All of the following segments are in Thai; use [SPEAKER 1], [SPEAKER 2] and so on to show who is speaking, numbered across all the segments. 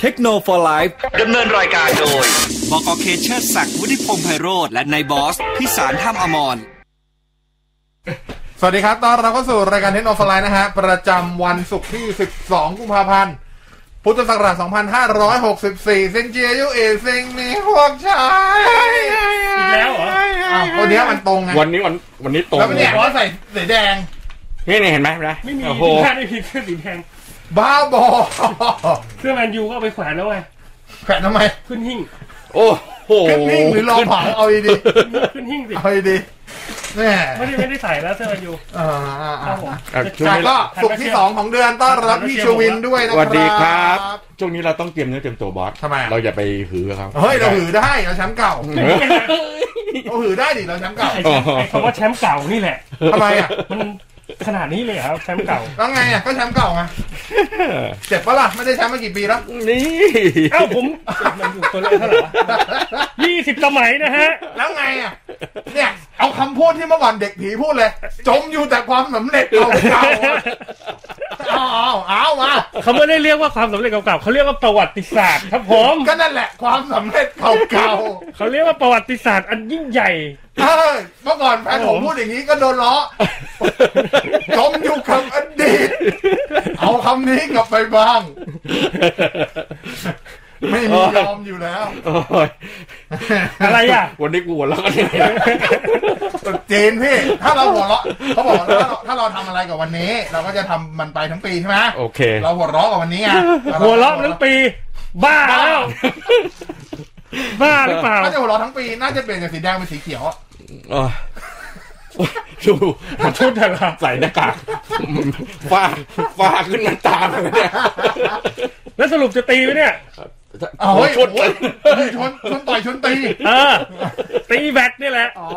[SPEAKER 1] เทคโนโลยีไลฟ์
[SPEAKER 2] ดำเนินรายการโดย
[SPEAKER 1] บอกอเคเชอร์ศักดิ์วุฒิพงษ์ไพโรธและนายบอส พิสารท่ามอมร
[SPEAKER 3] สวัสดีครับ ตอนเราก็สู่รายการเทคโนโลยีไลน์นะฮะ ประจำวันศุกร์ที่ 12 กุมภาพันธ์ พุทธศักราช 2564 เซนเจียยุเอซิงมีพวกชาย
[SPEAKER 4] อีกแล้วเหรอ
[SPEAKER 3] อ้าววันเนี้ยมันตรงไง
[SPEAKER 5] วันนี้วันวันนี้ตรง
[SPEAKER 3] แล้วมัน
[SPEAKER 5] เล
[SPEAKER 3] เนี่ย ยว่าใส่สีแดง
[SPEAKER 5] นี่นี่เห็นไหมเห็นไหม
[SPEAKER 4] ไม่มี
[SPEAKER 5] โอ้โห
[SPEAKER 4] ทีมชาติไม่มีเสื้อสีแดง
[SPEAKER 3] บ้าบอ
[SPEAKER 4] เสื้อแมนยูก็เอาไปแขวนแล้วไง
[SPEAKER 3] แขวนทำไม
[SPEAKER 4] ขึ้นหิ้ง
[SPEAKER 5] โอ้โห
[SPEAKER 3] ขึ้นนิ่งหรือรอเผาเอาดี
[SPEAKER 4] ขึ้นหิ้งสิ
[SPEAKER 3] ๆเอาดีๆแน่
[SPEAKER 4] ไม่ได้ไม่ได้ใส่แล้วเสื้อแมนยู
[SPEAKER 3] อ่า
[SPEAKER 4] ครับผม
[SPEAKER 5] อ่ะช่วง
[SPEAKER 3] จาก
[SPEAKER 5] นี้
[SPEAKER 3] ก็ศุกร์ที่ 2 ของเดือนต้อนรับพี่ชวินด้วย
[SPEAKER 5] ส
[SPEAKER 3] นะค
[SPEAKER 5] วั
[SPEAKER 3] รับ
[SPEAKER 5] สดีครับ ช่วงนี้เราต้องเตรียมเนื้อเตรียมตัวบอส
[SPEAKER 3] ทำไมอ่ะ
[SPEAKER 5] เราอย่าไปหือครับ
[SPEAKER 3] เฮ้ย เราหือได้เราแชมป์เก่า
[SPEAKER 5] เออ
[SPEAKER 3] เราหือได้ดิเราแชมป์เก่า
[SPEAKER 4] ไอ้แชมป์
[SPEAKER 5] อ๋อ
[SPEAKER 4] ไอ้คำว่าแชมป์เก่านี่แหละ
[SPEAKER 3] ทำไมอ่ะ
[SPEAKER 4] มันขนาดนี้เลยเหรอครับแชมป์เก่า
[SPEAKER 3] แล้วไงอ่ะก็แชมป์เก่าไงเจ็บปะล่ะไม่ได้แชมป์มากี่ปีแล้ว
[SPEAKER 5] นี่
[SPEAKER 4] เอ้าผมมันอยู่ตัวเลขเท่าไหร่วะยี่สิบสมัยนะฮะ
[SPEAKER 3] แล้วไงอ่ะเนี่ยเอาคำพูดที่เมื่อก่อนเด็กผีพูดเลย จมอยู่แต่ความสำเร็จเก่าๆเอาเอาเอามา
[SPEAKER 4] เขาไม่ได้เรียกว่าความสำเร็จเก่าๆเขาเรียกว่าประวัติศาสตร์ครับผม
[SPEAKER 3] ก็นั่นแหละความสำเร็จเก่า
[SPEAKER 4] เขาเรียกว่าประวัติศาสตร์อันยิ่งใหญ่
[SPEAKER 3] ๆเออเมื่อก่อนแฟนผมพูดอย่างนี้ก็โดนล้อจมอยู่กับอดีตเอาคำนี้กลับไปบ้าง ไม่มียอมอยู่แล้ว
[SPEAKER 5] โอ้ย
[SPEAKER 4] อะไรอ่ะ
[SPEAKER 5] วันนี้กูหัวเราะกันเนี่ย
[SPEAKER 3] จีนพี่ ถ้าเราหัวเราะเขาบอกว่าถ้าเราถ้าเราทำอะไรกับวันนี้ เราก็จะทำมันไปทั้งปีใช่ไหม
[SPEAKER 5] โอเค
[SPEAKER 3] เราหัวเราะกับวันนี้ไง
[SPEAKER 4] หัวเราะทั้งปี บ้าแล้ว บ้าหรือเปล่า
[SPEAKER 3] น่าจะหัวเราะทั้งปี น่าจะเปลี่ยนจากสีแดงเป็นสีเขียวอะ
[SPEAKER 5] โอ้ยดู
[SPEAKER 4] ขอโทษนะครับ
[SPEAKER 5] ใส่หน้ากากฟ้าฟ้าขึ้นน้ำตาเลยเนี่ย
[SPEAKER 4] แล้วสรุปจะตีไหมเนี่ย
[SPEAKER 3] อ้าวเฮ้ย
[SPEAKER 5] ชด
[SPEAKER 3] โอ้ยชนชนต่อยชนตี
[SPEAKER 4] เออ ตีแบตนี่แหละ
[SPEAKER 3] อ๋อ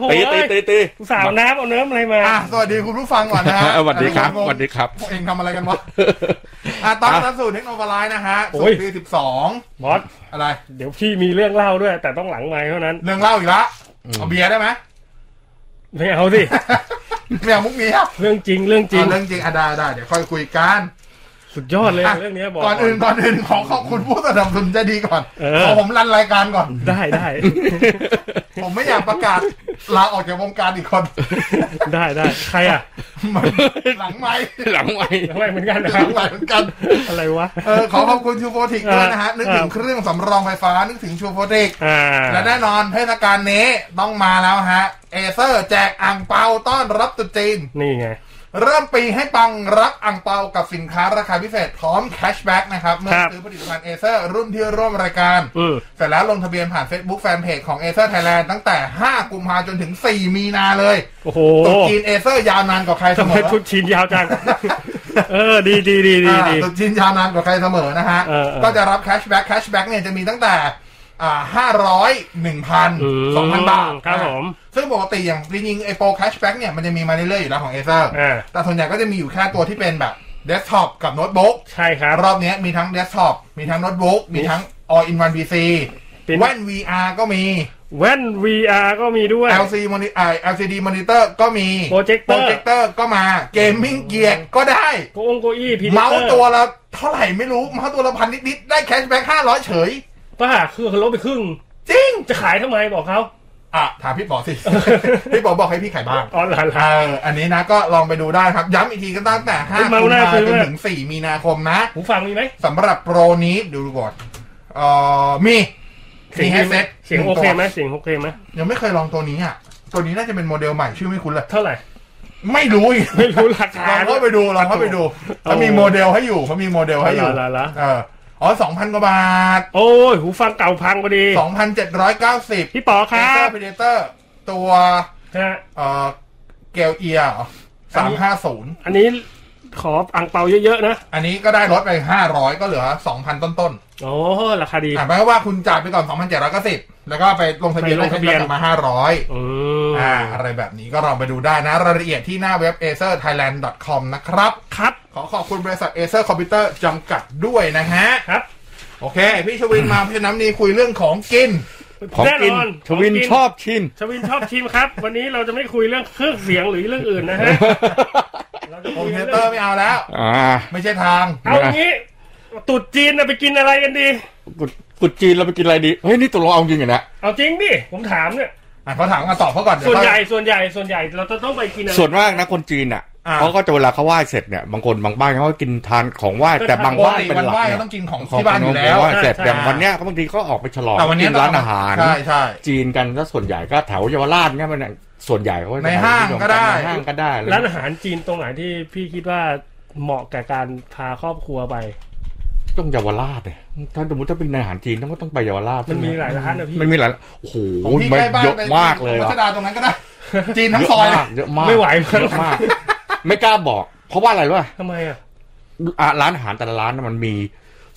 [SPEAKER 4] โอ้
[SPEAKER 5] ตี
[SPEAKER 4] ย
[SPEAKER 5] ตีตีตี
[SPEAKER 4] สาวน้ำเอาเนื้ออะไรมา
[SPEAKER 3] อ่ะสวัสดีคุณผู้ฟังก่อนนะฮะ
[SPEAKER 5] อ่ะ สวัสดีครับ
[SPEAKER 3] งง
[SPEAKER 5] สวัสดีครับ
[SPEAKER 3] พวกเองทำอะไรกันวะอ่ะตอนรับสู่เทคโนโลยีนะฮะ
[SPEAKER 4] โอ้
[SPEAKER 3] สุด
[SPEAKER 4] ย
[SPEAKER 3] ที่สิบสอง
[SPEAKER 4] บอส
[SPEAKER 3] อะไร
[SPEAKER 4] เดี๋ยวพี่มีเรื่องเล่าด้วย แต่ต้องหลังไม้เท่านั้น
[SPEAKER 3] เรื่องเล่าอีกละเอาเบียร์ได้ไหม
[SPEAKER 4] ไม่เอาสิ
[SPEAKER 3] ไม่เอามุกนี้อะ
[SPEAKER 4] เรื่องจริงเรื่องจริง
[SPEAKER 3] เอาเรื่องจริงอ่ะได้ได้เดี๋ยวค่อยคุยกัน
[SPEAKER 4] สุดยอดเลย
[SPEAKER 3] ะ
[SPEAKER 4] เรื่องเนี้ยบอก
[SPEAKER 3] ก่อนอื่นก่อนอื่นขอขอบคุณผู้สนับสนุนใจะดีก่อน
[SPEAKER 4] เอ
[SPEAKER 3] ข
[SPEAKER 4] อ
[SPEAKER 3] อผมรันรายการก่อน
[SPEAKER 4] ได้ได้
[SPEAKER 3] ผมไม่อยากประ กาศลาออกจากวงการอีกคน
[SPEAKER 4] ได้ได้ใครอ่ะ
[SPEAKER 3] หลังไม้
[SPEAKER 5] หลังไว้
[SPEAKER 4] ทำไมเหมือนกันนะ
[SPEAKER 3] ห
[SPEAKER 4] ค
[SPEAKER 3] ลั
[SPEAKER 4] รับ
[SPEAKER 3] งไม้เหมือนกัน
[SPEAKER 4] อะไรวะ
[SPEAKER 3] เออขอขอบคุณชูโฟติกด้วยนะฮะ
[SPEAKER 4] เออ
[SPEAKER 3] นึกถึงเครื่องสำรองไฟฟ้า นึกถึงชูโฟติก
[SPEAKER 4] อ่า
[SPEAKER 3] และแน่นอนเทศกาลนี้ต้องมาแล้วฮะ เอเซอร์แจกอ่างเปาต้อนรับตรุษจีน
[SPEAKER 4] นี่ไง
[SPEAKER 3] เริ่มปีให้ปังรับอ่างเปากับสินค้าราคาพิเศษพร้อมแคชแบ็กนะครับ เมื่อ
[SPEAKER 4] ครับ
[SPEAKER 3] ซื้อผลิตภัณฑ์เอเซอร์รุ่นที่ร่วมรายการ
[SPEAKER 4] อือ
[SPEAKER 3] เสร็จแล้วลงทะเบียนผ่าน Facebook Fanpage ของ a อเซอร์ไทยแลนด์ตั้งแต่ 5 กุมภาจนถึง 4 มีนาเลย
[SPEAKER 4] โอ้โห
[SPEAKER 3] ตรุ๊จีนเอเซอร์ยาวนานกว่าใครเส
[SPEAKER 4] ทำ
[SPEAKER 3] ม
[SPEAKER 4] ไม
[SPEAKER 3] อ
[SPEAKER 4] ทุกชิ้นยาวจัง เออ ดีดีดีดี
[SPEAKER 3] อ่า
[SPEAKER 4] ดี
[SPEAKER 3] ตรุ๊จีนยาวนานกว่าใครเสมอนะฮะ
[SPEAKER 4] เออเออ
[SPEAKER 3] ก็จะรับแคชแบ็กแคชแบ็กเนี่ยจะมีตั้งแต่อ่าห้าร้อยหนึ่งพัน
[SPEAKER 4] อืม
[SPEAKER 3] สองพันบาท
[SPEAKER 4] ครับ
[SPEAKER 3] อ่า
[SPEAKER 4] ผม
[SPEAKER 3] ซึ่งปกติอย่างจริงๆไอโปรแคชแบ็กเนี่ยมันจะมีมาเรื่อยๆอยู่แล้วของเอเซอร์
[SPEAKER 4] อ่า
[SPEAKER 3] แต่ส่วนใหญ่ก็จะมีอยู่แค่ตัวที่เป็นแบบเดสก์ท็อปกับโน้ตบุ๊ก
[SPEAKER 4] ใช่ครับ
[SPEAKER 3] รอบเนี้ยมีทั้งเดสก์ท็อปมีทั้งโน้ตบุ๊กมีทั้ง all in one PC
[SPEAKER 4] เป็น
[SPEAKER 3] แว่น VR ก็มี
[SPEAKER 4] แว่น VR ก็มีด้วย
[SPEAKER 3] LC moni- อ่า LCD monitor ก็มี
[SPEAKER 4] Projector
[SPEAKER 3] โปรเจคเตอร์ก็มาเกมมิ่งเกียร์ก็ได้
[SPEAKER 4] โกงโกอี้พี
[SPEAKER 3] เมา
[SPEAKER 4] เตอ
[SPEAKER 3] ส์
[SPEAKER 4] ร์
[SPEAKER 3] ตัวละเท่าไหร่ไม่รู้เมาส์ตัวละพันนิดๆได้แคชแบ็กห้าร้อยเฉย
[SPEAKER 4] ป้าคือเขาลดไปครึ่ง
[SPEAKER 3] จริง
[SPEAKER 4] จะขายทำไมบอกเขา
[SPEAKER 3] อ่ะ ถามพี่ป๋อสิ พี่ป๋อบอกให้พี่ขายบ้าง
[SPEAKER 4] อ๋อหลาน
[SPEAKER 3] เอ
[SPEAKER 4] หลาน
[SPEAKER 3] ออันนี้นะก็ลองไปดูได้ครับ ย้ำอีกทีก็ตั้งแต่ห้า
[SPEAKER 4] เฮ้ยเมาส์
[SPEAKER 3] กุม
[SPEAKER 4] น่า
[SPEAKER 3] ภาพัน
[SPEAKER 4] ซื้อ
[SPEAKER 3] ธ์จน
[SPEAKER 4] มาก
[SPEAKER 3] ถึงสี่มีนาคมนะ
[SPEAKER 4] หูฟังมีไหม
[SPEAKER 3] สำหรับโปรนี้ดูก่อนเอ่อมีมีแฮ
[SPEAKER 4] ดี
[SPEAKER 3] ช
[SPEAKER 4] ไหม
[SPEAKER 3] เซ็ต
[SPEAKER 4] เสียงโอเคไหมเสียงโอเคไหม
[SPEAKER 3] ยังไม่เคยลองตัวนี้อ่ะ ตัวนี้น่าจะเป็นโมเดลใหม่ชื่อไม่คุ้นเลย
[SPEAKER 4] เท่าไหร่
[SPEAKER 3] ไม่รู้อีก
[SPEAKER 4] ไม่รู้ราคา
[SPEAKER 3] เราเข้าไปดูเราเข้าไปดูเขามีโมเดลให้อยู่เขามีโมเดลให้อยู่
[SPEAKER 4] เอาล่ะเอา
[SPEAKER 3] เอ
[SPEAKER 4] ล่ะ
[SPEAKER 3] ออ๋อสองพันกว่าบาท
[SPEAKER 4] โอ้ยหูฟังเก่าพังพอดี
[SPEAKER 3] สองพันเจ็ดร้อยเก้าสิบ
[SPEAKER 4] พี่ป๋อค
[SPEAKER 3] เอ
[SPEAKER 4] รั
[SPEAKER 3] เซอบ ร์พเดเตอร์ตัว
[SPEAKER 4] ฮะ
[SPEAKER 3] เอ่อเกลเอียสามห้าศูนย์
[SPEAKER 4] อันนี้ขออ่างเปาเยอะๆนะ
[SPEAKER 3] อันนี้ก็ได้ลดไปห้าร้อยก็เหลือสองพันต้นต้น
[SPEAKER 4] โอ้ราคาดี
[SPEAKER 3] ๆอ่ะหมายความว่าคุณจ่ายไปก่อนสองพันเจ็ดร้อยเก้าสิบแล้วก็ไปลงทะเบียน
[SPEAKER 4] ไปลงทะเบียน
[SPEAKER 3] แล้วก็กลับมาห้าร้อย
[SPEAKER 4] อืม
[SPEAKER 3] อ่าอะไรแบบนี้ก็ลองไปดูได้นะ รายละเอียดที่หน้าเว็บ acerthailand.com นะครับ
[SPEAKER 4] ครับ
[SPEAKER 3] ขอขอบคุณบริษัท Acer Computer จำกัดด้วยนะฮะ
[SPEAKER 4] ครับ
[SPEAKER 3] โอเค พี่ชวินมาเพราะฉะนั้นนี่คุยเรื่องของกิน
[SPEAKER 5] ของ
[SPEAKER 4] แน่น
[SPEAKER 5] กิน
[SPEAKER 4] อน
[SPEAKER 5] ชวิน
[SPEAKER 4] ขงกิ
[SPEAKER 5] ชอบชิม
[SPEAKER 4] ชวินชอบชิมครับ วันนี้เราจะไม่คุยเรื่องเครื่องเสียงหรือเรื่องอื่นนะฮะเราจะ
[SPEAKER 3] โอ
[SPEAKER 4] คุย
[SPEAKER 3] เค
[SPEAKER 4] เรื่อง
[SPEAKER 3] เตอร์ไม่เอาแล้ว
[SPEAKER 5] อ่า
[SPEAKER 3] ไม่ใช่ทาง
[SPEAKER 4] เอางี้ ตรุดจีนน่ะไปกินอะไรกันดี
[SPEAKER 5] กุดกุดจีนเราไปกินอะไรดี เฮ้ย นี่ตกลงเอาจริงเหรอเนี่ย
[SPEAKER 4] เอาจริงดิผมถามเนี่ย
[SPEAKER 3] อ่ะเขาถามกันตอบเขาก่อนเดี๋ย
[SPEAKER 4] ส่วน
[SPEAKER 3] ค่อย
[SPEAKER 4] ใหญ่ส่วนใหญ่ส่วนใหญ่เราจะต้องไปกินอะไร
[SPEAKER 5] ส่วนมากนะคนจีนอ่ะ
[SPEAKER 3] อ่า
[SPEAKER 5] เขาก็จะเวลาเขาไหว้เสร็จเนี่ยบางคนบางบ้านเขาก็กินทานของไหว้แต่บาง
[SPEAKER 3] ปก
[SPEAKER 5] บ้าน
[SPEAKER 3] ติ
[SPEAKER 5] เป็น
[SPEAKER 3] วัน
[SPEAKER 5] หลัก
[SPEAKER 3] ไหว้
[SPEAKER 5] เนี่
[SPEAKER 3] ก็
[SPEAKER 5] ย
[SPEAKER 3] ต้องกินของ
[SPEAKER 5] ของ
[SPEAKER 3] ที่บ้านอยู่แล้ว
[SPEAKER 5] ขงเสร็จ
[SPEAKER 4] ใช่
[SPEAKER 5] อย่างวันเนี้ยก็บางทีก็ออกไปฉลอง
[SPEAKER 3] แต่วันเนี้ย
[SPEAKER 5] กินร้านอาหาร
[SPEAKER 3] ใช่ใช่
[SPEAKER 5] จีนกันก็ส่วนใหญ่ก็แถวเยาวราชเนี่ยมันเนี่ยส่วนใหญ่เขาจะ
[SPEAKER 3] ในห้างก็ได้
[SPEAKER 5] ในห้างก็ได้เลย
[SPEAKER 4] ร้านอาหารจีนตรงไหนที่พี่คิดว่าเหมาะกับการพาครอบครัวไป
[SPEAKER 5] ต้องเยาวราชเนี่ยถ้าสมมติถ้าเป็นอาหารจีนต้องก็ต้องไปเยาวราช
[SPEAKER 4] มันมีหลายร้านนะพี่
[SPEAKER 5] มันมีหลายโอ้โห
[SPEAKER 3] ของที่
[SPEAKER 5] มัน
[SPEAKER 3] ใกล้บ้าน
[SPEAKER 5] เยอะมากเลย
[SPEAKER 3] รั
[SPEAKER 5] อะ
[SPEAKER 3] ชดาตรงนั้นก็ได้ จีนทั้งซอยเลย
[SPEAKER 5] เยอะมาก
[SPEAKER 4] ไม่ไหว
[SPEAKER 5] เยอะมาก ไม่กล้าบอก เพราะว่าอะไรรู้ป่ะ
[SPEAKER 4] ทำไมอ่ะ
[SPEAKER 5] อ่ะร้านอาหารแต่ละร้านน่ะมันมี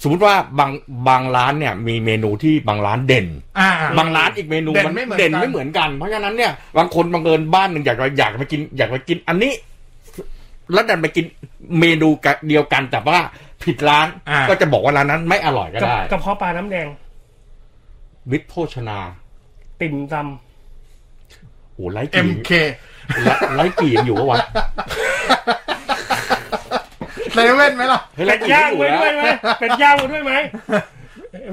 [SPEAKER 5] สมมติว่าบางบางร้านเนี่ย มีเมนูที่บางร้านเด่น
[SPEAKER 3] อ่า
[SPEAKER 5] บางร้านอีกเมนู
[SPEAKER 3] เด่น
[SPEAKER 5] มัน
[SPEAKER 3] ไม่เหมือนกัน
[SPEAKER 5] เด่นไม่เหมือนกันเพราะฉะนั้นเนี่ยบางคนบังเอิญบ้านหนึ่งอยากจะอยากไปกิน อยากไปกินอันนี้ แล้วดันไปกินเมนูกะเดียวกันแต่ว่าผิดร้าน
[SPEAKER 3] อ่า
[SPEAKER 5] ก็จะบอกว่าร้านนั้นไม่อร่อย
[SPEAKER 4] ก
[SPEAKER 5] ก็
[SPEAKER 4] ระ
[SPEAKER 5] ได้
[SPEAKER 4] กระเพาะปลาน้ำแดง
[SPEAKER 5] มิตรโภชนา
[SPEAKER 4] ติ่มซ
[SPEAKER 5] โอ้ไร้
[SPEAKER 3] เอ็
[SPEAKER 5] กี่
[SPEAKER 3] มเค
[SPEAKER 5] ละไร้กี่อยู่วะวะ
[SPEAKER 3] เลเว่นไหมล่ะ
[SPEAKER 5] เฮ้ย
[SPEAKER 4] ำ
[SPEAKER 5] ไร้
[SPEAKER 4] เป็ด
[SPEAKER 5] กี่
[SPEAKER 4] ย่าง
[SPEAKER 5] อยู่
[SPEAKER 4] ไว้
[SPEAKER 5] แล้ว
[SPEAKER 4] ด้วยไหมเป็ดย่างไว้ด้วยไหม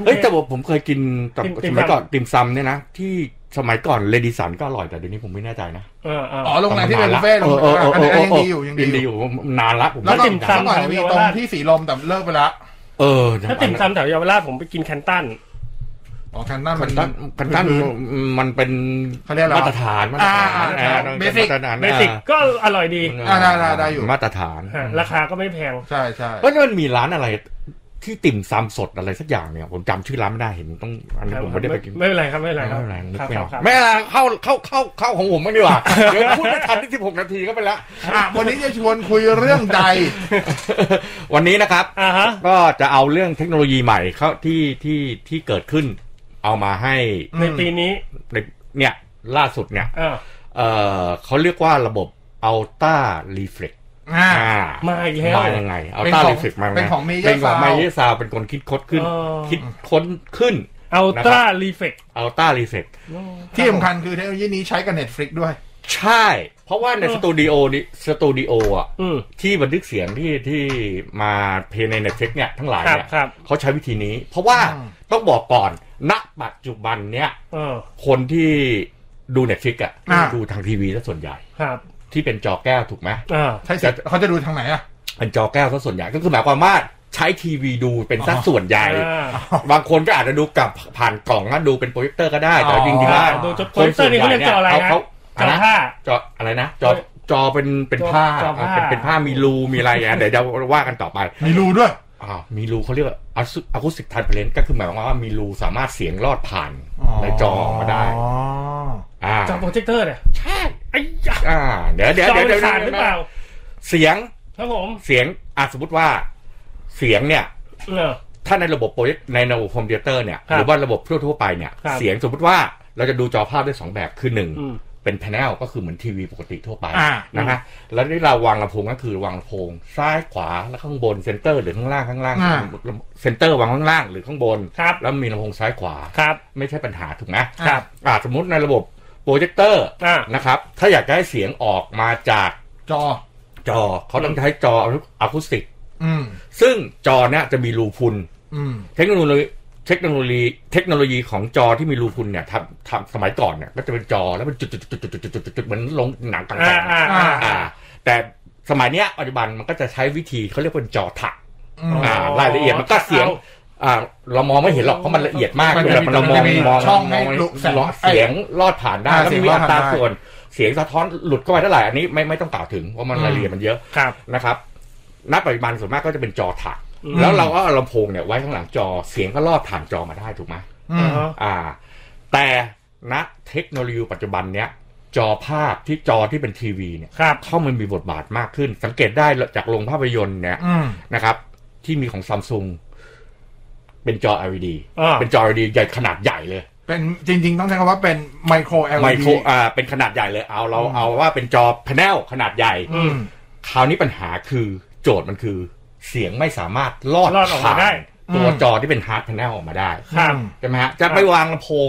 [SPEAKER 5] เฮ้ยแต่ว่าผมเคยกินตอน
[SPEAKER 4] ติ่มติ่
[SPEAKER 5] ส
[SPEAKER 4] ม
[SPEAKER 5] มัย
[SPEAKER 4] ซำ
[SPEAKER 5] ก่อนติมซำเนี่ยนะที่สมัยก่อนเลดีสันก็อร่อยแต่เดี๋ยวนี้ผมไม่แน่ใจนะ
[SPEAKER 4] เออเออ
[SPEAKER 3] อ๋อโรงแรมที่เป็นบุฟเฟ่ต์โรง
[SPEAKER 5] ออ
[SPEAKER 3] แร
[SPEAKER 5] เออ
[SPEAKER 3] ม
[SPEAKER 5] เออ
[SPEAKER 3] อันนี้
[SPEAKER 5] เอ
[SPEAKER 3] ยัง
[SPEAKER 5] อ
[SPEAKER 3] ดีอยู่ยังดีอยู่
[SPEAKER 5] ผมนานละผม
[SPEAKER 3] แล้วก็
[SPEAKER 4] ติ่มซำ
[SPEAKER 3] เมื่อก่อนจะมีตรงที่สีลมแต่เลิกไปละ
[SPEAKER 5] เออ
[SPEAKER 4] ถ้าติ่มซำแถวเยาวราชผมไปกินแคนตัน
[SPEAKER 3] อ๋อคันนั่น
[SPEAKER 5] คั
[SPEAKER 3] มัน น
[SPEAKER 5] ตันคันตันมันเป็น
[SPEAKER 3] เขาเรียกอะไร
[SPEAKER 5] มาตรฐานมาตรฐาน
[SPEAKER 3] อ่าอ่า
[SPEAKER 5] ออ
[SPEAKER 3] basic
[SPEAKER 5] มาตรฐาน
[SPEAKER 4] เบสิกก็อร่อยดี
[SPEAKER 5] เออ
[SPEAKER 3] อ่าได้ได้ได้อยู่
[SPEAKER 5] มาตรฐาน
[SPEAKER 4] ฮะราคาก็ไม่แพง
[SPEAKER 3] ใช่ใช่
[SPEAKER 5] เอ้ยแล้วมันมีร้านอะไร ที่ติ่มซำสดอะไรสักอย่างเนี่ย ผมจำชื่อร้านไม่ได้เห็นต้องอันนี้ผมไม่ได้ไปกิน
[SPEAKER 4] ไม่เป็นไรครับไม่เป็นไรครับ
[SPEAKER 5] ไม่เป็นไรนึก
[SPEAKER 4] ครับ
[SPEAKER 5] ไม่ออก
[SPEAKER 4] ครับ
[SPEAKER 5] ไม่เป็นไรเข้าเข้าเข้าเข้าของผมบ้างดีก ว่าเดี๋ยวพูดไม่ทันที่สิบหกนาทีก็ไปแล้ว
[SPEAKER 3] อ่ะวันนี้จะชวนคุยเรื่องใด
[SPEAKER 5] วันนี้นะครับ
[SPEAKER 4] อ่าฮะ
[SPEAKER 5] ก็จะเอาเรื่องเทคโนโลยีใหม่เข้าที่ที่ที่เกิดขึ้น เอามาให้
[SPEAKER 4] ในปีนี้
[SPEAKER 5] ในเนี่ยล่าสุดเนี่ย
[SPEAKER 4] อ่า
[SPEAKER 5] เอ่อเขาเรียกว่าระบบอัลต้ารีเฟล็ก
[SPEAKER 3] อ่า
[SPEAKER 4] มาอีกแล้ว
[SPEAKER 5] มายังไงอัล
[SPEAKER 3] เป็น
[SPEAKER 5] ต้า
[SPEAKER 3] ของ
[SPEAKER 5] รีเฟล็กมายังไง
[SPEAKER 3] เป็นของ Meyer
[SPEAKER 5] เป็นของ
[SPEAKER 3] Sound
[SPEAKER 5] ไมเยอร์ซาวเป็นคนคิดค้นขึ้น
[SPEAKER 4] อ๋อ
[SPEAKER 5] คิดค้นขึ้น
[SPEAKER 4] อัลตร้ารีเฟก
[SPEAKER 5] อัลต้ารีเฟล็ก
[SPEAKER 3] ที่สำคัญคือเทคโนโลยีนี้ใช้กับ Netflix ด้วย
[SPEAKER 5] ใช่ เพราะว่าในสตูดิโอนี่สตูดิโออ่ะ
[SPEAKER 4] อืม
[SPEAKER 5] ที่บันทึกเสียงที่ที่มาเพลงในเน็ตเฟกเนี่ยทั้งหลายเนี่
[SPEAKER 4] ค
[SPEAKER 5] ย
[SPEAKER 4] รับครับ
[SPEAKER 5] เขาใช้วิธีนี้ เพราะว่า
[SPEAKER 3] อืม
[SPEAKER 5] ต้องบอกก่อนณปัจจุบันเนี่ย
[SPEAKER 4] เออ
[SPEAKER 5] คนที่ดูเน็ตฟิกอะ
[SPEAKER 3] อ่า
[SPEAKER 5] ดูทางทีวีซะส่วนใหญ่
[SPEAKER 4] ครับ
[SPEAKER 5] ที่เป็นจอแก้วถูกไหม
[SPEAKER 4] อ่า
[SPEAKER 3] ใช่สิเขาจะดูทางไหนอ่ะ
[SPEAKER 5] เป็นจอแก้วซะส่วนใหญ่ก็คือหมายความว่าใช้ทีวีดูเป็นสัด
[SPEAKER 3] อ๋อ
[SPEAKER 5] ส่วนใหญ่
[SPEAKER 4] อ่า
[SPEAKER 5] บางคนก็อาจจะดูกับผ่านกล่องนะดูเป็นโปรเจคเตอร์ก็ได้แต่
[SPEAKER 3] อ๋อ
[SPEAKER 5] จริงๆแล้ว
[SPEAKER 4] ดูจดโป
[SPEAKER 5] ค
[SPEAKER 4] ร
[SPEAKER 5] น
[SPEAKER 4] เจคเตอ
[SPEAKER 5] ส่ว
[SPEAKER 4] ร์
[SPEAKER 5] น
[SPEAKER 4] นี่
[SPEAKER 5] ใหญ่
[SPEAKER 4] เขาเรียก
[SPEAKER 5] เนี่ย
[SPEAKER 4] จออะไรนะ
[SPEAKER 5] เขาเขา
[SPEAKER 4] จอ
[SPEAKER 5] นะ
[SPEAKER 4] ผ้า
[SPEAKER 5] จออะไรนะจอจอเป็นเป็น
[SPEAKER 4] จอ
[SPEAKER 5] ผ้า
[SPEAKER 4] จอผ้า
[SPEAKER 5] อ่ะเป็นเป็นผ้ามีรูมีอะไรอย่างเงี้ยเดี๋ยวเดี๋ยวว่ากันต่อไป
[SPEAKER 3] มีรูด้วย
[SPEAKER 5] อ่ามีรูเขาเรียกอะคูสิกทานเพลนก็คือหมายความว่ามีรูสามารถเสียงลอดผ่านในจอออกมาได้
[SPEAKER 3] อ๋อ
[SPEAKER 5] อ่า
[SPEAKER 4] จอโปรเจคเตอร์เนี่ย
[SPEAKER 5] ใช่
[SPEAKER 4] ไอ้ยะ
[SPEAKER 5] อ่าเดี๋ยวเดี๋ยว
[SPEAKER 4] จอ
[SPEAKER 5] เดี๋ยว
[SPEAKER 4] มันขา
[SPEAKER 5] เดี๋ยว
[SPEAKER 4] ดหรือเปล่า
[SPEAKER 5] เสียง
[SPEAKER 4] ครับผม
[SPEAKER 5] เสียงอ่ะสมมติว่าเสียงเนี่ย
[SPEAKER 4] เออ
[SPEAKER 5] ถ้าในระบบโปรเจคในระบบคอมพิวเตอร์เนี่ย
[SPEAKER 4] ครับ
[SPEAKER 5] หรือว่าระบบทั่วๆไปเนี่ย
[SPEAKER 4] ครับ
[SPEAKER 5] เสียงสมมติว่าเราจะดูจอภาพได้สองแบบคือหนึ่ง
[SPEAKER 4] อืม
[SPEAKER 5] เป็นแผนลก็คือเหมือนทีวีปกติทั่วไป
[SPEAKER 3] อ่า
[SPEAKER 5] นะฮะแล้วที่เราวางลำโพงก็คือวางลำโพง ซ้ายขวาแล้วข้างบนเซนเตอร์หรือข้างล่างข้างล่างเซนเตอร์วางข้างล่างหรือข้างบน
[SPEAKER 4] ครับ
[SPEAKER 5] แล้วมีลำโพงซ้ายขวา
[SPEAKER 4] ครับ
[SPEAKER 5] ไม่ใช่ปัญหาถูกไหม
[SPEAKER 3] ครับ
[SPEAKER 5] อ่าสมมติในระบบโปรเจคเตอร์
[SPEAKER 4] อ่า
[SPEAKER 5] นะครับ ถ้าอยากได้เสียงออกมาจาก
[SPEAKER 3] จอ
[SPEAKER 5] จอเขาต้องใช้จออะคูสติก
[SPEAKER 3] อืม
[SPEAKER 5] ซึ่งจอเนี่ยจะมีรูพุน
[SPEAKER 3] อืม
[SPEAKER 5] เทคโนโลยีเทคโนโลยีเทคโนโลยีของจอที่มีรูพุนเนี่ยทำทำสมัยก่อนเนี่ยก็จะเป็นจอแล้วเป็นจุดจุดจุดจุดจุดจุดจุดจุดเหมือนลงหนังต่า
[SPEAKER 4] อ่าง อ่า
[SPEAKER 5] ๆ
[SPEAKER 4] อ่า
[SPEAKER 5] อ่า แต่สมัยเนี้ยปัจจุบันมันก็จะใช้วิธีเขาเรียกว่าจอถัก
[SPEAKER 3] อืม
[SPEAKER 5] อ่ารายละเอียดมันก็เสียงอ่าเรามองไม่เห็นหรอกเพราะมันละเอียดมาก
[SPEAKER 3] มัน
[SPEAKER 5] เว
[SPEAKER 3] จะ
[SPEAKER 5] ลา
[SPEAKER 3] มี
[SPEAKER 5] เรามอง
[SPEAKER 3] มันจะมี
[SPEAKER 5] มอง
[SPEAKER 3] ช่องให้
[SPEAKER 5] ม
[SPEAKER 3] ลุกแสง
[SPEAKER 5] เสียงลอดผ่านได้
[SPEAKER 3] อ่า
[SPEAKER 5] แล้ว
[SPEAKER 3] เสียง
[SPEAKER 5] มี
[SPEAKER 3] ลอ
[SPEAKER 5] อั
[SPEAKER 3] ดผ่าน
[SPEAKER 5] ตรา
[SPEAKER 3] ได้
[SPEAKER 5] ส่วนเสียงสะท้อนหลุดเข้าไปเท่าไหร่อันนี้ไม่ไม่ต้องกล่าวถึงเพราะมันรายละเอียดมันเยอะ
[SPEAKER 4] ครับ
[SPEAKER 5] นะครับ ณ ปัจจุบันส่วนมากก็จะเป็นจอถัก
[SPEAKER 4] อืม
[SPEAKER 5] แล้วเราก็เอาลำโพงเนี่ยไว้ข้างหลังจอ เสียงก็ลอดผ่านจอมาได้ถูกไหม
[SPEAKER 3] อืม
[SPEAKER 5] อ่า แต่ณเทคโนโลยีปัจจุบันเนี้ย จอภาพที่จอที่เป็นทีวีเนี่ย
[SPEAKER 4] ครับ
[SPEAKER 5] เข้ามันมีบทบาทมากขึ้น สังเกตได้จากโรงภาพยนตร์เนี่ย
[SPEAKER 3] อืม
[SPEAKER 5] นะครับ ที่มีของซัมซุงเป็นจอ LED
[SPEAKER 4] อ่า
[SPEAKER 5] เป็นจอ LED ใหญ่ขนาดใหญ่เลย
[SPEAKER 3] เป็นจริง ๆ ต้องใช้คำว่าเป็นไมโคร LED
[SPEAKER 5] ไมโคร อ่า เป็นขนาดใหญ่เลย เอาเราเอาว่าเป็นจอแผนลขนาดใหญ่
[SPEAKER 3] อืม
[SPEAKER 5] คราวนี้ปัญหาคือโจทย์มันคือเสียงไม่สามารถลอด
[SPEAKER 4] ลอดออกมา
[SPEAKER 5] ผ่าน
[SPEAKER 4] ได้
[SPEAKER 5] ตัว
[SPEAKER 3] อืม
[SPEAKER 5] จอที่เป็นฮาร์ดแพนเนลออกมาได้
[SPEAKER 4] ครับ
[SPEAKER 5] ใช่ไหมฮะจะไปวางลำโพง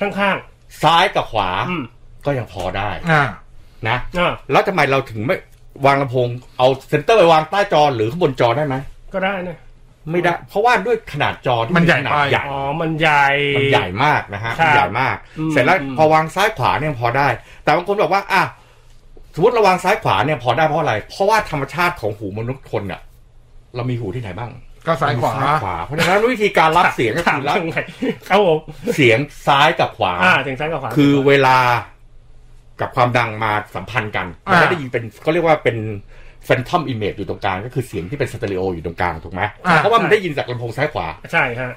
[SPEAKER 4] ข้าง
[SPEAKER 5] ซ้ายกับขวา
[SPEAKER 4] ๆอืม
[SPEAKER 5] ก็ยังพอได้
[SPEAKER 3] อ่า
[SPEAKER 5] นะ
[SPEAKER 4] อ่า
[SPEAKER 5] แล้วทำไมเราถึงไม่วางลำโพงเอาเซนเตอร์ไปวางใต้จอหรือข้างบนจอได้ไหม
[SPEAKER 4] ก็ได้นะ
[SPEAKER 5] ไม่ได้ เพราะว่าด้วยขนาดจอที่
[SPEAKER 3] มันใหญ่
[SPEAKER 5] ขนาด
[SPEAKER 3] ไป
[SPEAKER 5] ใหญ่
[SPEAKER 4] อ๋อ มันใหญ่
[SPEAKER 5] มันใหญ่มากนะฮะ
[SPEAKER 4] ครับ
[SPEAKER 5] มันใหญ่มาก
[SPEAKER 4] อืม
[SPEAKER 5] เสร็จแล้ว
[SPEAKER 4] อืม
[SPEAKER 5] พอวางซ้ายขวาเนี่ยพอได้ แต่บางคนบอกว่าอ่ะสมมติเราวางซ้ายขวาเนี่ยพอได้เพราะอะไร เพราะว่าธรรมชาติของหูมนุษย์คนอ่ะ เรามีหูที่ไหนบ้าง
[SPEAKER 3] ก็ซ้ายขวา
[SPEAKER 5] มีขวา เพราะฉะนั้นวิธีการรับเสียงก็
[SPEAKER 4] ถาม
[SPEAKER 5] คือรับ
[SPEAKER 4] ยังไง ครับผม
[SPEAKER 5] เสียงซ้ายกับขวา
[SPEAKER 4] อ่าถึงซ้ายกับขวา
[SPEAKER 5] คือเวลากับความดังมาสัมพันธ์กัน
[SPEAKER 3] อ่า
[SPEAKER 5] มันจะได้ยินเป็นเขาเรียกว่าเป็นแฟนทอมอิมเมจอยู่ตรงกลางก็คือเสียงที่เป็นสเตอริโออยู่ตรงกลางถูกไหม
[SPEAKER 4] อ่า
[SPEAKER 5] เพราะว่ามัน
[SPEAKER 4] ใช่
[SPEAKER 5] ได้ยินจากลำโพงซ้ายขวา
[SPEAKER 4] ใช่ฮะ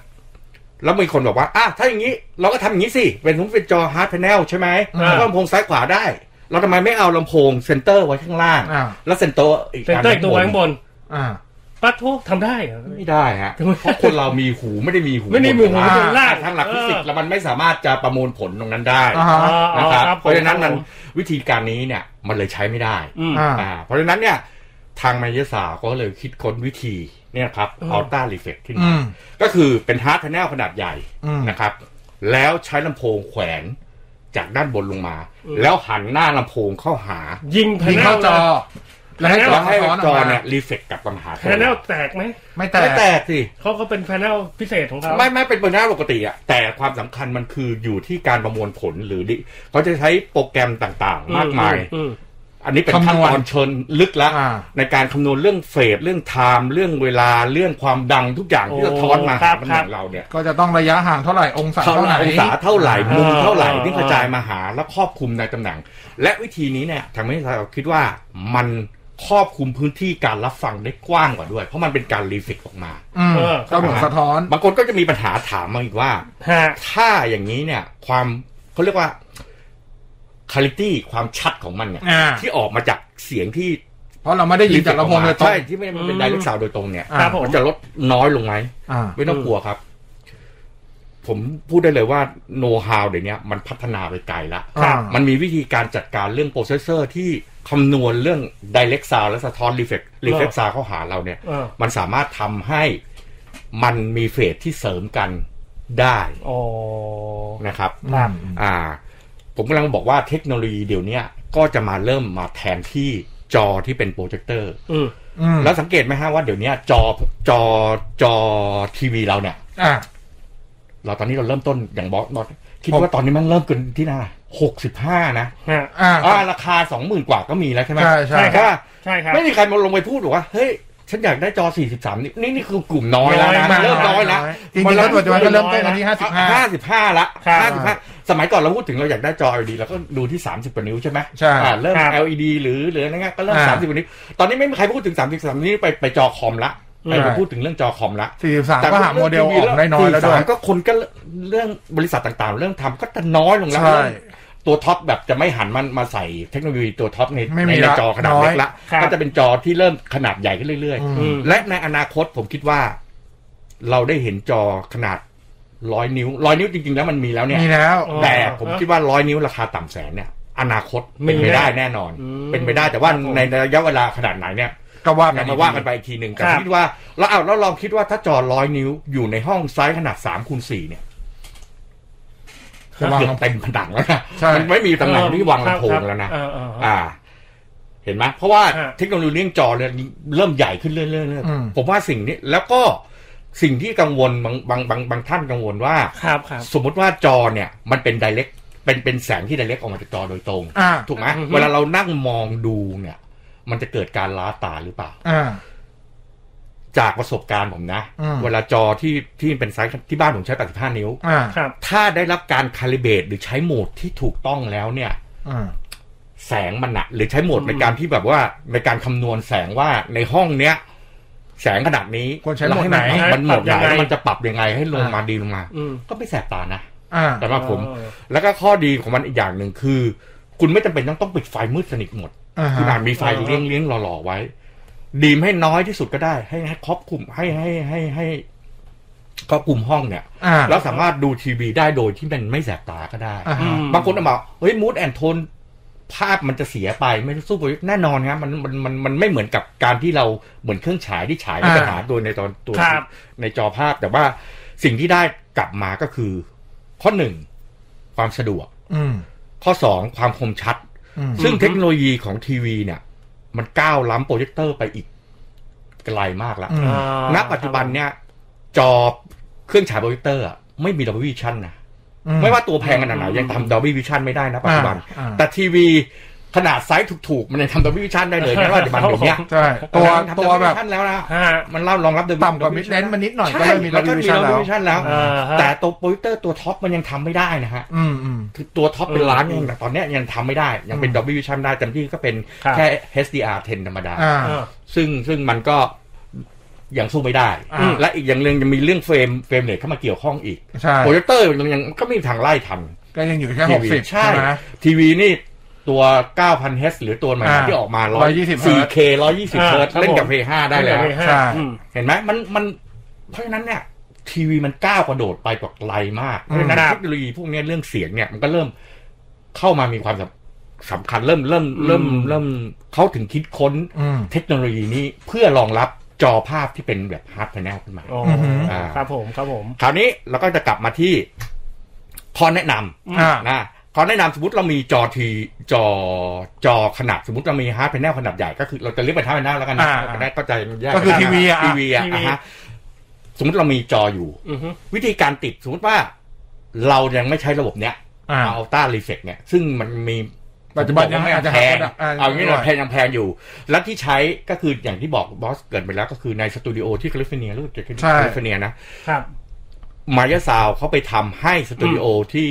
[SPEAKER 5] แล้วมีคนบอกว่าอ่ะถ้าอย่างนี้ เราก็ทำอย่างนี้สิ เป็นทุกเป็นจอฮาร์ดแพนเนลใช่ไหม
[SPEAKER 4] อ่า
[SPEAKER 5] แล้วก็ลำโพงซ้ายขวาได้ เราทำไมไม่เอาลำโพงเซนเตอร์ไว้ข้างล่าง
[SPEAKER 3] อ่า
[SPEAKER 5] แล้วเซนเตอร์อีก
[SPEAKER 4] เซ็นเตอร์อีกตัวไว้ข้างบน
[SPEAKER 3] อ่า
[SPEAKER 4] ปัดทุกทำได้เหรอ
[SPEAKER 5] ไม่ได้ฮะ
[SPEAKER 4] ทำไม
[SPEAKER 5] เพราะคนเรามีหูไม่ได้มีหู
[SPEAKER 4] ไม่ได้มีหู
[SPEAKER 5] บน
[SPEAKER 4] บนล่าง
[SPEAKER 5] ทางหลักฟิสิกส์แล้วมันไม่สามารถจะประมวลผลตรงนั้นได้
[SPEAKER 3] อ่าฮ
[SPEAKER 4] อ๋ออ๋
[SPEAKER 5] นะ
[SPEAKER 4] อ
[SPEAKER 5] ครับ
[SPEAKER 4] ครับ
[SPEAKER 5] เพราะฉะนั้นมัน
[SPEAKER 4] ผม
[SPEAKER 5] วิธีการนี้เนี่ยมันเลยใช้ไม่ได้
[SPEAKER 4] อืม
[SPEAKER 3] อ่า
[SPEAKER 5] อ่าเพราะฉะนั้นเนี่ยทางไมายศาสตร์ก็เลยคิดค้นวิธีเนี่ยครับ
[SPEAKER 4] อืม
[SPEAKER 5] อัลต้ารีเฟกขึ้น
[SPEAKER 3] อื
[SPEAKER 5] มาม ก็คือเป็นฮาร์ดแพนเนลขนาดใหญ่
[SPEAKER 3] อืม
[SPEAKER 5] นะครับ แล้วใช้ลำโพงแขวนจากด้านบนลงมา แล้วหันหน้าลำโพงเข้าหา
[SPEAKER 4] ยิงแผ่
[SPEAKER 3] ยิ
[SPEAKER 4] น
[SPEAKER 3] งเข้าจอ แล้วให้จอ
[SPEAKER 5] แล้วให้
[SPEAKER 3] ซ้อนอ
[SPEAKER 5] จ
[SPEAKER 3] อ
[SPEAKER 5] อก
[SPEAKER 3] มา
[SPEAKER 5] เนี่ยรีเฟกกลับปัญหา
[SPEAKER 4] แผ่นแนลแตกไหม
[SPEAKER 3] ไม่แต
[SPEAKER 5] แต่แต
[SPEAKER 3] ก
[SPEAKER 5] กสิ
[SPEAKER 4] เขาก็เป็นแผ่นแนลพิเศษของเขา
[SPEAKER 5] ไม่ไม่เป็นปัญหาปกติอะแต่ความสำคัญมันคืออยู่ที่การประมวลผลหรือดิเขาจะใช้โปรแกรมต่างๆ มากมาย
[SPEAKER 4] อืม
[SPEAKER 5] อันนี้เป็นขั้นตอนเชิญลึกแล้ว
[SPEAKER 3] อ่า
[SPEAKER 5] ในการคำนวณเรื่องเฟสเรื่องไทม์เรื่องเวลาเรื่องความดังทุกอย่างที่
[SPEAKER 4] โอ้
[SPEAKER 5] สะท้อนมา
[SPEAKER 4] ครั
[SPEAKER 5] หา
[SPEAKER 4] บค
[SPEAKER 5] ตำแห
[SPEAKER 4] รั
[SPEAKER 5] น่
[SPEAKER 4] บ
[SPEAKER 5] งเราเนี่ย
[SPEAKER 3] ก็จะต้องระยะห่างเท่าไหร่องศา
[SPEAKER 5] เท่า
[SPEAKER 3] เท่า
[SPEAKER 5] ไห
[SPEAKER 3] ไห
[SPEAKER 5] ร่
[SPEAKER 3] ร่
[SPEAKER 5] องศาเท่าไหร่
[SPEAKER 4] อ่ามุ
[SPEAKER 5] มุมเท่าไหร่
[SPEAKER 4] อ่า
[SPEAKER 5] ที่กระจายมาหาและครอบคลุมในตำแหน่ง และวิธีนี้เนี่ยทำให้เราคิดว่ามันครอบคลุมพื้นที่การรับฟังได้กว้างกว่าด้วย เพราะมันเป็นการรีเฟกออกมา
[SPEAKER 3] อืม
[SPEAKER 4] เออ
[SPEAKER 3] ก็เหมือนสะท้อน
[SPEAKER 5] บางคนก็จะมีปัญหาถามมาอีกว่า
[SPEAKER 4] ฮะ
[SPEAKER 5] ถ้าอย่างนี้เนี่ย ความเขาเรียกว่าคุณภาพความชัดของมันเนี่ย
[SPEAKER 3] อ่า
[SPEAKER 5] ที่ออกมาจากเสียงที่
[SPEAKER 3] เพราะเราไม่ได้ยินจากลำโพงเลยตรง
[SPEAKER 5] ใช่ที่ไม่ได้มันเป็น
[SPEAKER 4] อืม
[SPEAKER 5] ไดเรกสาวโดยตรงเนี่ย
[SPEAKER 4] ครับผม
[SPEAKER 5] นจะลดน้อยลงไหม
[SPEAKER 3] อ่า
[SPEAKER 5] ไม่ต้องกลัวครับ ผมพูดได้เลยว่าโน้ตฮาวเดี๋ยวนี้มันพัฒนาไปไกลละ
[SPEAKER 3] อ่ามั
[SPEAKER 5] มันมีวิธีการจัดการเรื่องโปรเซสเซอร์ที่คำนวณเรื่องไดเรกซาวและสะท้อนรีเฟกรีเฟกซาวเข้าหาเราเนี่ย
[SPEAKER 4] เออ
[SPEAKER 5] มันสามารถทำให้มันมีเฟสที่เสริมกันได้
[SPEAKER 4] อ๋อ
[SPEAKER 5] นะครับ
[SPEAKER 3] ครับ
[SPEAKER 5] อ่า ผมกำลังบอกว่าเทคโนโลยีเดี๋ยวนี้ก็จะมาเริ่มมาแทนที่จอที่เป็นโปรเจคเตอร์
[SPEAKER 4] อืม
[SPEAKER 3] อืม
[SPEAKER 5] แล้วสังเกตไหมฮะว่าเดี๋ยวเนี้ยจอจอจอทีวีเราเนี่ย
[SPEAKER 3] อ่า
[SPEAKER 5] เราตอนนี้เราเริ่มต้นอย่างบอสบอสคิด
[SPEAKER 3] ผม
[SPEAKER 5] ว่าตอนนี้มันเริ่มเกินที่หน้าหกสิบห้านะ
[SPEAKER 4] ฮะ
[SPEAKER 3] อ่า
[SPEAKER 5] อ่าราคาสองหมื่นกว่าก็มีแล้วใช่ไหม
[SPEAKER 3] ใช่ใช่
[SPEAKER 5] ใช่ปะ
[SPEAKER 4] ใช่ครับ
[SPEAKER 5] ไม่มีใครมาลงไปพูดหรอกว่าเฮ้ย ฉันอยากได้จอสี่สิบสามนี่นี่นี่คือกลุ่มน้อยแล้ว
[SPEAKER 4] น้อยมา
[SPEAKER 5] นะ
[SPEAKER 4] ก
[SPEAKER 5] เริ่มน้อยแล้ว
[SPEAKER 3] จริงๆแล้วปัจจุบันก็เริ่มต้นกันที่ห้าสิบห้า
[SPEAKER 5] ห้าสิบห้าละ
[SPEAKER 4] ครับ
[SPEAKER 5] ห้าสิบห้าสมัยก่อนเราพูดถึงเราอยากได้จอ LED เราก็ดูที่สามสิบกว่านิ้วใช่ไหม
[SPEAKER 3] ใช่
[SPEAKER 5] อ่าเริ่ม
[SPEAKER 4] ครับ
[SPEAKER 5] LED หรือหรืออะไรเงี้ยก็เริ่ม
[SPEAKER 3] อ่า
[SPEAKER 5] สามสิบกว่านิ้วตอนนี้ไม่มีใครพูดถึงสามสิบสามนิ้วไปไปจอคอมละไป
[SPEAKER 4] ใช่
[SPEAKER 5] พูดถึงเรื่องจอคอมละ
[SPEAKER 3] สี่สิบสามก็หาโมเดลออกได้น้อยแล้วด้วย
[SPEAKER 5] 43ก็คนก็เรื่องบริษัทต่างๆ เรื่องทำก็จะน้อยลงแล้ว
[SPEAKER 3] ใช่
[SPEAKER 5] ตัวท็อปแบบจะไม่หันมันมาใส่เทคโนโลยีตัวท็อปใน
[SPEAKER 3] ไม่มี
[SPEAKER 5] ใน
[SPEAKER 3] ละ
[SPEAKER 5] จอขนาดเล็กละ
[SPEAKER 4] น้อยครับ
[SPEAKER 5] ก็จะเป็นจอที่เริ่มขนาดใหญ่ขึ้นเรื่อย
[SPEAKER 4] อืม
[SPEAKER 5] ๆ และในอนาคตผมคิดว่า เราได้เห็นจอขนาดร้อยนิ้วร้อยนิ้วจริงๆ แล้วมันมีแล้วเนี่ย
[SPEAKER 3] มีแล้ว
[SPEAKER 4] อ๋อ
[SPEAKER 5] แต่ผมคิดว่าร้อยนิ้วราคาต่ำแสนเนี่ย อนาคตเป็นไป
[SPEAKER 4] มีแน่
[SPEAKER 5] ได้แน่นอน
[SPEAKER 4] อืม
[SPEAKER 5] เป็นไปได้แต่ว่า
[SPEAKER 4] ครับผม
[SPEAKER 5] ในระยะเวลาขนาดไหนเนี่ย
[SPEAKER 3] ก็ว่ากั
[SPEAKER 5] กัน นมาว่ากันไปอีกทีหนึ่งแต่
[SPEAKER 4] ครับ
[SPEAKER 5] คิดว่าเราเอาแล้วลองคิดว่าถ้าจอร้อยนิ้วอยู่ในห้องไซส์ขนาดสามคูณสี่เนี่ย
[SPEAKER 3] จะวาง
[SPEAKER 5] เกือบเต็มผนังแล้วนะ
[SPEAKER 3] ใช่
[SPEAKER 5] มันไม่มีตำแหน่งที่วางลำโพงแล้วนะ
[SPEAKER 4] เออเออเออ
[SPEAKER 5] อ่า เห็นไหมเพราะว่า
[SPEAKER 4] ฮะ
[SPEAKER 5] เทคโนโลยีเรื่องจอเนี่ยเริ่มใหญ่ขึ้นเรื่อยๆเรื่อยๆ
[SPEAKER 3] อืม
[SPEAKER 5] ผมว่าสิ่งนี้แล้วก็สิ่งที่กังวลบางบางบางบางท่านกังวลว่า
[SPEAKER 4] ครับครับ
[SPEAKER 5] สมมติว่าจอเนี่ย มันเป็นไดเรกเป็นเป็นแสงที่ไดเรกออกมาจากจอโดยตรง
[SPEAKER 3] อ่า
[SPEAKER 5] ถูกไหม
[SPEAKER 4] อือฮึ
[SPEAKER 5] เวลาเรานั่งมองดูเนี่ย มันจะเกิดการล้าตาหรือเปล่า
[SPEAKER 3] อ่า
[SPEAKER 5] จากประสบการณ์ผมนะ
[SPEAKER 3] อืม
[SPEAKER 5] เวลาจอที่ที่เป็นไซส์ที่บ้านผมใช้ 85 นิ้ว
[SPEAKER 3] อ่า
[SPEAKER 4] ครับ
[SPEAKER 5] ถ้าได้รับการคาลิเบตหรือใช้โหมดที่ถูกต้องแล้วเนี่ย
[SPEAKER 3] อ่า
[SPEAKER 5] แสงมันหนะหรือใช้โหมด
[SPEAKER 4] อืม
[SPEAKER 5] ในการที่แบบว่าในการคำนวณแสงว่าในห้องเนี้ย แสงขนาดนี้
[SPEAKER 3] ควรใช้โหมดไหน
[SPEAKER 5] แล้ให้มันมันโหมดไหนแล้วมันจะปรับยังไงให้ลงมาดีลงมา
[SPEAKER 4] อืม
[SPEAKER 5] ก็ไม่แสบตานะ
[SPEAKER 3] อ่า
[SPEAKER 5] สำหรับผม แล้วก็ข้อดีของมันอีกอย่างหนึ่งคือ คุณไม่จำเป็นต้องต้องปิดไฟมืดสนิทหมด
[SPEAKER 3] อ่า
[SPEAKER 5] คุณอาจ
[SPEAKER 3] ฮะ
[SPEAKER 5] มีไฟ
[SPEAKER 4] อ่าฮะ
[SPEAKER 5] เลี้ยงเลี้ยงหล่อๆไว้ ดีมให้น้อยที่สุดก็ได้ ให้ให้ครอบคลุมให้ให้ให้ให้ครอบคลุมห้องเนี่ย
[SPEAKER 3] อ่า
[SPEAKER 5] แล้วสามารถดูทีวีได้โดยที่มันไม่แสบตาก็ได้
[SPEAKER 3] อ่าฮะ
[SPEAKER 4] อืม
[SPEAKER 5] บางคนเอามาเฮ้ยมูดแอนโทนภาพมันจะเสียไปไม่สู้โปรเจคแน่นอนครับมันมันมันมันไม่เหมือนกับการที่เราเหมือนเครื่องฉายที่ฉายแล้ว
[SPEAKER 3] อ่า
[SPEAKER 5] จะหาตัวในตอนตัว
[SPEAKER 4] ครับ
[SPEAKER 5] ในจอภาพ แต่ว่าสิ่งที่ได้กลับมาก็คือ ข้อหนึ่งความสะดวก
[SPEAKER 3] อืม
[SPEAKER 5] ข้อสองความคมชัด
[SPEAKER 3] อืม
[SPEAKER 5] ซึ่งเทคโนโลยีของทีวีเนี่ย มันก้าวล้ำโปรเจคเตอร์ไปอีก ไกลมากละ
[SPEAKER 3] อืม
[SPEAKER 4] อ่า
[SPEAKER 5] ณปัจจุบันเนี่ยจอเครื่องฉายโปรเจคเตอร์อะไม่มีดับเบิลวิชั่นนะ
[SPEAKER 3] อื
[SPEAKER 5] ไม่ว่าตัวแพงขนาดไหนยังทำ Dolby Vision ไม่ได้นะปัจจุบัน
[SPEAKER 3] อ่าอ่า
[SPEAKER 5] แต่ทีวีขนาดไซส์ถูกๆ มันยังทำ Dolby Vision ได้ เลยนะปัจจุบันเดี๋ยวเนี้ย
[SPEAKER 3] ใช่ตัว
[SPEAKER 5] ทำ
[SPEAKER 3] ตัว
[SPEAKER 5] Dolby
[SPEAKER 3] แบบ
[SPEAKER 5] Vision แล้วนะ
[SPEAKER 4] ฮะ
[SPEAKER 5] มันเล่ารองรับ Dolby
[SPEAKER 3] ต่ำกว่า
[SPEAKER 5] Dolby Vision
[SPEAKER 3] Midland มานิดหน่อยก็
[SPEAKER 5] ใช่
[SPEAKER 3] เริ่มมี
[SPEAKER 5] แล้วก็
[SPEAKER 3] Dolby Vision แล้ว
[SPEAKER 5] Dolby Vision แล้ว
[SPEAKER 4] อ่าฮะ
[SPEAKER 5] แต่ตัวโปรเจคเตอร์ตัวท็อปมันยังทำไม่ได้นะฮะ
[SPEAKER 3] อืมอืม
[SPEAKER 5] คือตัวท็อปเป็น
[SPEAKER 4] เออ
[SPEAKER 5] ล้านเองแต่ตอนเนี้ยยังทำไม่ได้ ยังเป็น
[SPEAKER 3] อืม
[SPEAKER 5] Dolby Vision ได้เต็มที่ก็เป็น
[SPEAKER 4] ครับ
[SPEAKER 5] แค่ HDR 10 ธรรมดา
[SPEAKER 3] อ่า
[SPEAKER 4] อ่า
[SPEAKER 5] ซึ่งซึ่งมันก็ยังสู้ไม่ได้
[SPEAKER 3] อืม
[SPEAKER 5] และอีกอย่างหนึ่งยังมีเรื่องเฟรมเฟรมเรทเข้ามาเกี่ยวข้องอีก
[SPEAKER 3] ใช่
[SPEAKER 5] โปรเจคเตอร์มันยังก็ไม่มีทางไล่ทัน
[SPEAKER 3] ก็ยังอยู่แค่ห
[SPEAKER 5] ที
[SPEAKER 3] ก
[SPEAKER 5] วี
[SPEAKER 3] สิบ
[SPEAKER 5] ใช่
[SPEAKER 3] ใช่ไหม
[SPEAKER 5] ทีวีนี่ตัว 9,000 Hz หรือตัวใหม่
[SPEAKER 3] อ่า
[SPEAKER 5] ที่ออกมา
[SPEAKER 3] 120
[SPEAKER 5] 4K 120
[SPEAKER 4] อ่า
[SPEAKER 5] Hz เล่นกับ P5 ได้แล้ว
[SPEAKER 4] ม่ห้า
[SPEAKER 3] ใช่
[SPEAKER 4] อืม
[SPEAKER 5] เห็นไหมมันมันเพราะฉะนั้นเนี่ยทีวีมันก้าวกระโดดไปกว่าไกลมาก เพราะฉะนั้น
[SPEAKER 4] ครับ
[SPEAKER 5] เทคโนโลยีพวกเนี้ยเรื่องเสียงเนี่ยมันก็เริ่มเข้ามามีความสำสำคัญเริ่มเริ่มเริ่มเริ่มเขาถึงคิดค้น
[SPEAKER 3] อืม
[SPEAKER 5] เทคโนโลยีนี้เพื่อรองรับจอภาพที่เป็นแบบฮาร์ดแพนลขึ้นมา
[SPEAKER 4] อ๋อ
[SPEAKER 3] อหือ
[SPEAKER 5] อ่า
[SPEAKER 4] ครับผมครับผม
[SPEAKER 5] คราวนี้เราก็จะกลับมาที่ข้อแนะนำ
[SPEAKER 3] อ่า
[SPEAKER 5] นะขอแนะนำสมมติเรามีจอทีจอจอขนาดสมมติเรามีฮาร์ดแพนเนลขนาดใหญ่ก็คือเราจะเรียกเป็นฮาร์ดแพนเนลแล้วกันนะ
[SPEAKER 3] อ่า
[SPEAKER 5] จะได้เข้าใจมันยา
[SPEAKER 3] ก็คือ
[SPEAKER 5] นะ
[SPEAKER 3] ทีวีอะ
[SPEAKER 5] ทีวีอะอ่ะฮะสมมติเรามีจออยู่
[SPEAKER 4] อือฮึ
[SPEAKER 5] วิธีการติดสมมติว่า เรายังไม่ใช้ระบบเนี้ย
[SPEAKER 3] อ่า
[SPEAKER 5] เอาต้ารีเฟกเนี่ย ซึ่งมันมี
[SPEAKER 3] ปัจจุบันยัง
[SPEAKER 5] ผมบกว่
[SPEAKER 3] อาจจะ
[SPEAKER 5] แพง
[SPEAKER 3] หาระดับอ่า
[SPEAKER 5] เอางี้
[SPEAKER 3] หน่
[SPEAKER 5] เรา
[SPEAKER 3] อย
[SPEAKER 5] แพงยังแพงอยู่ และที่ใช้ก็คืออย่างที่บอกบอสเกิดไปแล้วก็คือในสตูดิโอที่แคลิฟอร์เนียรู้จักที่แคลิฟอร์เนียนะ
[SPEAKER 4] ครับ
[SPEAKER 5] มายาซาวเขาไปทำให้สตูดิโอที่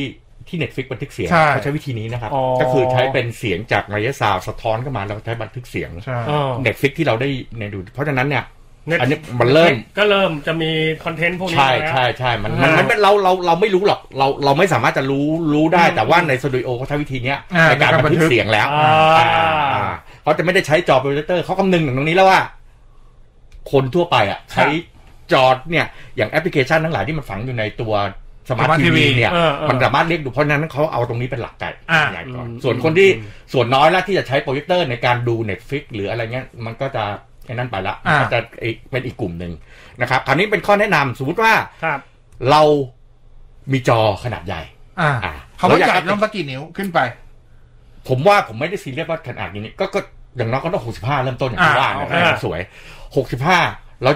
[SPEAKER 5] ที่ Netflix บันทึกเสียง
[SPEAKER 3] ใช่
[SPEAKER 5] เขาใช้วิธีนี้นะครับ
[SPEAKER 4] อ๋อ
[SPEAKER 5] ก็คือใช้เป็นเสียงจากมายาซาวสะท้อนเข้ามาแล้วใช้บันทึกเสียง
[SPEAKER 3] ใช่
[SPEAKER 4] อ๋อ
[SPEAKER 5] Netflix ที่เราได้ในดู เพราะฉะนั้นเนี่ย
[SPEAKER 4] Net-
[SPEAKER 5] อันนี้มันเริ่ม
[SPEAKER 4] ก็เริ่มจะมีคอนเทนต์พวกนี้
[SPEAKER 5] ใช่
[SPEAKER 4] แล้ว
[SPEAKER 5] ใช่ใช่มัน
[SPEAKER 4] อ่ามั
[SPEAKER 5] มันมันเราเราเราไม่รู้หรอกเราเราไม่สามารถจะรู้รู้ได้
[SPEAKER 4] อืม
[SPEAKER 5] แต่ว่าในสตูดิโอเขาใช้วิธีเนี้ย
[SPEAKER 3] อ่า
[SPEAKER 5] ในการ
[SPEAKER 3] ในการ
[SPEAKER 5] บัน
[SPEAKER 3] บันทึ
[SPEAKER 5] ทึก
[SPEAKER 3] ก
[SPEAKER 5] เสียงแล้ว
[SPEAKER 4] อ่า
[SPEAKER 5] อ่าอ่าเขาจะไม่ได้ใช้จอโปรเจคเตอร์เขาคำนึงถึงตรงนี้แล้วว่า คนทั่วไปอ่ะ ใช้จอเนี่ย อย่างแอปพลิเคชันทั้งหลายที่มันฝังอยู่ในตัวสมาร์ท
[SPEAKER 3] Smart
[SPEAKER 5] ที
[SPEAKER 3] TV
[SPEAKER 5] วีเนี่ย
[SPEAKER 4] เออเออ
[SPEAKER 5] มันสามารถเรียกดูเพราะฉะนั้นเขาเอาตรงนี้เป็นหลักใหญ่
[SPEAKER 3] อ่า
[SPEAKER 5] ใหญ่ก่อน
[SPEAKER 4] อืม
[SPEAKER 5] ส่วนคนที่ส่วนน้อยละที่จะใช้โปรเจคเตอร์ในการดู Netflix หรืออะไรเงี้ยมันก็จะแค่นั้นไปละ
[SPEAKER 3] อ่า
[SPEAKER 5] ก็จะอีกเป็นอีกกลุ่มหนึ่งนะครับคราวนี้เป็นข้อแนะนำสมมติว่า
[SPEAKER 4] ครับ
[SPEAKER 5] เรามีจอขนาดใหญ่
[SPEAKER 3] อ่า
[SPEAKER 5] อ่า
[SPEAKER 3] เขาว่าใหญ่ต้องสักกี่นิ้วขึ้นไป
[SPEAKER 5] ผมว่าผมไม่ได้ซีเรียสว่าขนาดนี้นี่ก็ก็อย่างน้อยก็ต้อง 65 เริ่มต้นอย่างที่
[SPEAKER 3] อ่า
[SPEAKER 5] ว่าเนี่ย
[SPEAKER 4] อ่า
[SPEAKER 5] สวย 65 เรา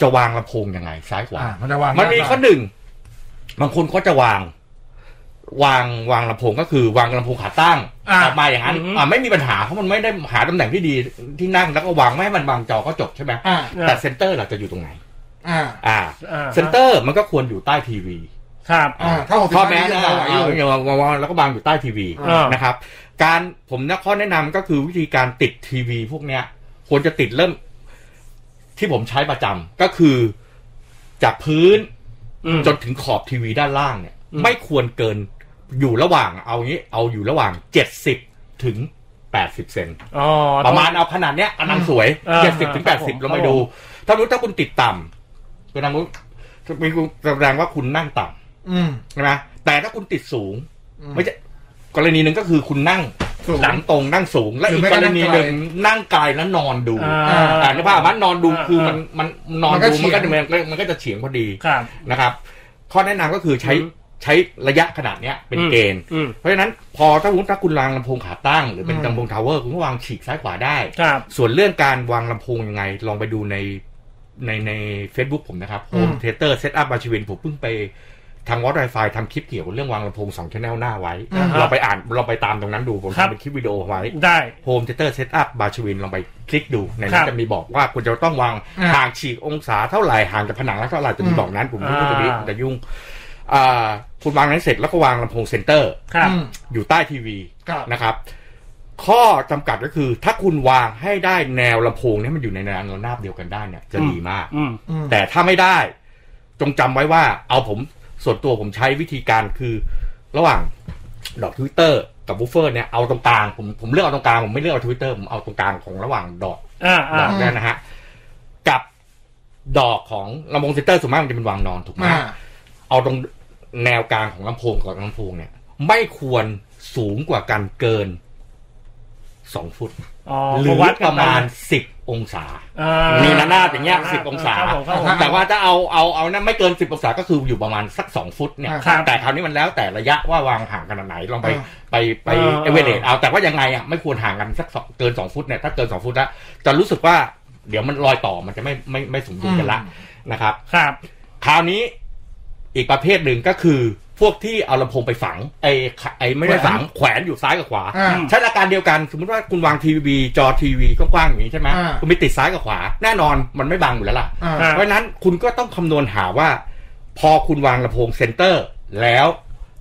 [SPEAKER 5] จะวางลำโพงยังไง ซ้ายขวา
[SPEAKER 3] อ่ามันจะวาง
[SPEAKER 5] มันมี
[SPEAKER 3] ยากหน่อย
[SPEAKER 5] ข้อหนึ่ง บางคนก็จะวาง วางวางลำโพงก็คือ วางลำโพงขาตั้ง
[SPEAKER 3] อ่า
[SPEAKER 5] ออกมาอย่างนั้น
[SPEAKER 4] อือฮึ
[SPEAKER 5] อ่าไม่มีปัญหาเพราะมันไม่ได้หาตำแหน่งที่ดีที่นั่งแล้วก็วางไม่ให้มันวางจอก็จบใช่ไหม
[SPEAKER 3] อ่า
[SPEAKER 5] แต่เซนเตอร์เราจะอยู่ตรงไหน
[SPEAKER 3] อ่า
[SPEAKER 5] อ่า
[SPEAKER 4] อ่า
[SPEAKER 5] เซนเตอร์มันก็ควรอยู่ใต้ทีวี
[SPEAKER 4] ครับ
[SPEAKER 3] อ่าถ้า65
[SPEAKER 5] ข้อแม้นะ
[SPEAKER 3] นี่ยังไหวอยู่
[SPEAKER 5] เออวางๆแล้วก็วางอยู่ใต้ทีวี
[SPEAKER 4] อ่าน
[SPEAKER 5] นะครับ การผมนะข้อแนะนำก็คือวิธีการติดทีวีพวกเนี้ย ควรจะติดเริ่ม ที่ผมใช้ประจำก็คือจากพื้น
[SPEAKER 4] อืม
[SPEAKER 5] จนถึงขอบทีวีด้านล่างเนี่ย
[SPEAKER 4] อืม
[SPEAKER 5] ไม่ควรเกินอยู่ระหว่างเอางี้ เอาอยู่ระหว่างเจ็ดสิบถึงแปดสิบเซน
[SPEAKER 4] อ๋อ
[SPEAKER 5] ประมาณเอาขนาดเนี้ยอันนั้นสวย
[SPEAKER 4] เออ
[SPEAKER 5] เจ็ดสิบถึง
[SPEAKER 4] ค
[SPEAKER 5] แป
[SPEAKER 4] รับ
[SPEAKER 5] ด
[SPEAKER 4] ผ
[SPEAKER 5] สิบ
[SPEAKER 4] ม
[SPEAKER 5] ลงไปดู ถ้ารู้ถ้าคุณติดต่ำแสดงว่ามีคุณแสดงว่าคุณนั่งต่
[SPEAKER 3] อืม
[SPEAKER 5] ำใช่ไหมแต่ถ้าคุณติดสูง
[SPEAKER 3] อืม
[SPEAKER 5] ไม่ใช่กรณีหนึ่งก็คือคุณนั่ง
[SPEAKER 3] สูง
[SPEAKER 5] หลังตรงนั่งสูง และ
[SPEAKER 3] หรือ
[SPEAKER 5] อีก
[SPEAKER 3] ไม่
[SPEAKER 5] ก
[SPEAKER 3] ก็
[SPEAKER 5] ร
[SPEAKER 3] นั่ง
[SPEAKER 5] ณี
[SPEAKER 3] ไกล
[SPEAKER 5] หนึ่งนั่งไกลแล้วนอนดู
[SPEAKER 4] อ่า
[SPEAKER 5] อ่านึกภาพมันนอนดู
[SPEAKER 4] อ่า
[SPEAKER 5] คือมัน
[SPEAKER 4] อ่า
[SPEAKER 5] มันนอน
[SPEAKER 3] มันก็
[SPEAKER 5] ดู
[SPEAKER 3] เฉีย
[SPEAKER 5] มันก็
[SPEAKER 3] ง
[SPEAKER 5] จะมันก็จะเฉียงพอดี
[SPEAKER 4] ครับ
[SPEAKER 5] นะครับ ข้อแนะนำก็คือใช้
[SPEAKER 4] อืม
[SPEAKER 5] ใช้ระยะขนาดเนี้ยเป็นเกณฑ์
[SPEAKER 4] อืม
[SPEAKER 5] เพราะฉะนั้นพอถ้าคุณถ้าคุณวางลำโพงขาตั้ง หรือเป็น
[SPEAKER 3] อืม
[SPEAKER 5] ลำโพงทาวเวอร์คุณก็วางฉีกซ้ายขวาได้
[SPEAKER 4] ครับ
[SPEAKER 5] ส่วนเรื่องการวางลำโพงยังไง ลองไปดูในในใน Facebook ผมนะครับ
[SPEAKER 3] อืม
[SPEAKER 5] Home Theater Setup มาชีวินผมเพิ่งไปทางวอตไ i ไฟทำคลิปเกี่ยวกับเรื่องวางลำโพงสองชแนลหน้าไว้
[SPEAKER 4] อ่าฮะ
[SPEAKER 5] เราไปอ่านเราไปตามตรงนั้นดู ผม
[SPEAKER 4] ครับ
[SPEAKER 5] ทำเป็นคลิปวิดีโอไว้
[SPEAKER 4] ได้
[SPEAKER 5] Home Theater Setup บาชวินลองไปคลิกดูใน
[SPEAKER 4] ครั
[SPEAKER 5] นั้น
[SPEAKER 4] บ
[SPEAKER 5] จะมีบอกว่าคุณจะต้องวาง
[SPEAKER 3] อ่า
[SPEAKER 5] ห่างฉีกองศาเท่าไหร่ห่างจากผนังแล้วเท่าไหร่จะมีบอกนั้นผมไม่รู้ตรงนี้
[SPEAKER 4] อ่า
[SPEAKER 5] แต่ยุ่งอ่าคุณวางนั้นเสร็จแล้วก็วางลำโพงเซนเตอร์
[SPEAKER 4] ครับ
[SPEAKER 3] อืม
[SPEAKER 5] อยู่ใต้ทีวี
[SPEAKER 3] ครับ
[SPEAKER 5] นะครับ ข้อจำกัดก็คือ ถ้าคุณวางให้ได้แนวลำโพงเนี่ยมันอยู่ในแนวระนาบเดียวกันได้เนี่ย จะดีมาก
[SPEAKER 4] อืม
[SPEAKER 3] อืม
[SPEAKER 5] แต่ถ้าไม่ได้ จงจำไว้ว่า เอาผมส่วนตัวผมใช้วิธีการคือ ระหว่างดอกทวิตเตอร์กับบูฟเฟอร์เนี่ยเอาตรงกลางผมผมเลือกเอาตรงกลางผมไม่เลือกเอาทวิตเตอร์ผมเอาตรงกลางของระหว่างดอก
[SPEAKER 4] อ่า
[SPEAKER 5] ด
[SPEAKER 4] อ่า
[SPEAKER 5] อกเนี่ยนะฮะกับดอกของลำโพงเซนเตอร์ส่วนมากมันจะเป็นวางนอนถูกไหม
[SPEAKER 3] อ่า
[SPEAKER 5] เอาตรงแนวกลางของลำโพงกับลำโพงเนี่ย ไม่ควรสูงกว่ากันเกินสองฟุต
[SPEAKER 4] อ๋อ
[SPEAKER 5] หรือ
[SPEAKER 4] วัดกั
[SPEAKER 5] ป
[SPEAKER 4] น
[SPEAKER 5] ระ
[SPEAKER 4] ไ
[SPEAKER 5] มาณสิบองศา
[SPEAKER 4] อ่า
[SPEAKER 5] มีระนาบอย่างเงี้ยสิบองศา
[SPEAKER 4] ครับผมครับผม
[SPEAKER 5] แต่ว่าถ้าเอาเอาเอานั่นไม่เกินสิบองศาก็คืออยู่ประมาณสักสองฟุตเนี่ย
[SPEAKER 4] ครับ
[SPEAKER 5] แต่คราวนี้มันแล้วแต่ระยะว่าวางห่างขนาดไหนลองไป
[SPEAKER 3] อ่า
[SPEAKER 5] ไปไป
[SPEAKER 4] เออ
[SPEAKER 5] เอเวเรตเอาแต่ว่ายังไงอ่ะไม่ควรห่างกันสักสองเกินสองฟุตเนี่ยถ้าเกินสองฟุตแล้วจะรู้สึกว่า เดี๋ยวมันรอยต่อมันจะไม่ไม่ไม่สมดุลกันละนะครับ
[SPEAKER 4] ครับ
[SPEAKER 5] คราวนี้อีกประเภทหนึ่งก็คือพวกที่เอาลำโพงไปฝังไอ้ขะไอ้ไม่ได้ฝังแขวนอยู่ซ้ายกับขวา
[SPEAKER 3] อ่า
[SPEAKER 5] ใช้หลักการเดียวกันสมมติว่าคุณวางทีวีจอทีวีกว้างๆอย่างนี้ใช่ไหม
[SPEAKER 3] อ่า
[SPEAKER 5] คุณไปติดซ้ายกับขวา แน่นอนมันไม่บังอยู่แล้วล่ะ
[SPEAKER 3] อ่า
[SPEAKER 4] ครับ
[SPEAKER 5] เพราะฉะนั้นคุณก็ต้องคำนวณหาว่า พอคุณวางลำโพงเซนเตอร์ แล้ว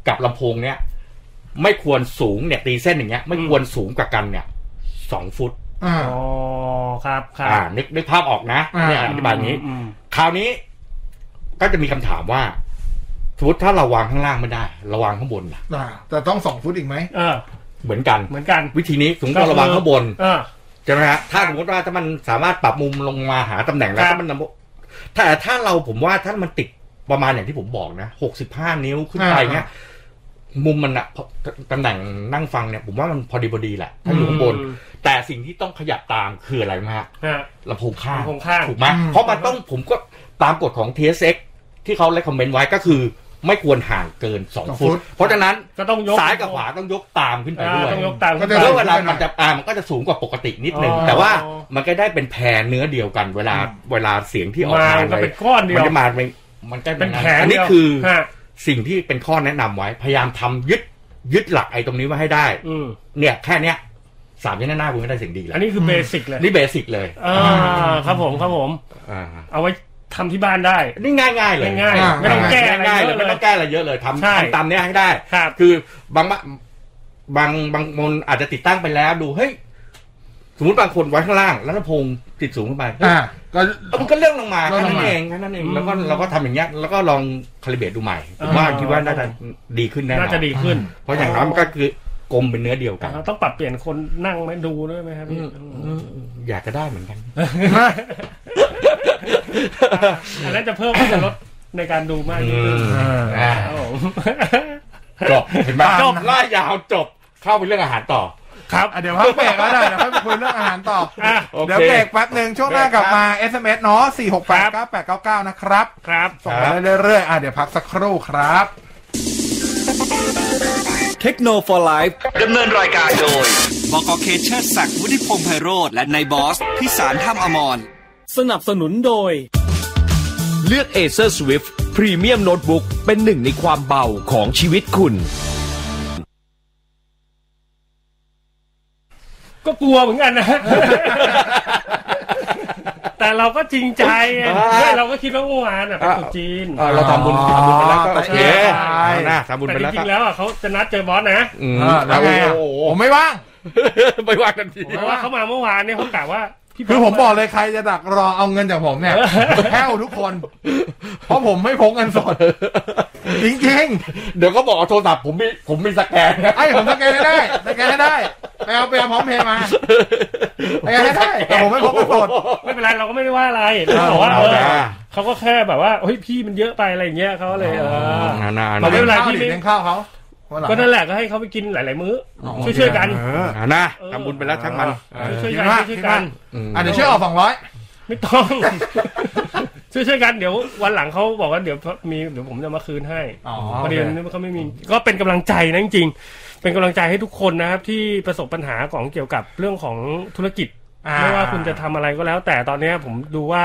[SPEAKER 5] กับลำโพงเนี้ยไม่ควรสูงเนี่ยตีเส้นอย่างเงี้ย ไม่ควรสูงกว่ากันเนี่ยสองฟุต
[SPEAKER 3] อ่า
[SPEAKER 4] อ๋อครับครั
[SPEAKER 5] อ่า
[SPEAKER 4] บ
[SPEAKER 5] นึกนึกภาพออกนะ
[SPEAKER 3] อ่า
[SPEAKER 5] เนี่ยอธิบายอย่างนี้
[SPEAKER 4] อืม
[SPEAKER 5] คราวนี้ก็จะมีคำถามว่าสมมติถ้าเราวางข้างล่างไม่ได้เราวางข้างบนล่ะ
[SPEAKER 3] อ่าแต่ต้องสองฟุตอีกไหม
[SPEAKER 4] เออ
[SPEAKER 5] เหมือนกัน
[SPEAKER 4] เหมือนกัน
[SPEAKER 5] วิธีนี้สมมติเราวางข้างบน
[SPEAKER 4] เออ
[SPEAKER 5] ใช่ไหมฮะถ้าสมมติว่าถ้ามันสามารถปรับมุมลงมาหาตำแหน่งแล้ว
[SPEAKER 4] ครับ
[SPEAKER 5] ถ้ามันนำถ้าถ้าเราผมว่าถ้ามันติดประมาณอย่างที่ผมบอกนะหกสิบห้านิ้วขึ้นไป
[SPEAKER 3] อ่า
[SPEAKER 5] เงี้ยมุมมันอะพอตำแหน่งนั่งฟังเนี่ย ผมว่ามันพอดีพอดีแหละถ้าอยู่ข้างบน แต่สิ่งที่ต้องขยับตามคืออะไรมาก
[SPEAKER 4] ฮะ
[SPEAKER 5] ลำโพงข้าง
[SPEAKER 4] ลำโพงข้าง
[SPEAKER 5] ถูกไหม
[SPEAKER 3] อืม
[SPEAKER 5] เพราะมันต้องผมก็ตามกฎของ TSX ที่เขาเลคคอมเมนต์ไว้ก็คือ ไม่ควรห่างเกินสองฟุต เพราะฉะนั้น
[SPEAKER 4] ก็ต้องยก
[SPEAKER 5] ซ้ายกับขวาต้องยกตามขึ้นไป
[SPEAKER 4] อ่า
[SPEAKER 5] ด้วย
[SPEAKER 4] ต้องยกตาม
[SPEAKER 3] ก็
[SPEAKER 4] ขึ้น
[SPEAKER 3] จะ
[SPEAKER 4] ไป
[SPEAKER 5] แล้วเวลามันจะอ่ามันก็จะสูงกว่าปกตินิดหนึ่ง
[SPEAKER 4] อ๋อ
[SPEAKER 5] แต่ว่ามันก็ได้เป็นแพรเนื้อเดียวกัน เวลาเวลาเสียงที่ออก
[SPEAKER 4] มา
[SPEAKER 5] มา
[SPEAKER 4] มันก็
[SPEAKER 5] เลย
[SPEAKER 4] เป็นก้อนเดีย
[SPEAKER 5] มัน
[SPEAKER 4] ว
[SPEAKER 5] จะมาเป็นมันก็
[SPEAKER 4] เป็นแผล
[SPEAKER 5] อัน
[SPEAKER 4] เดี
[SPEAKER 5] นี้
[SPEAKER 4] ยว
[SPEAKER 5] คือ
[SPEAKER 4] ฮะ
[SPEAKER 5] สิ่งที่เป็นข้อแนะนำไว้ พยายามทำยึดยึดหลักไอ้ตรงนี้ไว้ให้ได้
[SPEAKER 4] อืม
[SPEAKER 5] เนี่ยแค่เนี้ยสามยันหน้าคุณก็ได้เสียงดีแล้
[SPEAKER 4] อั
[SPEAKER 5] วน
[SPEAKER 4] นี้คือเบสิกเลย
[SPEAKER 5] นี่เบสิกเลย
[SPEAKER 4] อ่าครับผมครับผม
[SPEAKER 5] อ่า
[SPEAKER 4] เอาไว้ทำที่บ้านได้
[SPEAKER 5] นี่ง่ายง่ายๆเลย
[SPEAKER 4] ง่าย
[SPEAKER 3] อ่า
[SPEAKER 4] ๆไม่ต้องแก้อะไร
[SPEAKER 5] ง่าย
[SPEAKER 4] เย
[SPEAKER 5] ๆเลย
[SPEAKER 4] อะเลย
[SPEAKER 5] ไม่ต้องแก้อะไรเยอะเลยทำ
[SPEAKER 4] ใช่
[SPEAKER 5] ทำตามเนี้ยให้ได้
[SPEAKER 4] ครับ
[SPEAKER 5] คือบางบะบางบางคนอาจจะติดตั้งไปแล้วดูเฮ้ยสมมติบางคนไว้ข้างล่าง แล้วลำโพงติดสูงขึ้นไปเฮ้ย
[SPEAKER 3] อ่า ก็
[SPEAKER 5] เอ้ามันก็เลื่อนลงมา
[SPEAKER 3] เลื่
[SPEAKER 5] แค่
[SPEAKER 3] อนลง
[SPEAKER 5] นั้น
[SPEAKER 3] มา
[SPEAKER 5] เองแค่นั้นเอง
[SPEAKER 4] อืม
[SPEAKER 5] แล้วก็เราก็ทำอย่างเงี้ยแล้วก็ลองคาลิเบตดูใหม่ผมว่า
[SPEAKER 4] อ่า
[SPEAKER 5] คิดว่าน่าจะดีขึ้นแน่นอ
[SPEAKER 4] น่าน จะดีขึ้น
[SPEAKER 5] เพราะอย่างน้อยมันก็คือกลมเป็นเนื้อเดียวกัน
[SPEAKER 4] เราต้องปรับเปลี่ยนคนนั่งไหมดูด้วยไหมครับพี่
[SPEAKER 5] อืมอยากจะได้เหมือนกัน
[SPEAKER 4] อันนั้นจะเพิ่มให้ลดในการดูมากยิ่งขึ้น
[SPEAKER 3] อ่า
[SPEAKER 5] อ่า
[SPEAKER 4] ครับผม
[SPEAKER 5] จบเห็นไหม
[SPEAKER 4] จบ
[SPEAKER 5] ล่ายาวจบเข้าไปเรื่องอาหารต่อ
[SPEAKER 4] ครับ
[SPEAKER 3] อ่ะเดี๋ยวพักเบรกก็ได้เดี๋ยวค่อยไปคุยเรื่องอาหารต่อ
[SPEAKER 4] อ่ะ
[SPEAKER 5] โอเค
[SPEAKER 3] เดี๋ยวเบรกแป๊บหนึ่งช่วงหน้ากลับมา SMS เนาะ4 6 8 9 8 9 9 นะครับ
[SPEAKER 4] ครับ
[SPEAKER 3] ส่งมาได้เรื่อยๆอ่ะเดี๋ยวพักสักครู่ครับ
[SPEAKER 1] เทคโนโลยีไลฟ์ดำเนินรายการโดยบกเคเชอร์ศักดิ์วุฒิพงษ์ไพโรธและนายบอสพิสารท่ามอมร
[SPEAKER 2] สนับสนุนโดย เลือก Acer Swift Premium Notebook เป็นหนึ่งในความเบาของชีวิตคุณ
[SPEAKER 4] ก็กลัวเหมือนกันนะ แต่เราก็จริงใจไง
[SPEAKER 5] อ่า
[SPEAKER 4] เฮ้ยเราก็คิดว่าเมื่อวานอ่ะไปตรุษจีน
[SPEAKER 5] อ่าเราทำบุญทำบุญไปแล้วก็โอเค
[SPEAKER 3] ใช่
[SPEAKER 5] เอานะทำบุญ
[SPEAKER 4] แต่จ
[SPEAKER 5] ไปแล้ว
[SPEAKER 4] ริ
[SPEAKER 5] ก็
[SPEAKER 4] งๆแล้วอ่ะเขาจะนัดเจอบอสนะ
[SPEAKER 5] อืม
[SPEAKER 3] อ่าแล้วไงอ่ะ
[SPEAKER 5] โอ้โห
[SPEAKER 3] ผมไม่ว่าง
[SPEAKER 5] ไม่ว่ากันที
[SPEAKER 4] เพราะว่าเขามาเมื่อวานเนี่ยเขากล่าวว่าพี่
[SPEAKER 3] คือผม
[SPEAKER 4] ส
[SPEAKER 3] บอกเลยใครจะดักรอเอาเงินจากผมเนี่ย แพ้วทุกคน เพราะผมไม่พกเงินสด จริง
[SPEAKER 5] เดี๋ยวก็บอกเอาโทรศัพท์ผมมีผมมีสแกน
[SPEAKER 3] ๆไอ้ผมสแกนให้ได้สแกนให้ได้ไปเอาไปเอาพร้อมเพย์มา ไม่ได้แต่ผมไม่พกกระสุน
[SPEAKER 4] ไม่เป็นไรเราก็ไม่ได้ว่าอะไรเราบอกว่า
[SPEAKER 5] เอา
[SPEAKER 4] เออ
[SPEAKER 5] นะ
[SPEAKER 4] เขาก็แค่แบบว่าเฮ้ยพี่มันเยอะไปอะไรอย่างเงี้ยเขาเลยเออ
[SPEAKER 5] นานๆ
[SPEAKER 4] ไม่เป็นไร
[SPEAKER 3] ข้าวดิเลี้ยงข้าวเขาวันหลัง
[SPEAKER 4] ก็นั่นแหละก็ให้เขาไปกินหลาย ๆ มื้ออช่วยๆกัน
[SPEAKER 5] นะนะ
[SPEAKER 4] เออ
[SPEAKER 5] ทำบุญไปแล้วช่างมันเออ
[SPEAKER 4] ช่วยๆ
[SPEAKER 3] เดี๋
[SPEAKER 4] กั
[SPEAKER 3] ยว
[SPEAKER 4] น
[SPEAKER 3] นะ
[SPEAKER 4] ช่วย
[SPEAKER 3] ที่
[SPEAKER 4] ๆ
[SPEAKER 3] บ้า
[SPEAKER 4] กัน น
[SPEAKER 3] อ่ะเดี๋ยวช่วยออกสองร้อย
[SPEAKER 4] ไม่ต้อง ช่วยๆกันเดี๋ยววันหลังเขาบอกว่าเดี๋ยวมีเดี๋ยวผมจะมาคืนให้
[SPEAKER 3] อ๋อ
[SPEAKER 4] ประเด็นนี้เขาไม่มีก็เป็นกำลังใจนะจริงๆเป็นกำลังใจให้ทุกคนนะครับ ที่ประสบปัญหาของเกี่ยวกับเรื่องของธุรกิจ
[SPEAKER 3] อ่
[SPEAKER 4] ไม่ว่าคุณจะทำอะไรก็แล้ว แต่ตอนเนี้ยผมดูว่า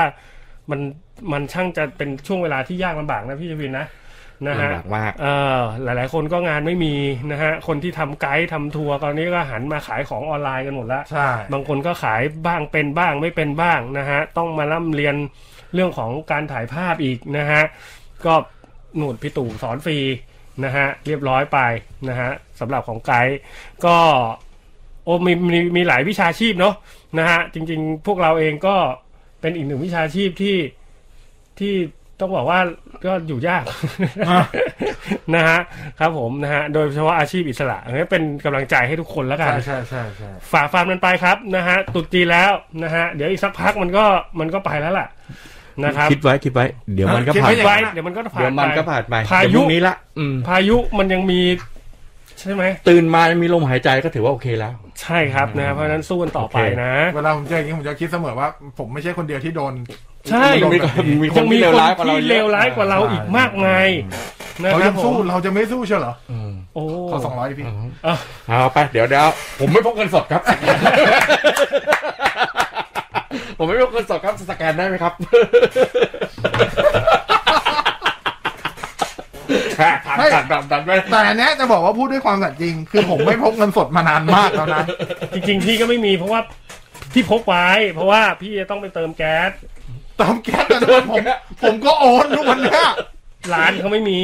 [SPEAKER 4] มันมันช่างจะเป็นช่วงเวลาที่ยากลำบากนะพี่ชวินนะนะฮะ
[SPEAKER 5] ลำบากมาก
[SPEAKER 4] เอ่อหลาย ๆ คนก็งานไม่มีนะฮะคนที่ทำไกด์ทำทัวร์ตอนนี้ก็หันมาขายของออนไลน์กันหมดละ
[SPEAKER 3] ใช่
[SPEAKER 4] บางคนก็ขายบ้างเป็นบ้างไม่เป็นบ้างนะฮะต้องมาล่ำเรียนเรื่องของการถ่ายภาพอีกนะฮะก็หนูดพี่ตู่สอนฟรีนะฮะเรียบร้อยไปนะฮะสำหรับของไกด์ก็ โอ้มีมีมีหลายวิชาชีพเนาะนะฮะจริง ๆ พวกเราเองก็เป็นอีกหนึ่งวิชาชีพที่ที่ต้องบอกว่าก็อยู่ยาก นะฮะครับผมนะฮะโดยเฉพาะอาชีพอิสระอันนี้เป็นกำลังใจให้ทุกคนแล้วกัน
[SPEAKER 3] ใช่ใช่ใช่ใช่
[SPEAKER 4] ฝ่าฟันมันไปครับนะฮะตรุดจีนแล้วนะฮะเดี๋ยวอีกสักพักมันก็มันก็ไปแล้วล่ะนะครับ
[SPEAKER 5] คิดไว้คิดไว้ เดี๋ยวมันก็ผ่าน
[SPEAKER 4] ไว้เดี๋ยวมันก็ผ่า
[SPEAKER 5] เดี๋ย
[SPEAKER 4] น
[SPEAKER 5] ว
[SPEAKER 4] ไป
[SPEAKER 5] มันก็ผ่านไป
[SPEAKER 4] พายุ
[SPEAKER 5] เดี๋วพรุ่งนี้ละอืม
[SPEAKER 4] พายุมันยังมีใช่ไหม
[SPEAKER 5] ตื่นมายังมีลมหายใจก็ถือว่าโอเคแล้ว
[SPEAKER 4] ใช่ครับนะฮะเพราะฉะนั้นสู้กันต่อไป
[SPEAKER 5] โอเค
[SPEAKER 4] นะ
[SPEAKER 3] เวลาผมเจออย่างนี้ผมจะคิดเสมอว่า ผมไม่ใช่คนเดียวที่โดน
[SPEAKER 4] ใช่
[SPEAKER 3] ลม
[SPEAKER 5] มี
[SPEAKER 3] แบบนี้
[SPEAKER 5] มีค
[SPEAKER 4] ยั
[SPEAKER 5] น
[SPEAKER 4] งมี
[SPEAKER 5] ที่เลว
[SPEAKER 4] คน
[SPEAKER 5] ร้ายกว่าเรา
[SPEAKER 4] ที่
[SPEAKER 5] เยอะ
[SPEAKER 4] เลวร้ายกว่าเราอีกมากมายนะ
[SPEAKER 3] เขา
[SPEAKER 4] ครั
[SPEAKER 3] ยั
[SPEAKER 4] บ
[SPEAKER 3] ง
[SPEAKER 4] ผ
[SPEAKER 3] สู้
[SPEAKER 4] ม
[SPEAKER 3] เราจะไม่สู้เชียวเหรอ
[SPEAKER 5] อืม
[SPEAKER 4] โอ้
[SPEAKER 3] ขอสองร้อยพี่
[SPEAKER 5] เอาไปเดี๋ยวเดี๋ยวผมไม่พกเงินสดครับ ผมไม่รู้เงินสดครับสแกนได้ไหมครับ
[SPEAKER 3] ไม่
[SPEAKER 5] ตัดตัดตัดไม่
[SPEAKER 3] แต่อันเนี้ยจะบอกว่าพูดด้วยความสัตย์จริง คือผมไม่พกเงินสดมานานมากแล้วนะ
[SPEAKER 4] จริงๆพี่ก็ไม่มีเพราะว่าที่พกไว้ เพราะว่าพี่จะต้องไปเติมแก๊ส
[SPEAKER 3] ตามแก๊สแต่ละผมผมก็โอนทุกวันเนี้ย
[SPEAKER 4] ร้านเขาไม่มี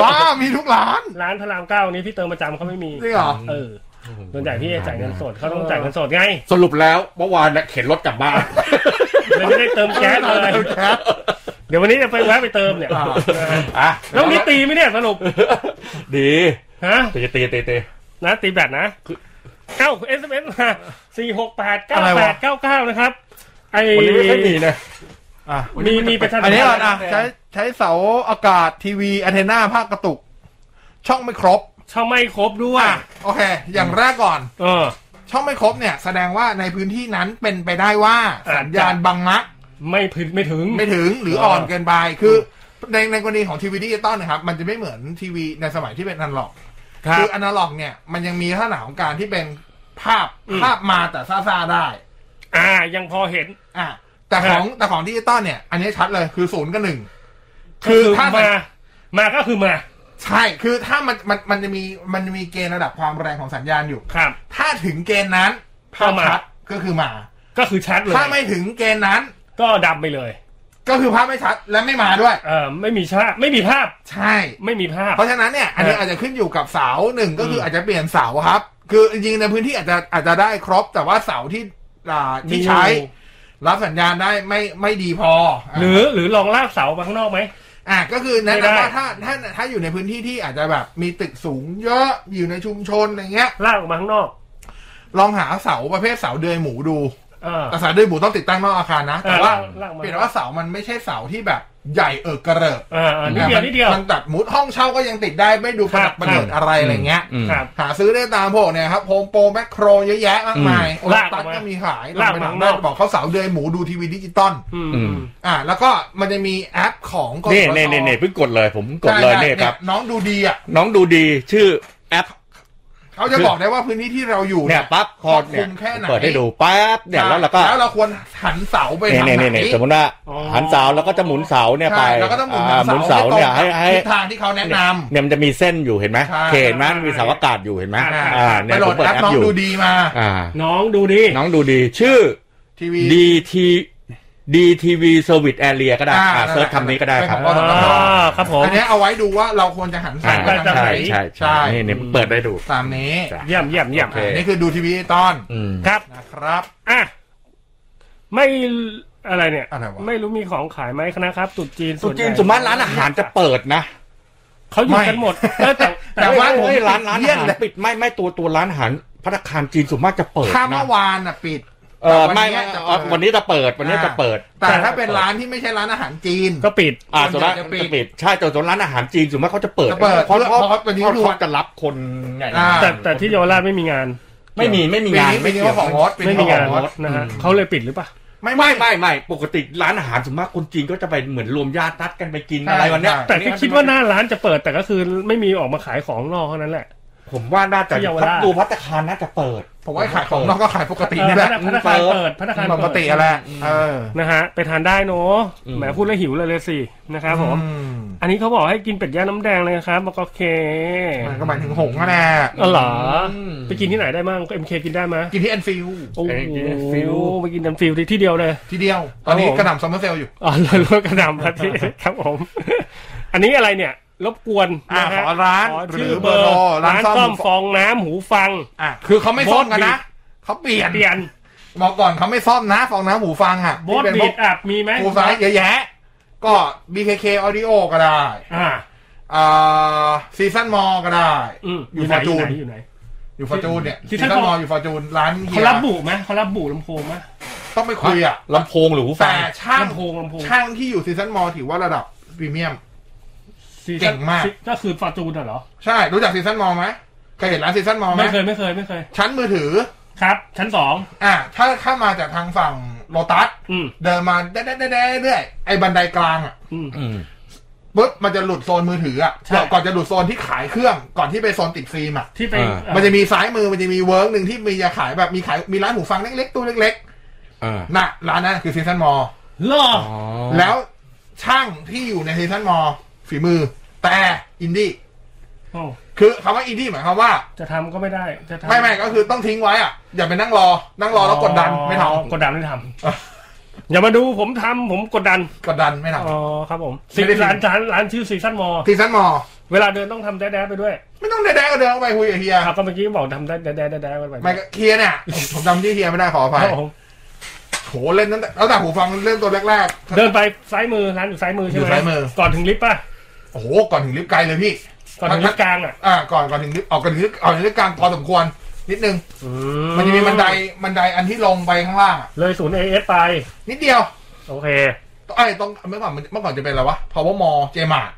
[SPEAKER 3] บ้ามีทุกร้าน
[SPEAKER 4] ร้านพระรามเก้านี้พี่เติมประจำเขาไม่มี
[SPEAKER 3] จริงเหรอ
[SPEAKER 4] เออส่วนใหญ่พี่จะจ่ายเงินสดเขาต้องจ่ายเงินสดไง
[SPEAKER 5] สรุปแล้วเมื่อวานเนี่ยเข็นรถกลับ บ้าน
[SPEAKER 4] เลยไม่ได้เติมแก๊สเลย
[SPEAKER 3] เติมแก๊ส
[SPEAKER 4] เดี๋ยววันนี้จะไปแวะไปเติมเนี่ย
[SPEAKER 3] อ่า
[SPEAKER 4] นะฮะ
[SPEAKER 5] อ่ะ
[SPEAKER 4] แล้วนี่ตีไหมเนี่ยสรุป
[SPEAKER 5] ดี
[SPEAKER 4] ฮะ
[SPEAKER 5] ตีตีตีตี
[SPEAKER 4] นะตีแบตนะเอ้า SMS มาสี่หกแปดเก้า
[SPEAKER 3] อะไร
[SPEAKER 4] แป
[SPEAKER 3] วะ
[SPEAKER 4] ดเก้าเก้านะครับ ไอ
[SPEAKER 5] วันนี้ไม่ค่อยมีนะ
[SPEAKER 3] อ่ะ
[SPEAKER 4] มีมีประชาสัม
[SPEAKER 3] อั
[SPEAKER 4] พั
[SPEAKER 3] น
[SPEAKER 4] น
[SPEAKER 3] นี้ก่อน
[SPEAKER 4] ธ์
[SPEAKER 3] อ่ะใช้ใช้เสาอากาศทีวีอะเทนาภาคกระตุก ช่องไม่ครบ
[SPEAKER 4] ช่องไม่ครบด้วย
[SPEAKER 3] อ่ะโอเค อย่างแรกก่อน
[SPEAKER 4] เออ
[SPEAKER 3] ช่องไม่ครบเนี่ย แสดงว่าในพื้นที่นั้นเป็นไปได้ว่า
[SPEAKER 4] อ่ะ
[SPEAKER 3] สัญญาณบังมะ
[SPEAKER 4] ไม่ผิดไม่ถึง
[SPEAKER 3] ไม่ถึงหรือ
[SPEAKER 4] เอออ่
[SPEAKER 3] อ่อนเกินไปคือในในกรณีของทีวีดิจิตอลนะครับ มันจะไม่เหมือนทีวีในสมัยที่เป็นอนาล็อก
[SPEAKER 4] ครับ
[SPEAKER 3] ออนาล็อกเนี่ยมันยังมีลักษณะของการที่เป็นภาพภาพมาแต่ซ่าซาๆได้
[SPEAKER 4] อ่า ยังพอเห็น
[SPEAKER 3] อ่ะแต่
[SPEAKER 4] ฮะ
[SPEAKER 3] ของแต่ของดิจิตอลเนี่ย อันนี้ชัดเลยคือศูนย์กับหนึ่ง คือถ้ามัน
[SPEAKER 4] มา มาก็คือมา
[SPEAKER 3] ใช่คือถ้ามันมันมันจะมีมันจะมีเกณฑ์ระดับความแรงของสัญญาณอยู่
[SPEAKER 4] ครับ
[SPEAKER 3] ถ้าถึงเกณฑ์นั้นภาพ
[SPEAKER 4] ก็มา
[SPEAKER 3] ชัดก็คือมา
[SPEAKER 4] ก็คือชัดเลย
[SPEAKER 3] ถ้าไม่ถึงเกณฑ์นั้น
[SPEAKER 4] ก็ดำไปเลย
[SPEAKER 3] ก็คือภาพไม่ชัดและไม่มาด้วย
[SPEAKER 4] เออไม่มีชาไม่มีภาพ
[SPEAKER 3] ใช่
[SPEAKER 4] ไม่มีภาพ
[SPEAKER 3] เพราะฉะนั้นเนี่ยอันนี้
[SPEAKER 4] ฮะ
[SPEAKER 3] อาจจะขึ้นอยู่กับเสาหนึ่งก็คือ
[SPEAKER 4] ม
[SPEAKER 3] อาจจะเปลี่ยนเสาครับ คือจริงๆในพื้นที่อาจจะอาจจะได้ครบ แต่ว่าเสาที่อ่าที่
[SPEAKER 4] มีอยู่
[SPEAKER 3] ใช้ รับสัญญาณได้ไม่ไม่ดีพออ่ะ
[SPEAKER 4] หรือหรือลองลากเสามาข้างนอกไหม
[SPEAKER 3] อ่ะก็คือแนะ
[SPEAKER 4] ไม่ได้
[SPEAKER 3] นำว่าถ้าถ้าถ้าอยู่ในพื้นที่ที่อาจจะแบบมีตึกสูงเยอะอยู่ในชุมชนอะไรเงี้ย
[SPEAKER 4] ลากออกมาข้างนอก
[SPEAKER 3] ลองหาเสาประเภทเสาเดือยหมูดู
[SPEAKER 4] เออ
[SPEAKER 3] แต่เสาเดือยหมูต้องติดตั้งนอกอาคารนะ
[SPEAKER 4] เออ
[SPEAKER 3] แต่ว่า
[SPEAKER 4] ลากมา
[SPEAKER 3] เปลี่ยนว่าเสามันไม่ใช่เสาที่แบบใหญ่เออกระเริบ
[SPEAKER 4] เออเออนิดเดียวนิดเดียว
[SPEAKER 3] มันตัดมุดห้องเช่าก็ยังติดได้ไม่ดูประดับประเดิดอะไรอะไรเงี้ย
[SPEAKER 4] ครับ
[SPEAKER 3] หาซื้อได้ตามพวกเนี่ยครับโฮมโปรแมคโครเยอะแยะมากมาย
[SPEAKER 4] อืมลาก
[SPEAKER 3] ตัด
[SPEAKER 4] ออกมา
[SPEAKER 3] ก็มีขาย
[SPEAKER 4] ลาก
[SPEAKER 3] ไป
[SPEAKER 4] มา
[SPEAKER 3] ถาม
[SPEAKER 4] ข้างน
[SPEAKER 3] ได้
[SPEAKER 4] อก
[SPEAKER 3] บอกเขาเสาเดือยหมูดูทีวีดิจิตอล
[SPEAKER 4] อืม
[SPEAKER 5] อืม
[SPEAKER 3] อ่า แล้วก็มันจะมีแอปของก
[SPEAKER 5] นี่
[SPEAKER 3] สท
[SPEAKER 5] นี่นี่นี่เพิ่งกดเลย ผมกดเลย
[SPEAKER 3] ใช่
[SPEAKER 5] เนี่ยครับ
[SPEAKER 3] น้องดูดีอ่ะ
[SPEAKER 5] น้องดูดีชื่อแอป
[SPEAKER 3] เขาจะบอกได้ว่าพื้นที่ที่เราอยู่
[SPEAKER 5] เนี่ยปั๊บพอเนี่ย
[SPEAKER 3] คุมแค่ไหน
[SPEAKER 5] เปิดให้ดูปั๊บเนี่ยแล้วเราก็
[SPEAKER 3] แล้วเราควรหันเสาไป
[SPEAKER 5] เนี่ย
[SPEAKER 3] ทาง
[SPEAKER 5] เนี่ย
[SPEAKER 3] ไหน
[SPEAKER 5] เนี่ยสมมติว่าหันเสาแล้วก็จะหมุนเสาเนี่ยไป
[SPEAKER 3] ใช่แล้วก็ต้องหมุน
[SPEAKER 5] อ่าหมุนเสาเนี่ยให้ให้
[SPEAKER 3] ทิศทางที่เขาแนะน
[SPEAKER 5] เนี่ยมันจะมีเส้นอยู่เห็นไหม
[SPEAKER 3] ใช่
[SPEAKER 5] เขตไหมมันมีเสาอากาศอยู่เห็นไหม
[SPEAKER 3] อ่า
[SPEAKER 5] อ่า
[SPEAKER 3] ำ
[SPEAKER 5] เนี่
[SPEAKER 3] ไป
[SPEAKER 5] ย
[SPEAKER 3] โหล
[SPEAKER 5] ผม
[SPEAKER 3] ด
[SPEAKER 5] เปิด
[SPEAKER 3] แอป
[SPEAKER 5] แอป
[SPEAKER 3] น้อง
[SPEAKER 5] อยู่
[SPEAKER 3] ดูดีมา
[SPEAKER 5] อ่า
[SPEAKER 4] น้องดูดิ
[SPEAKER 5] น้องดูดีชื่อ
[SPEAKER 3] ทีวี
[SPEAKER 5] DTV DTV Service Area ก็ได้
[SPEAKER 3] อ่า
[SPEAKER 5] อ่าเซิร์ชคำนี้ก็ได้ครับ
[SPEAKER 3] เป็นของ
[SPEAKER 4] อ่าครับผม
[SPEAKER 3] อันเนี้ยเอาไว้ดูว่าเราควรจะหันเสา
[SPEAKER 5] อ่า
[SPEAKER 3] ไปทางไหน
[SPEAKER 5] ใช่ใช่ใช่
[SPEAKER 3] ใช่
[SPEAKER 5] นี่เนี่ยเปิดได้ดู
[SPEAKER 3] ตามนี้
[SPEAKER 5] จ้ะ
[SPEAKER 4] เยี่ยมเยี่ยมเยี่ยม
[SPEAKER 5] โอเค
[SPEAKER 3] อันนี่คือดูทีวีตอน
[SPEAKER 5] อืม
[SPEAKER 4] ครับ
[SPEAKER 3] นะครับ
[SPEAKER 4] อ่ะ ไม่อะไรเนี่ย
[SPEAKER 3] อะไรวะ
[SPEAKER 4] ไม่รู้มีของขายไหมคณะครับตรุ๊จีน
[SPEAKER 5] สุดจีน
[SPEAKER 4] วนใหญ่
[SPEAKER 5] สุมานร้านอาหารจะเปิดนะ
[SPEAKER 4] เขาอยู่กันหมดเออแต่แต่
[SPEAKER 3] แต่
[SPEAKER 4] ว่า
[SPEAKER 3] ว่าผม
[SPEAKER 5] เฮ้ยร้านร้าน
[SPEAKER 3] เยี่
[SPEAKER 5] อาย
[SPEAKER 3] ม
[SPEAKER 5] หาร
[SPEAKER 3] เลย
[SPEAKER 5] ปิดไม่ไม่ตัวตัวร้านอาหารพัตตาคารจีนสุมานจะเปิด
[SPEAKER 3] ถ้า
[SPEAKER 5] นะ
[SPEAKER 3] เมื่อวานน่ะปิด
[SPEAKER 5] เออไม่ไม่
[SPEAKER 3] เยจะ
[SPEAKER 5] เอ่อ
[SPEAKER 3] เปิด
[SPEAKER 5] วันนี้จะเปิดวันนี้จะเปิด
[SPEAKER 3] แต่ถ้าเป็นร้านที่ไม่ใช่ร้านอาหารจีน
[SPEAKER 4] ก็ปิด
[SPEAKER 5] อ่า
[SPEAKER 3] ส่
[SPEAKER 5] ส่ว
[SPEAKER 3] วน นใหญ่
[SPEAKER 5] ร้าน
[SPEAKER 3] จะปิด
[SPEAKER 5] จะปิดใช่แต่ส่วนร้านอาหารจีนสุมานเขาจะเปิด
[SPEAKER 3] จะเปิด
[SPEAKER 5] เพราะเพราะ
[SPEAKER 3] เพราะวันนี้คือ
[SPEAKER 5] เขาจะรับคนไง
[SPEAKER 3] อ่า
[SPEAKER 4] แต่แต่ที่เยาวราชไม่มีงาน
[SPEAKER 5] ไม่มีไม่มี
[SPEAKER 3] ปี
[SPEAKER 5] งาน
[SPEAKER 3] นี้ปีนี้
[SPEAKER 5] เกี่
[SPEAKER 3] ก็
[SPEAKER 5] ยว
[SPEAKER 3] ของงดปี
[SPEAKER 4] ไม่
[SPEAKER 3] นี้
[SPEAKER 4] มีงาน
[SPEAKER 3] ของงด
[SPEAKER 4] นะฮะเขาเลยปิดหรือเปล่า
[SPEAKER 3] ไม่ไม่
[SPEAKER 5] ไม่
[SPEAKER 3] ไม่
[SPEAKER 5] ไม่ไม่ปกติร้านอาหารสุมานคนจีนก็จะไปเหมือนรวมญาตินัดกันไปกิน
[SPEAKER 3] ใช่
[SPEAKER 5] อะไรวันเนี้ย
[SPEAKER 3] ใช่
[SPEAKER 4] แต่ที่คิดว่าหน้าร้านจะเปิดแต่ก็คือไม่มีออกมาขายของนอกเท่านั้นแหละ
[SPEAKER 5] ผมว่าน่าจะ
[SPEAKER 4] ที่เยาวราช
[SPEAKER 5] ดูพัตตาคารน่าจะเปิด
[SPEAKER 3] ผมว่าขายของนอกก็ขายปกตินี่แหละ
[SPEAKER 4] พนักงานเปิดพนักงาน
[SPEAKER 3] ป
[SPEAKER 4] เปิด
[SPEAKER 3] กติอะไรเออ
[SPEAKER 4] นะฮะ ไปทานได้เนอะ
[SPEAKER 5] อืม
[SPEAKER 4] แหมพูดแล้วหิวเลยเลยสินะครับผม
[SPEAKER 3] อืม
[SPEAKER 4] อันนี้เขาบอกให้กินเป็ดย่างน้ำแดงเลยครับบอกโอเค
[SPEAKER 3] มันก็หมายถึงหงส์อะแน่
[SPEAKER 4] อ๋อเหรออ
[SPEAKER 5] ม
[SPEAKER 4] ไปกินที่ไหนได้มั่งเอ็มเคกินได้ไหมย
[SPEAKER 3] กินที่แอนฟิล
[SPEAKER 4] โอ้โห
[SPEAKER 5] เอ้ยกินฟิล
[SPEAKER 4] ไปกินดันฟิลที่เดียวเลย
[SPEAKER 3] ทีเดียว ตอนนี้
[SPEAKER 4] ครับผม
[SPEAKER 3] กระหน่ำซัมเมอร์เซลอยู่
[SPEAKER 4] อ๋อเลยรถกระดำครับ ที่ ครับผม อันนี้อะไรเนี่ย รบกวน
[SPEAKER 3] อ่ะ
[SPEAKER 4] นะ
[SPEAKER 3] ข
[SPEAKER 4] ฮะ
[SPEAKER 3] อร้าน
[SPEAKER 4] ขอ
[SPEAKER 3] หรื
[SPEAKER 4] ชื่
[SPEAKER 3] อ อ
[SPEAKER 4] เบ
[SPEAKER 3] เบ
[SPEAKER 4] อ
[SPEAKER 3] อร์
[SPEAKER 4] ร์
[SPEAKER 3] โทร
[SPEAKER 4] ร้า
[SPEAKER 3] ร้าน น
[SPEAKER 4] ซ่
[SPEAKER 3] ซ่
[SPEAKER 4] อ
[SPEAKER 3] อ
[SPEAKER 4] ม
[SPEAKER 3] ม
[SPEAKER 4] ฟองน้ำหูฟัง
[SPEAKER 3] อ่ะคือเขาไม่ซ่อมกันนะเขาเปลี่ยน
[SPEAKER 4] เปลี่ยน
[SPEAKER 3] บอกก่อนเขาไม่ซ่อมนะฟองน้ำหูฟังอ่ะ
[SPEAKER 4] บอ
[SPEAKER 3] ที่
[SPEAKER 4] ส
[SPEAKER 3] เป็น
[SPEAKER 4] บี
[SPEAKER 3] พวก
[SPEAKER 4] ดอัพมีไหม
[SPEAKER 3] กูซ้ายเยอะแยะ ก็ BKK Audio ก็ได้
[SPEAKER 4] อ่า
[SPEAKER 3] อ่าซีซันมอก็ได้
[SPEAKER 4] อืมอ
[SPEAKER 3] อยู่
[SPEAKER 4] ยู่ไหน
[SPEAKER 3] ฟอร์
[SPEAKER 4] อ
[SPEAKER 3] จู
[SPEAKER 4] ยู่
[SPEAKER 3] น
[SPEAKER 4] ไหนอ
[SPEAKER 3] อ
[SPEAKER 4] ยู่ไหน
[SPEAKER 3] ยู่ฟอร์จูนเนี่ย
[SPEAKER 4] Season
[SPEAKER 3] ซีซันมอ
[SPEAKER 4] Mall
[SPEAKER 3] อยู่ฟอร์จูนร้านเฮี
[SPEAKER 4] เขา
[SPEAKER 3] ย
[SPEAKER 4] รับบุไหมเขารับบุลำโพงไหม
[SPEAKER 3] ต้องไปคุยอ่ะ
[SPEAKER 5] ลำโพงหรือหูฟั
[SPEAKER 3] แต่
[SPEAKER 5] ง
[SPEAKER 3] ช่าง
[SPEAKER 4] ลำโพงลำโพง
[SPEAKER 3] ช่างที่อยู่ซีซันมอถือว่าระดับพรีเมียม
[SPEAKER 4] ซีซั่น
[SPEAKER 3] เก่งมาก
[SPEAKER 4] ซีก็คือฟอร์จูนน่ะเหรอ
[SPEAKER 3] ใช่รู้จักซีซันมอไหมเคยเห็นร้านซีซันมอไหม
[SPEAKER 4] ไม่เคยไม่เคยไม่เคย
[SPEAKER 3] ชั้นมือถือ
[SPEAKER 4] ครับ ชั้นสอง
[SPEAKER 3] อ่ะถ้าถ้ามาจากทางฝั่งโลตัส
[SPEAKER 4] อืม
[SPEAKER 3] เดินมาเด้เด้เด้เรื่อยไอ้บันไดกลางอ่ะ
[SPEAKER 4] อืม
[SPEAKER 3] ปุ๊บมันจะหลุดโซนมือถืออ่ะ
[SPEAKER 4] ใช่
[SPEAKER 3] ก่อนจะหลุดโซนที่ขายเครื่องก่อนที่ไปโซนติดฟิล์มอ่ะ
[SPEAKER 4] ที่ไป
[SPEAKER 5] อ่า
[SPEAKER 4] เอ่อ
[SPEAKER 3] มันจะมีซ้ายมือมันจะมีเวิร์กหนึ่งที่มีจะขายแบบมีขายมีร้านหูฟังเล็กๆตู้เล็ก
[SPEAKER 5] เออ
[SPEAKER 3] น่ะร้านนั้นคือซีซันมอลล์
[SPEAKER 4] เหรอ
[SPEAKER 5] อ๋อ
[SPEAKER 3] แล้วช่างที่อยู่ในซีซันมอลล์ฝีมือ แต่อินดี้
[SPEAKER 4] โอ้
[SPEAKER 3] คือคำว่าอินดี้หมายความว่า
[SPEAKER 4] จะทำก็ไม่ได้จะทำ
[SPEAKER 3] ไม่ไม่ก็คือต้องทิ้งไว้อ่ะ อย่าไปนั่งรอ นั่งรอแล้วกดดันไม่ท
[SPEAKER 4] กดดันไม่ทำ
[SPEAKER 3] ำ
[SPEAKER 4] อย่ามาดูผมทำผมกดดัน
[SPEAKER 3] กดดันไม่ท
[SPEAKER 4] อ๋อครับผม
[SPEAKER 3] ไม่
[SPEAKER 4] สิ
[SPEAKER 3] ได้
[SPEAKER 4] ร้านร้านร้านชื่อซีซันมอ
[SPEAKER 3] ำซีซันมอลล์
[SPEAKER 4] เวลาเดินต้องทำแด๊ะๆไปด้วย
[SPEAKER 3] ไม่ต้องแดกก็เดินเข้าไปคุยกับเฮีย
[SPEAKER 4] ครับก็เมื่อกี้บอกทำแด๊ะๆแด๊ะๆไป
[SPEAKER 3] ไม่ก็เฮียเนี่ยผมผมจำที่เฮียไม่ได้ขออภัย
[SPEAKER 4] ครับผม
[SPEAKER 3] โหเล่นตั้งแต่ตั้งแต่หูฟังเล่นตัวแรก
[SPEAKER 4] เดินไปซ้ายมือร้านอยู่ซ้ายมือใช่ไห
[SPEAKER 3] อยู่ซ้ายมือ
[SPEAKER 4] ก่อนถึงลิฟต์ป่ะ
[SPEAKER 3] ๆโอ้โหก่อนถึงลิฟต์ไกลเลยพี่
[SPEAKER 4] ก่อนถึงลิฟต์กลางอ่ะ
[SPEAKER 3] อ่าก่อนก่อนถึงลิฟต์ออกก่อนถึงลิฟต์ออกถึงลิฟต์กลางพอสมควร นิดนึง มันจะมีบันไดบันไดอันที่ลงไปข้างล่างอะ
[SPEAKER 4] เลยศูนย์เอเอสไป
[SPEAKER 3] นิดเดียว
[SPEAKER 4] โอเค
[SPEAKER 3] ไอ้ยต้องเมื่อก่อนมันเมื่อก่อนจะเป็นอะไรวะ power mall เจมาร์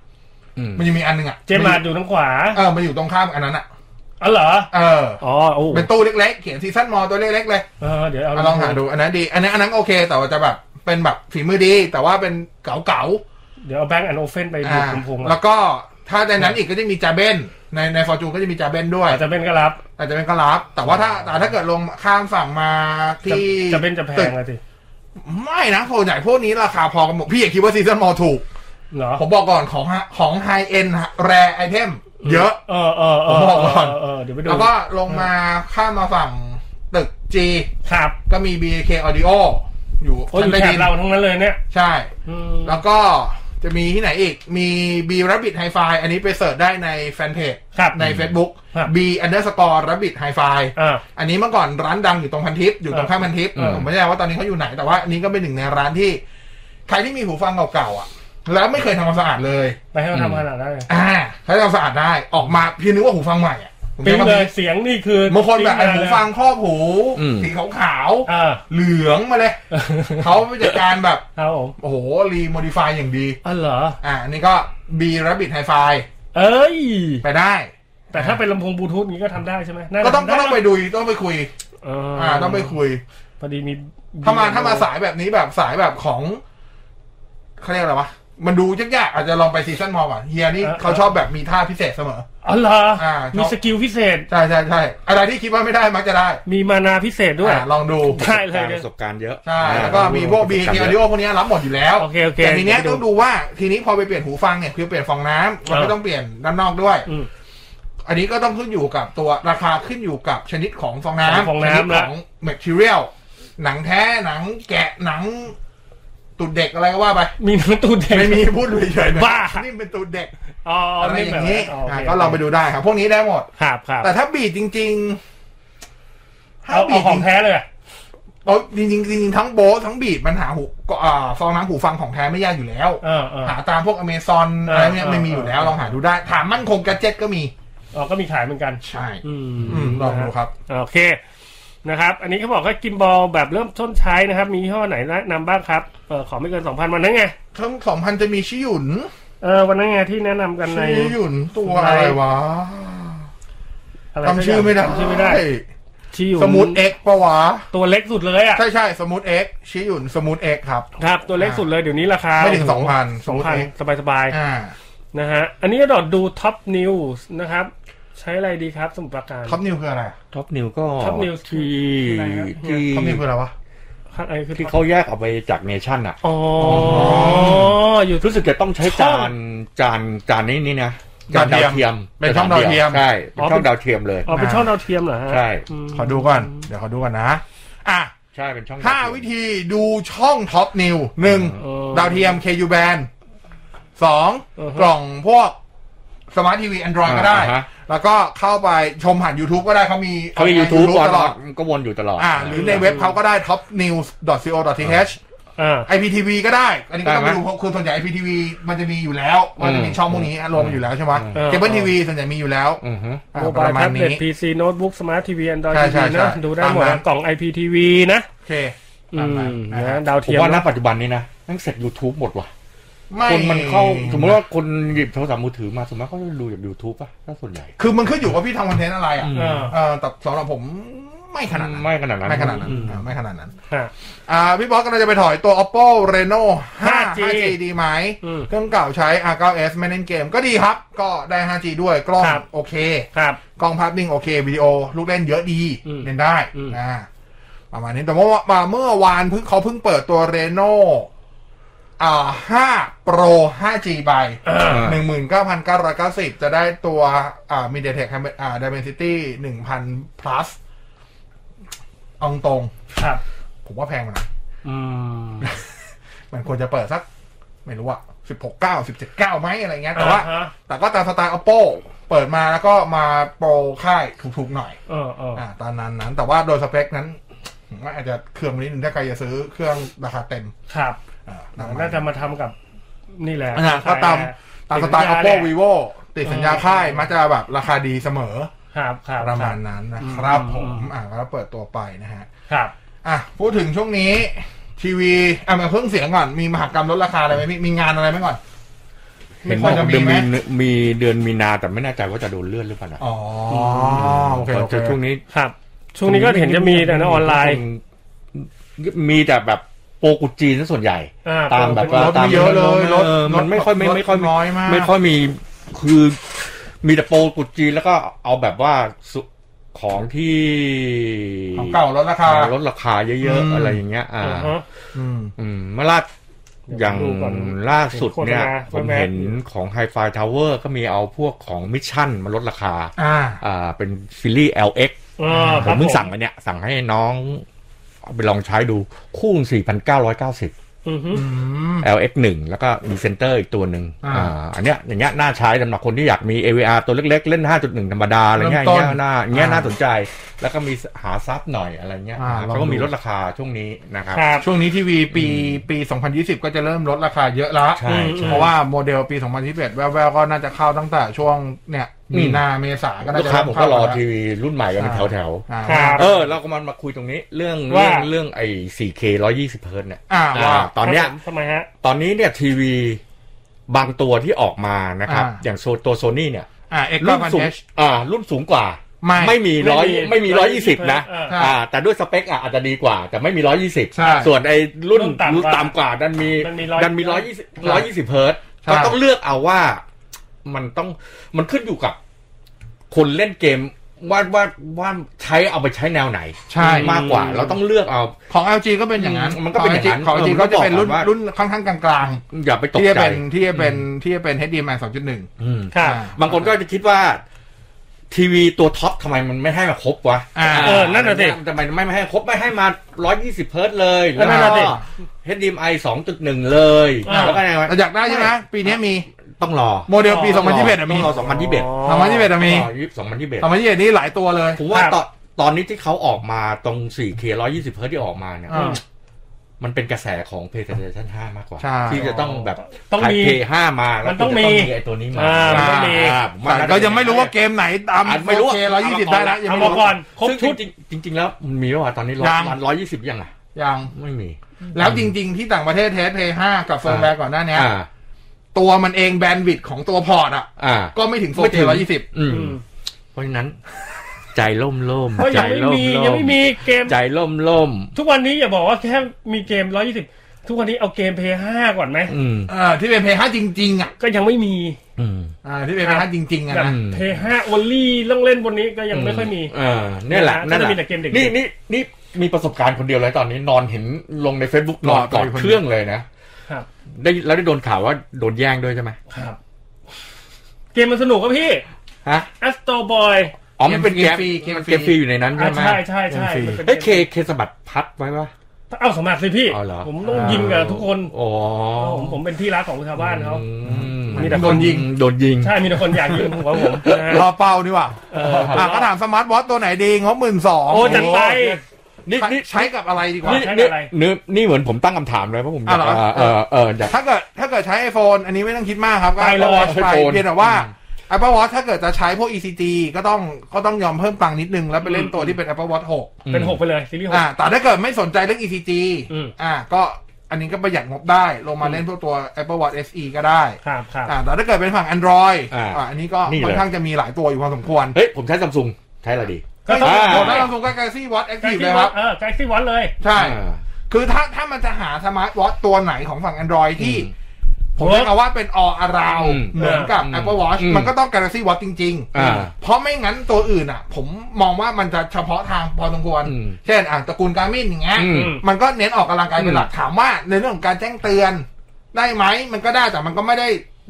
[SPEAKER 5] อืม
[SPEAKER 3] มันจะมีอันหนึงอ่ะ
[SPEAKER 4] เจมส์มาร์ทอยู่ทางขวา
[SPEAKER 3] เออมันอยู่ตรงข้ามอันนั้นอ่ะ
[SPEAKER 4] อ๋อเหรอ
[SPEAKER 3] เออ
[SPEAKER 4] อ๋อโอ้
[SPEAKER 3] เป็นตู้เล็กๆ เขียนซีซั o นมอตัวเล็กๆเลย
[SPEAKER 4] เออเดี๋ยวเอา
[SPEAKER 3] เอาลองหาดูอันนั้นดี อันนั้นอันนั้นโอเค แต่ว่าจะแบบเป็นแบบฝีมือดี แต่ว่าเป็นเก่า
[SPEAKER 4] เดี๋ยวเอาแบงก์อันโอเฟนไป
[SPEAKER 3] ๆ
[SPEAKER 4] ดู
[SPEAKER 3] อ่า
[SPEAKER 4] ดลำโพงมา
[SPEAKER 3] แล้วก็ถ้าในนั้นอีกก็จะมีจาเบนในในฟอร์จูก็จะมีจาเบนด้วย
[SPEAKER 4] อาจจะเป็นก็รับ
[SPEAKER 3] อาจจะเป็นกระลับ แต่ว่าถ้าแต่ถ้าเกิดลงข้ามฝั่งมา
[SPEAKER 4] จะ
[SPEAKER 3] ที่
[SPEAKER 4] จะเป็นจะแพ
[SPEAKER 3] ตึ
[SPEAKER 4] ง
[SPEAKER 3] ก
[SPEAKER 4] เลยสิ
[SPEAKER 3] ไม่นะโฟนใหญ่พวกนี้ราคาพอกันหมดพี่อย่าคิดว่าซีซันมอลถูก
[SPEAKER 4] เหรอ
[SPEAKER 3] ผมบอกก่อนของฮะของไฮเอ็นแรไอเทมเยอะ
[SPEAKER 4] เออเออเออ
[SPEAKER 3] ผมบอกก่อน
[SPEAKER 4] เเออเดี๋ยวไปดู
[SPEAKER 3] แล้วก็ลงมาข้ามมาฝั่งตึก G
[SPEAKER 4] ครับ
[SPEAKER 3] ก็มี BK Audio อยู่
[SPEAKER 4] โอ้ยอยู่
[SPEAKER 3] ใต้
[SPEAKER 4] แถ
[SPEAKER 3] ดิ
[SPEAKER 4] บเราทั้งนั้นเลยเนี่ย
[SPEAKER 3] ใช่
[SPEAKER 4] อืม
[SPEAKER 3] แล้วก็จะมีที่ไหนอีก มี B Rabbit Hi-Fi อันนี้ไปเสิร์ชได้ในแฟนเพจ
[SPEAKER 4] ครับ
[SPEAKER 3] ใน Facebook
[SPEAKER 4] ครับ
[SPEAKER 3] B underscore Rabbit Hi-Fi
[SPEAKER 4] อ่า
[SPEAKER 3] อันนี้เมื่อก่อนร้านดังอยู่ตรงพันทิพย์อยู่ตรงข้ามพันทิพย์
[SPEAKER 4] เออ
[SPEAKER 3] ผมไม่แน่ใจว่าตอนนี้เขาอยู่ไหน แต่ว่าอันนี้ก็เป็นหนึ่งในร้านที่ ใครที่มีหูฟังเก่าๆอ่ะ แล้วไม่เคยทำความสะอาดเลย
[SPEAKER 4] ไปให้เขาทำขนาดนั้นเลย
[SPEAKER 3] อ่าเขาทำความสะอาดได้ออกมาพี่นึกว่าหูฟังใหม่อ่ะผม
[SPEAKER 4] ปิ๊ง
[SPEAKER 3] ใช้คำ
[SPEAKER 4] เลย
[SPEAKER 3] นี้
[SPEAKER 4] เสียงนี่คือบ
[SPEAKER 3] างคนแบบไอ้หูฟังครอบหู
[SPEAKER 5] อืม
[SPEAKER 3] สีขาว
[SPEAKER 4] อ่า
[SPEAKER 3] ๆเหลืองมาเลยเขาไปจัดการแบบ
[SPEAKER 4] ครับผม
[SPEAKER 3] โอ้โหรีโมดิฟายอย่างดี
[SPEAKER 4] อ๋อเหรอ
[SPEAKER 3] อ่าอันนี้ก็ B Rabbit Hi-Fi
[SPEAKER 4] เอ้ย
[SPEAKER 3] ไปได้
[SPEAKER 4] แต่ถ้าเป็นลำโพงบลูทูธนี้ก็ทำได้ใช่ไหมน่าจะ
[SPEAKER 3] ก็ต้อง
[SPEAKER 4] ทำด้
[SPEAKER 3] ก็ต้องไปดูต้องไปคุย
[SPEAKER 4] เออ
[SPEAKER 3] อ่า ต้องไปคุย
[SPEAKER 4] พอดีมี
[SPEAKER 3] ถ้ามาถ้ามาสายแบบนี้แบบสายแบบของเขาเรียกอะไรวะ มันดูยากๆอาจจะลองไปซีซันมอลก่อนเฮียนี่เขาชอบแบบมีท่าพิเศษเสมอ
[SPEAKER 4] อ๋อเหรอ
[SPEAKER 3] อ่ามี
[SPEAKER 4] มีสกิลพิเศษ
[SPEAKER 3] ใช่ใช่ใช่อะไรที่คิดว่าไม่ได้มักจะได้
[SPEAKER 4] มีมานาพิเศษด้วย
[SPEAKER 3] อ่ะลองดู
[SPEAKER 4] ได้เลย
[SPEAKER 5] ประสบการณ์เยอะ
[SPEAKER 3] ใช่ แล้วก็มีพวก b ี a u d i o พวกเนี้ยรับหมดอยู่แล้ว
[SPEAKER 4] โอเคโอเค
[SPEAKER 3] แต่ทีเนี้ย
[SPEAKER 4] เดี๋ยว
[SPEAKER 3] ต้องดูว่าทีนี้พอไปเปลี่ยนหูฟังเนี่ยคือเปลี่ยนฟองน้ำมันก็
[SPEAKER 4] อ่า
[SPEAKER 3] ต้องเปลี่ยนด้านนอกด้วย
[SPEAKER 4] อืม
[SPEAKER 3] อันนี้ก็ต้องขึ้นอยู่กับตัวราคาขึ้นอยู่กับชนิดของฟองน้ำ
[SPEAKER 4] ของฟอ
[SPEAKER 3] ช
[SPEAKER 4] งน้ำ
[SPEAKER 3] นิด
[SPEAKER 4] ละ
[SPEAKER 3] ของ material หนังแท้หนังแกะหนังตุดเด็กอะไรก็ว่าไป
[SPEAKER 4] มีน้ำตู้เด็ก
[SPEAKER 3] ไม่มีพูดเฉยๆนะ
[SPEAKER 4] บ้า
[SPEAKER 3] นี่เป็นตูดเด็ก
[SPEAKER 4] อ๋อ
[SPEAKER 3] อะ
[SPEAKER 4] อะไร ไรอ
[SPEAKER 3] อา
[SPEAKER 4] ย่ย่างง
[SPEAKER 3] นี้
[SPEAKER 4] นี้โอ
[SPEAKER 3] อ่ะ
[SPEAKER 4] เค
[SPEAKER 3] ก็ลองไปดูได้ครับ พวกนี้ได้หมด
[SPEAKER 4] ครับครับ
[SPEAKER 3] แต่ถ้าบีดจริงๆ
[SPEAKER 4] เอาเอา
[SPEAKER 3] ด
[SPEAKER 4] ของแท้เลยอะ
[SPEAKER 3] โอ้จริงๆจริงๆทั้งโบททั้งบีดมันหาหูก็อ่าฟองน้ำหูฟังของแท้ไม่ยากอยู่แล้ว
[SPEAKER 4] เออเออ
[SPEAKER 3] หาตามพวกอเมซอน
[SPEAKER 4] เอออ
[SPEAKER 3] อะไรเนี่ย
[SPEAKER 4] เออ
[SPEAKER 3] ไม่มีอยู่แล้ว
[SPEAKER 4] เออ
[SPEAKER 3] ลองหาดูได้ ถามมั่นคงแกดเจ็ตก็มี
[SPEAKER 4] อ๋อก็มีขายเหมือนกัน
[SPEAKER 3] ใช่
[SPEAKER 4] อืม
[SPEAKER 3] อืมลองดูครับ
[SPEAKER 4] นะฮะโอเคนะครับ อันนี้เขาบอกว่ากิมบอลแบบเริ่มต้นใช้นะครับ มียี่ห้อไหนแนะนำบ้างครับเออขอไม่เกินสองพันวันนั้นไง
[SPEAKER 3] ทั้งสองพันจะมีชิหยุน
[SPEAKER 4] เออวันนั้นไงที่แนะนำกันใน
[SPEAKER 3] ชิหยุนตัว
[SPEAKER 4] ใน
[SPEAKER 3] อะไรวะ
[SPEAKER 4] ะร
[SPEAKER 3] จำชื่อไม่ได้
[SPEAKER 4] จำชื่อไม่ได้ที่อยู่
[SPEAKER 3] สมูทเอ็กปะวะ
[SPEAKER 4] ตัวเล็กสุดเลยอ่ะ
[SPEAKER 3] ใช่ใช่สมูทเอ็กชิหยุนสมูทเอ็กครับ
[SPEAKER 4] ครับ ตัวเล็กสุดเลยเดี๋ยวนี้ราคา
[SPEAKER 3] ไม่ถึงสองพันส
[SPEAKER 4] ส
[SPEAKER 3] ม
[SPEAKER 4] อง
[SPEAKER 3] มติ
[SPEAKER 4] พัน
[SPEAKER 3] เอง
[SPEAKER 4] สบายสบาย
[SPEAKER 3] อ่า
[SPEAKER 4] ๆนะฮะอันนี้ดอดดูท็อปนิวส์นะครับ ใช้อะไรดีครับ สมุดประการ
[SPEAKER 3] ท็อปนิวคืออะไร
[SPEAKER 5] ท็อปนิวก็
[SPEAKER 4] ท็อปนิวส์
[SPEAKER 5] ที่ที่
[SPEAKER 3] ท็อปนิวคืออะไรวะ
[SPEAKER 4] อะไรคือ
[SPEAKER 5] ที่เขาแยกออกไปจากเนชั่นอ่ะ
[SPEAKER 4] อ๋ออยู่
[SPEAKER 5] รู้สึกจะต้องใช้จานจานจานนี้นี่นะจาน
[SPEAKER 3] ดา
[SPEAKER 5] ดาวว
[SPEAKER 3] เที
[SPEAKER 5] เที
[SPEAKER 3] ย
[SPEAKER 5] ย
[SPEAKER 3] ม
[SPEAKER 5] ม
[SPEAKER 3] เป็นช่องดาวเทียม
[SPEAKER 5] ใช่เป็น
[SPEAKER 4] อ๋อ
[SPEAKER 5] ช่อง
[SPEAKER 4] เป็น
[SPEAKER 5] ดาวเทียมเลย
[SPEAKER 4] อ๋อเป็นช่องดาวเทียมเหรอฮะ
[SPEAKER 5] ใช่
[SPEAKER 4] ม
[SPEAKER 3] ขอดูก่อน เดี๋ยวขอดูก่อนนะ อ่ะ
[SPEAKER 5] ใช่เป็นช่องด
[SPEAKER 3] ห้า
[SPEAKER 5] เทียม
[SPEAKER 3] วิธีดูช่องท็อปนิวหนึ่ง
[SPEAKER 4] เออ
[SPEAKER 3] ดาวเทียม KU band สอง
[SPEAKER 4] เออฮะ
[SPEAKER 3] กล่องพวกสมาร์ททีวีแอนดรอยก็ได้
[SPEAKER 5] อ่าฮะ
[SPEAKER 3] แล้วก็เข้าไปชมผ่าน YouTube ก็ได้เขามี
[SPEAKER 5] เขามี
[SPEAKER 3] อ
[SPEAKER 5] YouTube
[SPEAKER 3] ตลอด
[SPEAKER 5] ก็วนอยู่ตลอด
[SPEAKER 3] อ่า หรือในเว็บเขาก็ได้ topnews.co.th
[SPEAKER 4] อ่า
[SPEAKER 3] IPTV ก็ได้ อันนี้ก็ต้องไป
[SPEAKER 5] ได้ไหม
[SPEAKER 3] ดูเพราะคือส่วนใหญ่ IPTV มันจะมีอยู่แล้วมันจะมีช่องพวกนี้ลงอยู่แล้วใช่ไหม
[SPEAKER 4] เออ
[SPEAKER 3] เคเบิลทีวีส่วนใหญ่มีอยู่แล้ว
[SPEAKER 5] อือฮึ
[SPEAKER 3] อ่ะ
[SPEAKER 4] โม
[SPEAKER 3] ป
[SPEAKER 4] บาย
[SPEAKER 3] ระมา
[SPEAKER 4] แท็
[SPEAKER 3] ณ
[SPEAKER 4] บเล็ต
[SPEAKER 3] นี้
[SPEAKER 4] พีซีโน้ตบุ๊กสมาร์ททีวีแอนดรอย
[SPEAKER 3] ใช่
[SPEAKER 4] ที
[SPEAKER 3] ใช่
[SPEAKER 4] วี
[SPEAKER 3] ใช่
[SPEAKER 4] นะดูได้หม
[SPEAKER 3] ตา
[SPEAKER 4] ด
[SPEAKER 3] มนั้
[SPEAKER 4] นะ
[SPEAKER 3] น
[SPEAKER 4] กล่อง IPTV นะ
[SPEAKER 3] โอเค
[SPEAKER 4] อื
[SPEAKER 3] ตาม
[SPEAKER 4] ม
[SPEAKER 3] นั้นนะ
[SPEAKER 4] นะ
[SPEAKER 3] ฮะ
[SPEAKER 4] ดาว
[SPEAKER 5] ผม
[SPEAKER 4] เทียม
[SPEAKER 5] ว่าณ
[SPEAKER 4] นะ
[SPEAKER 5] ปัจจุบันนี้นะนั่งเสร็จ YouTube หมดว่ะ
[SPEAKER 3] ไม่
[SPEAKER 5] คนมันเข้า สมมติว่าคนหยิบโทรศัพท์มือถือมาสมมติเขาจะดูจาก YouTube ป่ะถ้าส่วนใหญ่
[SPEAKER 3] คือมันขึ้นอยู่ว่าพี่ทำคอนเทนต์อะไรอ่ะ
[SPEAKER 5] อืม
[SPEAKER 4] เออ
[SPEAKER 3] เออแต่สำหรับผมไม่ขนาดนั้น
[SPEAKER 5] ไม่ขนาดนั้น
[SPEAKER 3] ไม่ขนาดนั้นอ่ะไม่ขนาดนั้น
[SPEAKER 4] ฮะ
[SPEAKER 3] อ่าพี่บอสกำลังจะไปถอยตัว oppo reno 5
[SPEAKER 4] 5G
[SPEAKER 3] ดีไหม
[SPEAKER 4] อืม
[SPEAKER 3] เครื่องเก่าใช้ r9s ไม่เล่นเกมก็ดีครับ ก็ได้ 5G ด้วยกล้อง
[SPEAKER 4] ครับ
[SPEAKER 3] โอเค
[SPEAKER 4] ครับ
[SPEAKER 3] กล้องภาพนิ่งโอเควิดีโอ ลูกเล่นเยอะดี
[SPEAKER 4] อืม
[SPEAKER 3] เล่นได้
[SPEAKER 4] อืม
[SPEAKER 3] อ่า ประมาณนี้แต่ว่ามาเมื่อวานเพิ่งเขาเพิ่งเปิดตัวเรโน่อ่าห้าโปร 5G ไปหนึ่งหมื่นเก้าพันเก้าร้อยเก้าสิบจะได้ตัวอ่า MediaTek อ่า Dimensity หนึ่งพัน plus เอาตรง
[SPEAKER 4] ครับ
[SPEAKER 3] ๆผมว่าแพงไปหนะ
[SPEAKER 4] อืม
[SPEAKER 3] มันควรจะเปิดสัก ไม่รู้อะสิบหกเก้าสิบเจ็ดเก้าไหมอะไรเงี้ย แต่ว่า
[SPEAKER 4] อ่าฮะ
[SPEAKER 3] แต่ก็ตามสไตล์ Oppo เปิดมาแล้วก็มาโปรค่ายถูกๆหน่อย
[SPEAKER 4] เออเออ
[SPEAKER 3] อ่าตอนนั้นนั้น แต่ว่าโดยสเปคนั้นผมว่าอาจจะเครื่องนิดนึงถ้าใครจะซื้อเครื่องราคาเต็ม
[SPEAKER 4] ครับ
[SPEAKER 3] อ่า
[SPEAKER 4] น่าจะมาทำกับนี่แหละ
[SPEAKER 3] อ่าก็ตามตามสไตล์
[SPEAKER 4] สัญญ
[SPEAKER 3] oppo
[SPEAKER 4] แหละ
[SPEAKER 3] vivo ติดสัญญาค่าย
[SPEAKER 4] เออ
[SPEAKER 3] มักจะแบบราคาดีเสมอ
[SPEAKER 4] ครับครับ
[SPEAKER 3] ประมาณนั้นนะครับ
[SPEAKER 4] อื
[SPEAKER 3] ผม
[SPEAKER 4] อื
[SPEAKER 3] อ่าแล้วเปิดตัวไปนะฮะ
[SPEAKER 4] ครับ
[SPEAKER 3] อ่ะ พูดถึงช่วงนี้ ทีวีอ่ะมาเครื่องเสียงก่อน มีมหกรรมลดราคาอะไรไหมพี่มีงานอะไรไหมก่อน
[SPEAKER 5] เห็น
[SPEAKER 3] คว
[SPEAKER 5] ว่าร
[SPEAKER 3] จะมี
[SPEAKER 5] เดือน
[SPEAKER 3] ไหม
[SPEAKER 5] มีมีเดือนมีนาแต่ไม่แน่ใจว่าจะโดนเลื่อนหรือเปล่านะ
[SPEAKER 3] อ๋อโอเคโอเค
[SPEAKER 5] แต่ช่วงนี้
[SPEAKER 4] ครับ ช่วงนี้ก็เห็นจะมีแต่นะออนไลน์
[SPEAKER 5] มีแต่แบบโปรกุจีนซะส่วนใหญ่
[SPEAKER 4] อ่า
[SPEAKER 5] ตามแบบว่า
[SPEAKER 3] ลด
[SPEAKER 5] ตาม
[SPEAKER 3] ไม่เยอะเลยลด
[SPEAKER 5] ออมันไม่ค่อยไม่
[SPEAKER 3] ลด
[SPEAKER 5] ไม่ค่อย
[SPEAKER 3] น้อยมาก
[SPEAKER 5] ไม่ค่อยมีคือมีแต่โปรกุจีนแล้วก็เอาแบบว่าสุของที่
[SPEAKER 3] ของเก่าลดราคา
[SPEAKER 5] ลดราคาเย
[SPEAKER 3] อื
[SPEAKER 5] อะ
[SPEAKER 3] ม
[SPEAKER 5] ๆอะไรอย่างเงี้ย อ่า
[SPEAKER 4] อ่าฮะ
[SPEAKER 3] อืม
[SPEAKER 5] อืมเมื่อล่าอย่าง
[SPEAKER 4] ดูก่อน
[SPEAKER 5] ล่าสุดเนี่ย
[SPEAKER 4] โฆษณา
[SPEAKER 5] ผม
[SPEAKER 4] แว๊บๆ
[SPEAKER 5] เห็นของไฮไฟทาวเวอร์ก็มีเอาพวกของมิชชั่นมาลดราคา
[SPEAKER 3] อ่า
[SPEAKER 5] อ่า เป็นซีรีส์ LX
[SPEAKER 4] อ่า
[SPEAKER 5] ผ
[SPEAKER 4] ครั
[SPEAKER 5] ม
[SPEAKER 4] บ
[SPEAKER 5] เพิ่งสั่งมาเนี่ย สั่งให้น้องเอาไปลองใช้ดูคู่สี่พันเก้าร้อยเก้าสิบ
[SPEAKER 4] อือฮึ
[SPEAKER 3] อืม
[SPEAKER 5] LX หนึ่งแล้วก็มีเซนเตอร์อีกตัวหนึ่ง
[SPEAKER 3] อ่า
[SPEAKER 5] อ่าอันเนี้ยอย่างเงี้ยน่าใช้สำหรับคนที่อยากมี AVR ตัวเล็กๆ เล่น 5.1 ธรรมดาอะไรเงี้ยอ
[SPEAKER 3] เริ่
[SPEAKER 5] ย่าง
[SPEAKER 3] มต้น
[SPEAKER 5] เงี้ยน่าอย่างเงี้ย
[SPEAKER 3] อ่า
[SPEAKER 5] น่าสนใจ แล้วก็มีหาซับหน่อยอะไรเงี้ย
[SPEAKER 3] อ่าลองดู
[SPEAKER 5] เขาก็มีลดราคาช่วงนี้นะครับ
[SPEAKER 4] ครับ
[SPEAKER 3] ช่วงนี้ทีวีปีปี 2020 ก็จะเริ่มลดราคาเยอะละ
[SPEAKER 5] ใช่
[SPEAKER 4] อืม
[SPEAKER 5] ใช่
[SPEAKER 3] เพราะว่าโมเดลปี 2021 แววๆก็น่าจะเข้าตั้งแต่ช่วงเนี่ย
[SPEAKER 5] อืม
[SPEAKER 3] มีนาเมษาก็น่า
[SPEAKER 5] ลูก
[SPEAKER 3] จะ
[SPEAKER 5] ค้า
[SPEAKER 3] เริ่
[SPEAKER 5] ผม
[SPEAKER 3] เข้
[SPEAKER 5] ก็รอ
[SPEAKER 3] แล้ว
[SPEAKER 5] ทีวีรุ่นใหม่กันเป็นแถว
[SPEAKER 3] อ่า
[SPEAKER 4] ครับ
[SPEAKER 5] ๆ เออ เราก็มันมาคุยตรงนี้เรื่อง
[SPEAKER 4] ว่า
[SPEAKER 5] เรื่องเรื่องไอ้ 4K 120เฮิร์ตซ์เนี่ย
[SPEAKER 3] อ่าว่า
[SPEAKER 5] อ่าตอนเนี้ย
[SPEAKER 4] ครับผมทำไมฮะ
[SPEAKER 5] ตอนนี้เนี่ยทีวีบางตัวที่ออกมานะครับ
[SPEAKER 3] อ่า
[SPEAKER 5] อย่างโซตัวโซนี่เนี่ย
[SPEAKER 3] อ่าเอ็กซ์
[SPEAKER 5] รุ่น
[SPEAKER 3] พัน
[SPEAKER 5] สูง
[SPEAKER 3] เอช
[SPEAKER 5] อ่า รุ่นสูงกว่า
[SPEAKER 3] ไม่
[SPEAKER 5] มี
[SPEAKER 4] ไม่
[SPEAKER 5] ร้อย
[SPEAKER 4] มี
[SPEAKER 5] ไม่มีร้อยยี่สิบนะ
[SPEAKER 4] เออ
[SPEAKER 5] อ่า แต่ด้วยสเปคอ่ะอาจจะดีกว่า แต่ไม่มีร้อยยี่สิบ
[SPEAKER 3] ใช่
[SPEAKER 5] ส่วนไอ้รุ่น
[SPEAKER 4] รุ่นต่ำกว่า
[SPEAKER 5] รุ่นต่ำกว่าดันมี
[SPEAKER 4] มันมี100
[SPEAKER 5] ดันมีร้อยยี่สิบร้อยยี่สิบเฮิร์ตซ์
[SPEAKER 3] ใช่
[SPEAKER 5] ก็ต้องเลือกเอาว่า มันต้องมันขึ้นอยู่กับ คนเล่นเกมว่าว่าว่าใช้เอาไปใช้แนวไหน
[SPEAKER 3] ใช่
[SPEAKER 5] มากกว่า เราต้องเลือกเอา
[SPEAKER 3] ของ LG ก็เป็นอย่างนั้น
[SPEAKER 5] มันก็เป็นอย่างนั้น
[SPEAKER 3] ของ LG
[SPEAKER 5] เออ
[SPEAKER 3] ก็จะเป็นรุ่น
[SPEAKER 5] มันก็บอกว่า
[SPEAKER 3] รุ่นค่อนข้างกลาง
[SPEAKER 5] อย่าไป
[SPEAKER 3] ๆ
[SPEAKER 5] ตก
[SPEAKER 3] ที่จะ
[SPEAKER 5] ใจ
[SPEAKER 3] เป็นที่จะเป็นที่จะเป็น HDMI 2.1
[SPEAKER 5] อืม
[SPEAKER 4] ครับ
[SPEAKER 3] อ่า
[SPEAKER 5] บางคนก็จะคิดว่า ทีวีตัวท็อปทำไมมันไม่ให้มาครบวะ
[SPEAKER 3] อ่า
[SPEAKER 4] เออนั่นน่ะสิ
[SPEAKER 5] ทำไมไม่ให้ครบไม่ให้มา 120 เฮิร์ตซ์เลย
[SPEAKER 4] นั่นน่ะสิ
[SPEAKER 5] ก็ HDMI 2.1 เลย
[SPEAKER 4] อ่า
[SPEAKER 5] แล้วก็ไงวะ
[SPEAKER 3] อยากได้ใช่ไหมปีนี้มี
[SPEAKER 5] ต้องรอ
[SPEAKER 3] โมเดลปี
[SPEAKER 5] ต้องรอ
[SPEAKER 3] 2021อะมี
[SPEAKER 5] ต้องรอ2021
[SPEAKER 4] อ๋อ
[SPEAKER 3] 2021อะมี
[SPEAKER 5] ต้องรอ2021
[SPEAKER 3] 2021นี่หลายตัวเลย
[SPEAKER 5] ผมว่า
[SPEAKER 4] ครับ
[SPEAKER 5] ตอนตอนนี้ที่เขาออกมาตรง 4K 120 เฮิร์ตซ์ที่ออกมาเนี่ย
[SPEAKER 3] อ่า
[SPEAKER 5] มันเป็นกระแสของ PlayStation 5 มากกว่า
[SPEAKER 3] ใช่
[SPEAKER 5] ที่จะต้องแบบ
[SPEAKER 4] ต้องมี
[SPEAKER 5] เพย์5มาแล้ว
[SPEAKER 4] มันต้องมี
[SPEAKER 5] คุณจะไอ้ตัวนี้มา
[SPEAKER 4] อ่ามันต้องมี
[SPEAKER 5] อ่าผมว่า
[SPEAKER 3] แต่
[SPEAKER 5] น่าจะ
[SPEAKER 3] ก็ยังไม่รู้ว่าเกมไหนตาม
[SPEAKER 5] อ่ะไม่รู้
[SPEAKER 3] เคร้อยยี่สิบ
[SPEAKER 5] เอามาก่อน
[SPEAKER 3] ได้แล้วยัง
[SPEAKER 4] เอา
[SPEAKER 3] ไม่
[SPEAKER 4] มา
[SPEAKER 3] รู้
[SPEAKER 4] ก่อนครบ
[SPEAKER 5] ซึ่ง
[SPEAKER 4] ชุด
[SPEAKER 5] จริงๆจริง ๆ แล้วมันมีแล้วอ่ะตอนนี้ร้อย
[SPEAKER 3] ยัง
[SPEAKER 5] มันร้อยยี่สิบยังอ่ะ
[SPEAKER 3] ยัง
[SPEAKER 5] ไม่มี
[SPEAKER 3] แล้วจริง ๆ ที่ต่างประเทศเทสเพย์ห้ากับเฟิร์มแวร์ก่อนหน้าเนี้ย
[SPEAKER 5] อ่า
[SPEAKER 3] ตัวมันเองแบนด์วิดต์ของตัวพอร์ตอ่ะ
[SPEAKER 5] อ่า
[SPEAKER 3] ก็ไม่ถึงโฟ
[SPEAKER 5] ไม่
[SPEAKER 3] เท
[SPEAKER 5] ถึง
[SPEAKER 3] ร้อยยี่สิบ
[SPEAKER 5] อืม
[SPEAKER 4] อืม
[SPEAKER 5] เพราะฉะนั้น ใจล่มล่ม
[SPEAKER 4] เพราะ
[SPEAKER 5] ใจ
[SPEAKER 4] ยังไม่
[SPEAKER 5] ล่ม
[SPEAKER 4] มี
[SPEAKER 5] ล่
[SPEAKER 4] ยัง
[SPEAKER 5] ม
[SPEAKER 4] ไม่มีเกม
[SPEAKER 5] ใจล่มล่ม
[SPEAKER 4] ทุกวันนี้อย่าบอกว่าแค่มีเกม 120 ทุกวันนี้เอาเกมเพย์5ก่อนไหม
[SPEAKER 5] อืม
[SPEAKER 3] เออที่เป็นเพย์ห้าจริง ๆ อ่ะ
[SPEAKER 4] ก็ยังไม่มี
[SPEAKER 5] อืม
[SPEAKER 3] อ่าที่เป็นเพย์ห้าจริง ๆ อ่ะ
[SPEAKER 4] แบบ
[SPEAKER 3] นะ
[SPEAKER 4] เพย์5 only ต้องเล่นบนนี้ก็ยังไม่ค่อยมี
[SPEAKER 5] เออเนี่ยแหละ
[SPEAKER 4] เนี่ยนะ
[SPEAKER 5] นั่นแหละ
[SPEAKER 4] ก็จะมีแต่เกมเด็กๆ
[SPEAKER 5] นี่นี่นี่มีประสบการณ์คนเดียวเลยตอนนี้นอนเห็นลงใน Facebook นอ
[SPEAKER 3] นอ
[SPEAKER 5] น
[SPEAKER 3] น
[SPEAKER 5] กอด
[SPEAKER 3] ไปคนเดียว
[SPEAKER 5] เครื่องเลยนะครับ ได้แล้วได้โดนข่าวว่าโดนแย่งด้วยใช่ไหม
[SPEAKER 4] ครับ เกมมันสนุกครับพี่
[SPEAKER 5] ฮะ
[SPEAKER 4] Astro Boy
[SPEAKER 5] อ๋อมันเป็น
[SPEAKER 3] เก
[SPEAKER 5] เก
[SPEAKER 3] ม
[SPEAKER 5] ม
[SPEAKER 3] ฟรีเกม
[SPEAKER 5] มัน
[SPEAKER 3] ฟรี
[SPEAKER 5] เกมฟรีอยู่ในนั้นใช่
[SPEAKER 4] อ่า
[SPEAKER 5] ไหม
[SPEAKER 4] ใช่ใช่ใช่มันป็น
[SPEAKER 5] เฮ้ยเคเคสะบัดพัดไว้ปะ
[SPEAKER 4] เอาสมัครสิพี่
[SPEAKER 5] เอาเหรอ
[SPEAKER 4] ผมต้องยิงกับทุกคน
[SPEAKER 5] อ๋อ
[SPEAKER 4] ผมผมเป็นที่รักของชาวบ้านเขา
[SPEAKER 5] อื
[SPEAKER 4] มีแต่คน
[SPEAKER 5] โดนยิง โดนยิง
[SPEAKER 4] ใช่มีแต่คนอยากยิงหัวผมนะฮะ
[SPEAKER 3] รอเป้านี่ว่ะ
[SPEAKER 4] เออ
[SPEAKER 3] อ่ะก็ถามสมาร์ทวอทตัวไหนดีงบหมื่นสอง
[SPEAKER 4] โอ้จัดไป
[SPEAKER 5] นี่นี่
[SPEAKER 3] ใช้กับอะไรดีกว่า
[SPEAKER 5] นี่
[SPEAKER 4] ใช้
[SPEAKER 5] นี่
[SPEAKER 4] อะไร
[SPEAKER 5] นี่นี่เหมือนผมตั้งคำถามเลยเพราะผมอยาก
[SPEAKER 3] อ่ะเหรอ
[SPEAKER 5] เออเอออยาก
[SPEAKER 3] ถ้าเกิดถ้าเกิดใช้ iPhone อันนี้ไม่ต้องคิดมากครับก็
[SPEAKER 4] ไปเล
[SPEAKER 3] Apple
[SPEAKER 4] ย
[SPEAKER 3] Watch ไป
[SPEAKER 5] iPhone
[SPEAKER 3] เพียงแต่ว่า Apple Watch ถ้าเกิดจะใช้พวก ECG ก็ต้องก็ต้องยอมเพิ่มตังค์นิดนึง แล้วไปเล่นตัวที่เป็น Apple Watch 6
[SPEAKER 4] เป็นหกไปเลยซีรีส์หก
[SPEAKER 3] อ่าแต่ถ้าเกิดไม่สนใจเรื่อง ECG
[SPEAKER 4] อืม
[SPEAKER 3] อ่า ก็อันนี้ก็ประหยัดงบได้ ลงมาเล่นพวกตัว Apple Watch SE ก็ได้
[SPEAKER 4] ครับครับ
[SPEAKER 3] อ่าแต่ถ้าเกิดเป็นฝั่ง Android
[SPEAKER 5] อ่า
[SPEAKER 3] อันนี้ก็
[SPEAKER 5] นี่เลย
[SPEAKER 3] ค่อนข้างจะมีหลายตัวอยู่พอสมควร
[SPEAKER 5] เฮ้ย ผมใช้ซัมซุงใช้อะไรดี
[SPEAKER 4] ก็ต้อง
[SPEAKER 5] อ่า
[SPEAKER 3] ผมได้ลองดูก็ Galaxy Watch
[SPEAKER 4] ไกล
[SPEAKER 3] Active
[SPEAKER 4] ซี
[SPEAKER 3] เลยค
[SPEAKER 4] วอ
[SPEAKER 3] รั
[SPEAKER 4] ต
[SPEAKER 3] บ
[SPEAKER 4] เออไกลซีวอตเลย
[SPEAKER 3] ใช่
[SPEAKER 5] อ่า
[SPEAKER 3] คือถ้าถ้ามันจะหาสมาร์ทวอทตัวไหนของฝั่ง Android ที่
[SPEAKER 5] อืม
[SPEAKER 3] ผมเรียกเอาว่าเป็นอออารา
[SPEAKER 5] อืม
[SPEAKER 3] เหมือนกับ
[SPEAKER 5] อืม
[SPEAKER 3] Apple Watch
[SPEAKER 5] อืม
[SPEAKER 3] มันก็ต้อง Galaxy Watch จริง
[SPEAKER 5] อ่า
[SPEAKER 3] ๆ เพราะไม่งั้นตัวอื่นอ่ะ ผมมองว่ามันจะเฉพาะทางพอสมควร
[SPEAKER 5] อืม
[SPEAKER 3] เช่นอ่ะตระกูลการ์มินอย่างเงี้ย
[SPEAKER 5] อืม
[SPEAKER 3] มันก็เน้นออกกำลังกายเป็นหลักถามว่าในเรื่องของการแจ้งเตือน ได้ไหมมันก็ได้แต่มันก็ไม่ได้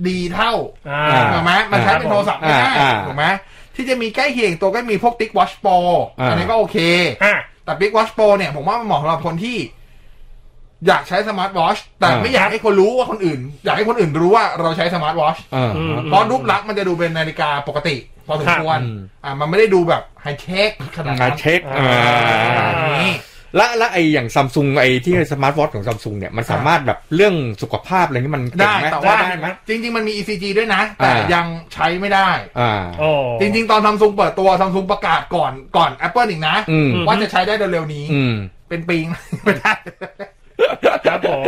[SPEAKER 3] ดีเท่า
[SPEAKER 4] อ่า
[SPEAKER 3] ถูกไหมมันใช้เป็นโทรศัพท์ไม่ได้
[SPEAKER 5] อ่า
[SPEAKER 3] ถูกไหมที่จะมีใกล้เคียงตัวก็มีพวก Tick Watch Pro
[SPEAKER 5] อ่า
[SPEAKER 3] อันนี้ก็โอเค
[SPEAKER 4] อ่ะ
[SPEAKER 3] แต่ Big Watch Pro เนี่ย ผมว่ามันเหมาะสำหรับคนที่ อยากใช้สมาร์ทวอชแต่
[SPEAKER 5] อ่า
[SPEAKER 3] ไม่อยากให้คนรู้ว่าคนอื่น อยากให้คนอื่นรู้ว่าเราใช้สมาร์ทวอช
[SPEAKER 5] อ่า
[SPEAKER 4] อืม
[SPEAKER 3] เพราะรูปลักษณ์มันจะดูเป็นนาฬิกาปกติ พอสมควร
[SPEAKER 5] ครับ
[SPEAKER 3] อ่ามันไม่ได้ดูแบบไฮเทคขนาด
[SPEAKER 5] มา
[SPEAKER 3] นั้น
[SPEAKER 5] เช็ค
[SPEAKER 4] อ่า
[SPEAKER 5] อ่า
[SPEAKER 3] อันนี้
[SPEAKER 5] และและไออย่างซัมซุงไอที่สมาร์ทวอทของซัมซุงเนี่ยมันสามารถแบบเรื่องสุขภาพอะไรนี่มันเก่ง
[SPEAKER 3] ได้
[SPEAKER 5] หม
[SPEAKER 3] แต่ว่า
[SPEAKER 5] ได้ไหม
[SPEAKER 3] จริง ๆ มันมี ECG ด้วยนะ แต่
[SPEAKER 5] อ่ายั
[SPEAKER 3] ยังใช้ไม่ได้
[SPEAKER 5] อ่า
[SPEAKER 4] โอ้
[SPEAKER 3] จริง ๆ ตอนซัมซุงเปิดตัวซัมซุงประกาศก่อนก่อน Apple อีกนะ
[SPEAKER 5] อืม
[SPEAKER 3] ว่าจะใช้ได้เร็วๆนี้
[SPEAKER 5] อืม
[SPEAKER 3] เป็นปี ง ไม่ได้
[SPEAKER 4] ครับผม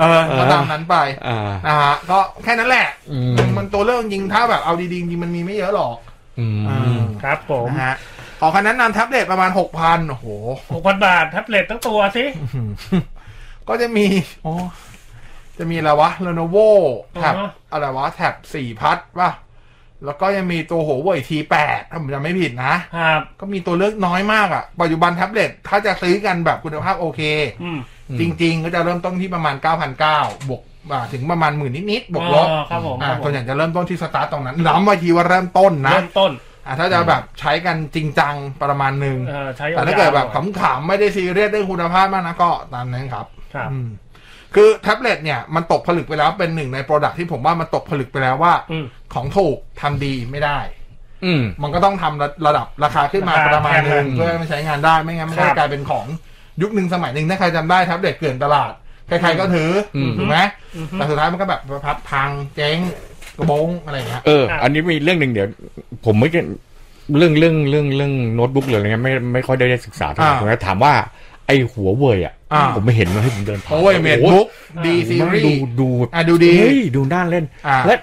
[SPEAKER 3] เออก็ตามนั้นไป
[SPEAKER 5] อ่า
[SPEAKER 3] นะฮะก็แค่นั้นแหละ
[SPEAKER 5] อืม
[SPEAKER 3] มันตัวเรื่องจริงถ้าแบบเอาดีๆจริงมันมีไม่เยอะหรอก
[SPEAKER 5] อืม
[SPEAKER 4] ครับผม
[SPEAKER 3] นะฮะขอคะแนะนำแท็บเล็ตประมาณ 6,000 โอ้โห
[SPEAKER 4] หกพันบาทแท็บเล็ตทั้งตัวสิ
[SPEAKER 3] ก็จะมีโอ้จะมีอะไรวะ Lenovo แท็บอะไรวะ แท็บ4พัดป่ะ แล้วก็ยังมีตัวหัวเว่ย T8 ถ้าผมจำไม่ผิดนะ
[SPEAKER 4] ครับ
[SPEAKER 3] ก็มีตัวเลือกน้อยมากอะ่ะ ปัจจุบันแท็บเล็ตถ้าจะซื้อกันแบบคุณภาพโอเค
[SPEAKER 4] อืม
[SPEAKER 3] จริง ๆ ก็จะเริ่มต้นที่ประมาณ 9,900บวกอ่าถึงประมาณหมื่นนิดๆบวกลบ
[SPEAKER 4] อ๋อครับผม
[SPEAKER 3] อ่า
[SPEAKER 4] ครับผ
[SPEAKER 3] ส่วน
[SPEAKER 4] ม
[SPEAKER 3] ใหญ่จะเริ่มต้นที่สตาร์ตตรงนั้นย้ำไว้ทีว่าเริ่มต้นนะ
[SPEAKER 4] เริ่มต้น
[SPEAKER 3] อ่าถ้าจะแบบใช้กันจริงจังประมาณหนึ่ง
[SPEAKER 4] เอ่อใช้
[SPEAKER 3] แต่ถ้าเกิดแบบขำๆไม่ได้ซีเรียสเรื่องคุณภาพมากนะก็ตามนั้นครับ
[SPEAKER 4] ครับ
[SPEAKER 3] อืมคือแท็บเล็ตเนี่ยมันตกผลึกไปแล้วเป็นหนึ่งในโปรดักที่ผมว่ามันตกผลึกไปแล้วว่า
[SPEAKER 4] อืม
[SPEAKER 3] ของถูกทำดีไม่ได้
[SPEAKER 5] อืม
[SPEAKER 3] มันก็ต้องทำระระดับราคาขึ้นมา
[SPEAKER 4] ราคา
[SPEAKER 3] ประมาณหนึ่ง
[SPEAKER 5] แพงๆ
[SPEAKER 3] เพื่อให้มันใช้งานได้ไม่งั้นมัน
[SPEAKER 4] ครั
[SPEAKER 3] ก็
[SPEAKER 4] บ
[SPEAKER 3] กลายเป็นของยุคหนึ่งสมัยหนึ่งถ้าใครจำได้แท็บเล็ตเกลื่อนตลาดใครๆก็ถืออถูกไหมแต่สุดท้ายมันก็แบบพับพังเจ๊งกระบงอะไรอย่างเงี้ย
[SPEAKER 5] เออ
[SPEAKER 4] ครับ
[SPEAKER 5] อันนี้มีเรื่องหนึ่งเดี๋ยว ผมไม่ได้เรื่องเรื่องเรื่องเรื่องโน้ตบุ๊กหรืออะไรเงี้ยไม่ไม่ค่อยได้ได้ศึกษาเท่าไหร่
[SPEAKER 3] อ่า
[SPEAKER 5] ผมก็ถามว่าไอ้หัวเว่ยอ่ะ
[SPEAKER 3] อ่า
[SPEAKER 5] ผมไม่เห็นนะให้ผมเดินผ่าน
[SPEAKER 3] โอ้ยเมดบุ๊กดี
[SPEAKER 5] โอ้
[SPEAKER 3] ซี
[SPEAKER 5] โห
[SPEAKER 3] รี
[SPEAKER 5] ดู
[SPEAKER 3] ส์
[SPEAKER 5] ดู
[SPEAKER 3] อ่ะดูดี
[SPEAKER 5] เฮ้ยดูน่าเล่น
[SPEAKER 3] อ่า
[SPEAKER 5] และ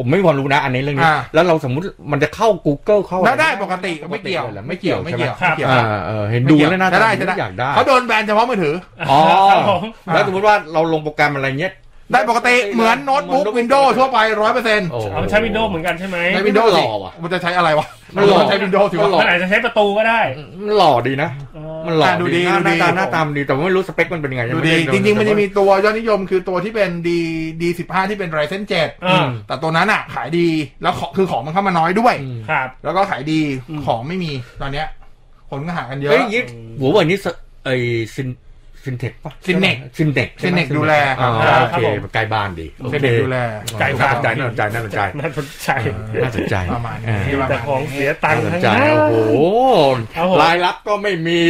[SPEAKER 5] ผมไม่มีความรู้นะ อันนี้เรื่องนี้
[SPEAKER 3] อ่า
[SPEAKER 5] แล้วเราสมมุติมันจะเข้า Google เข้าอะร
[SPEAKER 3] ได้ได้ปกติไม่เกี่ยว
[SPEAKER 5] หรอไม่เกี่ยว
[SPEAKER 3] ไม่
[SPEAKER 5] ใช่ไหม
[SPEAKER 3] เกี่ยว
[SPEAKER 4] ครับ
[SPEAKER 3] ไม่เกี่ยว
[SPEAKER 5] อ่าเออเห็นดูแล้วน่า
[SPEAKER 3] จะได้
[SPEAKER 5] ต
[SPEAKER 3] จะ
[SPEAKER 5] อน
[SPEAKER 3] ได้
[SPEAKER 5] นี้อยากได้
[SPEAKER 3] เขาโดนแบนเฉพาะมือถือ
[SPEAKER 5] อ๋อ
[SPEAKER 4] ครับผม
[SPEAKER 5] แล้วสมมติว่าเราลงโปรแกรมอะไรเงี้ย
[SPEAKER 3] ได้ปกติเหมือนโน้ตบุ๊กวินโดว์ทั่วไปร้อยเปอร์เซ็นต์
[SPEAKER 5] โอ้
[SPEAKER 4] เอาใช้วินโดว์เหมือนกันใช่ไหม
[SPEAKER 3] ใช้วินโดว์
[SPEAKER 5] หล่
[SPEAKER 3] สิ
[SPEAKER 5] อว่ะ
[SPEAKER 3] มันจะใช้อะไรวะ
[SPEAKER 5] มันหล่อ
[SPEAKER 3] ใช้วินโดว์สิ
[SPEAKER 5] มันหล่
[SPEAKER 3] วะ
[SPEAKER 4] มันอาจจะใช้ประตูก็ได้
[SPEAKER 5] มันหล่อดีนะ
[SPEAKER 4] อ๋อ
[SPEAKER 5] มันหล่อ
[SPEAKER 3] อ่ะดูดี
[SPEAKER 5] หน้า
[SPEAKER 3] ดูดี
[SPEAKER 5] หน้าตาหน้าตามนดีแต่ว่าไม่รู้สเปคมันเป็นยังไง
[SPEAKER 3] ดูดี
[SPEAKER 5] ยัไไ
[SPEAKER 3] จริง ๆ มันจะมีตัวยอดนิยมคือตัวที่เป็นดีดีสิบห้าที่เป็นไรเซนเจ็ด
[SPEAKER 4] อ่า
[SPEAKER 3] แต่ตัวนั้นอ่ะ ขายดีแล้วขอคือของมันเข้ามาน้อยด้วย
[SPEAKER 5] อืม
[SPEAKER 4] ครับ
[SPEAKER 3] แล้วก็ขายดีของไม่มีตอนเนี้ยคนก็หากันเยอะ
[SPEAKER 5] เฮ้ยอยางงี้หัวเว่ยนี่สไอซินซินเทคปะ
[SPEAKER 3] Syntec
[SPEAKER 5] ซินเทค
[SPEAKER 3] Syntec ดูแล
[SPEAKER 5] อ๋อ
[SPEAKER 3] ครับ
[SPEAKER 4] ค
[SPEAKER 5] โอเค
[SPEAKER 4] รับผม
[SPEAKER 5] ใกล้บ้านดีโอ
[SPEAKER 3] เป็นเด็กดูแล
[SPEAKER 5] ใจน่าสนใจน่าสนใจน่าสนใจ
[SPEAKER 4] น่าสนใจ
[SPEAKER 5] น่าสนใจ
[SPEAKER 3] ประมาณนี้
[SPEAKER 5] เออ
[SPEAKER 4] มีแต่ของเสียตัง
[SPEAKER 5] น่า
[SPEAKER 4] ค์
[SPEAKER 5] สน
[SPEAKER 4] ทั้ง
[SPEAKER 5] ใจ
[SPEAKER 4] นั้น
[SPEAKER 5] โอ้โห
[SPEAKER 4] ครับผม
[SPEAKER 5] รายรับก็ไม่มี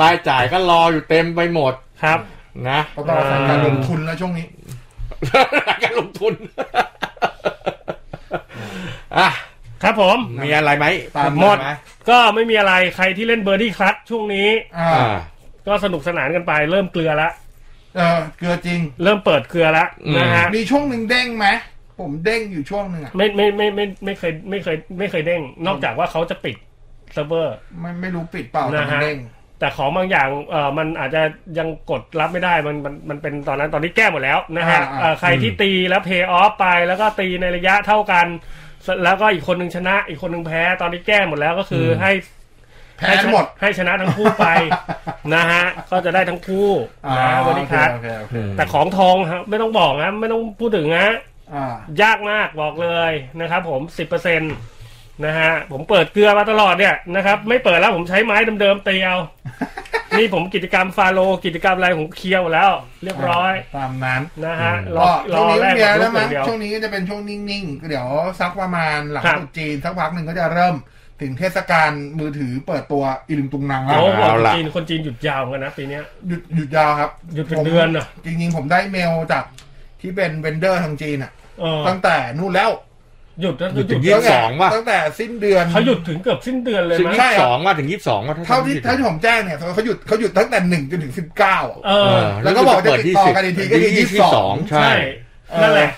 [SPEAKER 5] รายจ่ายก็รออยู่เต็มไปหมด
[SPEAKER 4] ครับ
[SPEAKER 5] นะ
[SPEAKER 3] เขาต้องการการลงทุนแล้วช่วงนี้
[SPEAKER 5] การลงทุนอ่ะ
[SPEAKER 4] ครับผม
[SPEAKER 5] มีอะไรไหม
[SPEAKER 3] ตาม
[SPEAKER 4] หมด
[SPEAKER 5] ไห
[SPEAKER 4] ก็ไม่มีอะไรใครที่เล่นเบอร์ดี้คลัตช่วงนี้
[SPEAKER 3] อ่า
[SPEAKER 5] อ่า
[SPEAKER 4] ก็สนุกสนานกันไป เริ่มเกลือละ
[SPEAKER 3] เออเกลือจริง
[SPEAKER 4] เริ่มเปิดเกลือละ
[SPEAKER 5] อืม
[SPEAKER 4] นะฮะ
[SPEAKER 3] มีช่วงหนึ่งเด้งไหมผมเด้งอยู่ช่วงหนึ่งอ่ะ
[SPEAKER 4] ไม่ไม่ไม่ไม่ไม่เคยไม่เคยไม่เคยเด้ง นอกจากว่าเขาจะปิดเซิร์ฟเวอร์
[SPEAKER 3] ไม่ไม่รู้ปิดเปล่าแต่
[SPEAKER 4] นะ
[SPEAKER 3] มั
[SPEAKER 4] ฮะ
[SPEAKER 3] นเด้ง
[SPEAKER 4] แต่ของบางอย่างเอ่อมันอาจจะยังกดรับไม่ได้มันมันมันเป็นตอนนั้นตอนนี้แก้หมดแล้วนะฮะเอ่อใครที่ตีแล้วเพย์ออฟไปแล้วก็ตีในระยะเท่ากัน แล้วก็อีกคนหนึ่งชนะ อีกคนหนึ่งแพ้ตอนนี้แก้หมดแล้วก็คืออให้
[SPEAKER 3] แพ้
[SPEAKER 4] ให้ชนะ
[SPEAKER 3] หมด
[SPEAKER 4] ให้ชนะทั้งคู่ไป นะฮะก็จะได้ทั้งคู่
[SPEAKER 3] อ่า
[SPEAKER 4] นะวันนี้ครับ
[SPEAKER 3] โอเโอเ
[SPEAKER 4] แต่ของทองครับไม่ต้องบอกนะไม่ต้องพูดถึงนะ
[SPEAKER 3] อ่าย
[SPEAKER 4] ากมากบอกเลยนะครับผมสิบเปอร์เซ็นต์นะฮะผมเปิดเกลือมาตลอดเนี่ยนะครับ ไม่เปิดแล้วผมใช้ไม้เดิมๆตี เอา นี่ผมกิจกรรมฟาโลกิจกรรมอะไรผมเคลียร์หมดแล้ว เรียบร้อย
[SPEAKER 3] ตามนั้น
[SPEAKER 4] นะฮะร
[SPEAKER 3] ก็
[SPEAKER 4] อร
[SPEAKER 3] ช่
[SPEAKER 4] อ
[SPEAKER 3] วงนี้
[SPEAKER 4] แร
[SPEAKER 3] ไม่มี
[SPEAKER 4] ก
[SPEAKER 3] อะไร
[SPEAKER 4] กับ
[SPEAKER 3] แล้ว
[SPEAKER 4] ลู
[SPEAKER 3] มั้
[SPEAKER 4] ก
[SPEAKER 3] ง
[SPEAKER 4] เดียว
[SPEAKER 3] ช่วงนี้ก็จะเป็นช่วงนิ่งๆ เดี๋ยวสักประมาณหลัง
[SPEAKER 4] ครับ
[SPEAKER 3] ตรุษจีนสักพักหนึ่งก็จะเริ่มถึงเทศกาลมือถือเปิดตัวอิลุงตุงนางแล้
[SPEAKER 4] โอ้
[SPEAKER 3] ว
[SPEAKER 4] โห
[SPEAKER 5] เอาล่ะ
[SPEAKER 4] จีนคนจีนหยุดยาวเหมือนกันนะปีเนี้ย
[SPEAKER 3] หยุดหยุดยาวครับ
[SPEAKER 4] หยุดเป็น
[SPEAKER 3] ผม
[SPEAKER 4] เดือนเหรอ
[SPEAKER 3] จริงๆ ผมได้เมลจากที่เป็นเวนเดอร์ทางจีนอ่ะ
[SPEAKER 4] เออ
[SPEAKER 3] ตั้งแต่นู่นแล้ว
[SPEAKER 4] หยุดแล้ว
[SPEAKER 5] หยุดถึง
[SPEAKER 4] หยุด
[SPEAKER 5] ยี่สิบสองว่ะ
[SPEAKER 3] ตั้งแต่สิ้นเดือน
[SPEAKER 4] เขาหยุดถึงเกือบสิ้นเดือนเลย
[SPEAKER 5] สิบ
[SPEAKER 4] มั้ย
[SPEAKER 5] ยี่สิบสองว่าถึงยี่สิบสองว่าถ้
[SPEAKER 3] เท่าที่
[SPEAKER 5] จำไม่ผิด
[SPEAKER 3] เท่าที่ผมแจ้งเนี่ยเขาหยุดเขาหยุดตั้งแต่หนึ่งจนถึงสิบเก้า
[SPEAKER 4] เอ
[SPEAKER 5] เอ
[SPEAKER 4] อ
[SPEAKER 5] อ
[SPEAKER 3] แล้วก็บอกจะติดต่อกันอีกทีก็คือ
[SPEAKER 5] ยี่สิบสอง
[SPEAKER 3] 22
[SPEAKER 5] ใช่
[SPEAKER 4] ใช่นั่นแหละ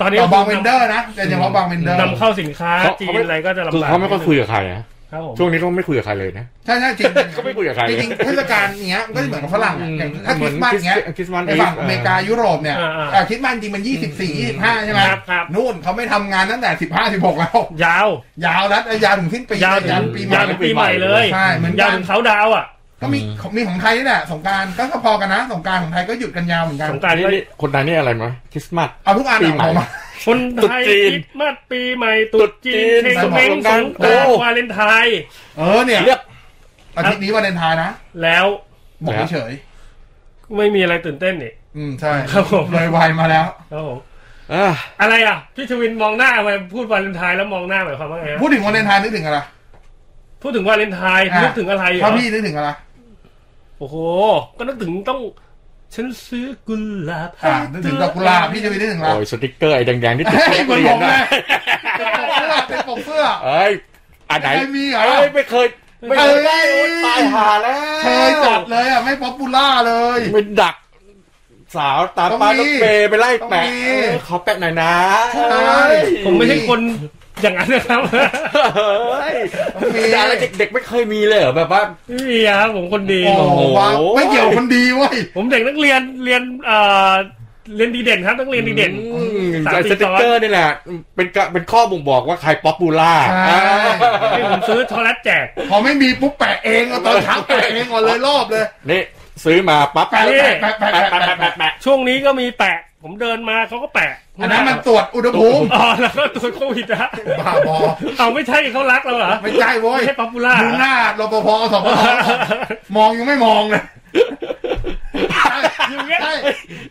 [SPEAKER 4] ตอนนี้
[SPEAKER 3] ต่อบางเวนเดอร์นะแต่เฉพาะบางเวนเดอร์
[SPEAKER 4] นำเข้าสินค้าจีนอะไรก็จะลำบาก
[SPEAKER 5] คือเขาไม่ค่อยคุยกับใครนะ
[SPEAKER 4] ครับผม
[SPEAKER 5] ช่วงนี้ต้องไม่คุยกับใครเลยนะ
[SPEAKER 3] ใช่ใช่จริง
[SPEAKER 5] ก็ไม่คุยกับใคร
[SPEAKER 3] จ
[SPEAKER 5] เลย
[SPEAKER 3] ริงๆเทศกาลเนี้ยมันก็จะเหมือนกับฝรั่งอะอย่างถ้าคริสต์มาสเนี้ย
[SPEAKER 5] คริสต์มาส
[SPEAKER 3] ในฝั่งอเมริกายุโรปเนี่ย
[SPEAKER 4] อ่าๆ
[SPEAKER 3] อ่าคิดมันจริงมัน 24 25 ใช่ไหม
[SPEAKER 4] ครับครับ
[SPEAKER 3] นู่นเขาไม่ทำงานตั้งแต่ 15 16 แล้ว
[SPEAKER 4] ยาว
[SPEAKER 3] ยาวรัดยาวถึงสิ้นปี
[SPEAKER 4] ยาวถึง
[SPEAKER 3] ยาวถึงปีใหม่
[SPEAKER 4] ยาวถึงปีใหม่เลย
[SPEAKER 3] ใช่เหมือน
[SPEAKER 4] ยา
[SPEAKER 3] กั
[SPEAKER 4] วน ถึงเขาดาวอ่ะ
[SPEAKER 3] ก็มีของมีของไทยนี่แหละสงกรารก็พอกันนะสงกรารของไทยก็หยุดกันยาวเหมือนกัน
[SPEAKER 4] สงกราร
[SPEAKER 5] นี่
[SPEAKER 4] ก็
[SPEAKER 5] นี่คนไทยนี่อะไรมั้ยคริสต์มาส
[SPEAKER 3] เอาทุกอัน
[SPEAKER 5] ปี
[SPEAKER 3] อะ
[SPEAKER 5] ใหม่
[SPEAKER 3] ออกมา
[SPEAKER 4] คน
[SPEAKER 5] ตุ๊ด
[SPEAKER 4] ไทย
[SPEAKER 5] จีน
[SPEAKER 4] คิดมาสปีใหม่ตรุษจีน
[SPEAKER 5] ตุ๊
[SPEAKER 4] เชง
[SPEAKER 5] ดจีน
[SPEAKER 4] เม้งสงกราน
[SPEAKER 5] โอ้
[SPEAKER 4] ต์วาเลนไทน์
[SPEAKER 3] เออเนี่ย
[SPEAKER 5] เลือก
[SPEAKER 3] อาทิตย์นี้วันเลนไทายนะ
[SPEAKER 4] แล้ว
[SPEAKER 3] บอก
[SPEAKER 5] แล้ว
[SPEAKER 3] เฉย
[SPEAKER 4] ไม่มีอะไรตื่นเต้นนี่
[SPEAKER 3] ๆอืมใช่
[SPEAKER 4] ครับผม
[SPEAKER 3] เลยวัยมาแล้ว
[SPEAKER 4] ครับผม
[SPEAKER 5] อ่า
[SPEAKER 4] อะไรอ่ะพี่ชวินมองหน้าทำไปพูดวาเลนไทน์แล้วมองหน้าหมายความว่าไงฮะ
[SPEAKER 3] พูดถึงวันเลนไทายนึกถึงอะไร
[SPEAKER 4] พูดถึงวาเลนไทน์นึกถึงอะไรเหร
[SPEAKER 3] พ่อ
[SPEAKER 4] อ
[SPEAKER 3] พี่นึกถึงอะไร
[SPEAKER 4] โอ้โห ก็นึกถึงต้อง ฉันซื้อกุหลาบ
[SPEAKER 3] อ่านึกถึงดอกกุหลาบพี่จะไปนึกถึงอะไร
[SPEAKER 5] โอ้ยสติกเกอร์ไอ้แดงๆที่ติด
[SPEAKER 3] เฮ้ย
[SPEAKER 5] เรียน
[SPEAKER 3] เหมือนผมเล
[SPEAKER 5] ได้
[SPEAKER 3] ยเป็นปกเสื้อเป็นปกเสื้อ
[SPEAKER 5] เอ้ยอันไหน
[SPEAKER 3] ไม่มีเหรอ
[SPEAKER 5] เอ้ยไม่เคยไม่เคยได้โอ้ยตายห่าแล้ว
[SPEAKER 3] เคยจัดเลยอ่ะ ไม่ป๊อปปูล่าเลย
[SPEAKER 5] มันดัก สาวตาม
[SPEAKER 3] ต้อง
[SPEAKER 5] ปลา
[SPEAKER 3] มี
[SPEAKER 5] ต้นเปไปไล่
[SPEAKER 3] ต้อง
[SPEAKER 5] แปะ
[SPEAKER 3] มี
[SPEAKER 5] เออขอแปะหน่อยนะ
[SPEAKER 3] ใช่
[SPEAKER 5] เอ้ย
[SPEAKER 4] ผมไม่ใช่คนอย่างนั้นนะครับ
[SPEAKER 5] เฮ้ย
[SPEAKER 3] ต้องมี
[SPEAKER 5] แต่อะไรเด็กๆไม่เคยมีเลยเหรอแบบว่า
[SPEAKER 4] ไม่มีครับผมคนดี
[SPEAKER 3] โอ้โหว้าวไม่เกี่ยวคนดีเว้ย
[SPEAKER 4] ผมเด็กนักเรียนเรียนเอ่อเรียนดีเด่นครับต้องเรียนดีเด่น
[SPEAKER 5] อืม
[SPEAKER 4] สาม
[SPEAKER 5] แต่
[SPEAKER 4] ปี
[SPEAKER 5] สติกเก
[SPEAKER 4] ซ้
[SPEAKER 5] อร์
[SPEAKER 4] อน
[SPEAKER 5] นี่แหละเป็นกะเป็นข้อบ่งบอกว่าใครป๊อปปูล่า
[SPEAKER 3] ใช่
[SPEAKER 5] อ่า
[SPEAKER 4] ให้ผมซื้อโทรทัศน์แจก
[SPEAKER 3] พอไม่มีปุ๊บแปะเองเอาตอนเช้าแปะเองก่อนเลยรอบเลย
[SPEAKER 5] นี่ซื้อมาปั๊บ
[SPEAKER 3] แปะ
[SPEAKER 5] แปะ
[SPEAKER 3] แปะแปะแปะ
[SPEAKER 5] แปะ
[SPEAKER 3] แปะแปะ
[SPEAKER 5] แปะแปะ
[SPEAKER 3] แปะ
[SPEAKER 5] แปะ
[SPEAKER 4] ช่วงนี้ก็มีแปะ ผมเดินมาเขาก็ แปะ
[SPEAKER 3] อันนั้นมันตรวจอุณหภูมิ
[SPEAKER 4] อ๋อแล้วก็ตรวจโควิด นะ
[SPEAKER 3] บ้าบอ
[SPEAKER 4] เอาไม่ใช่เขารักเราเหรอ
[SPEAKER 3] ไม่ใช่เว้ย
[SPEAKER 4] ไม่ใช่ป๊อปปูล่า
[SPEAKER 3] ดูหน้ารปภสปภมองยังไม่มองเลยใช่
[SPEAKER 4] อย่างเงี้ย
[SPEAKER 3] ใช่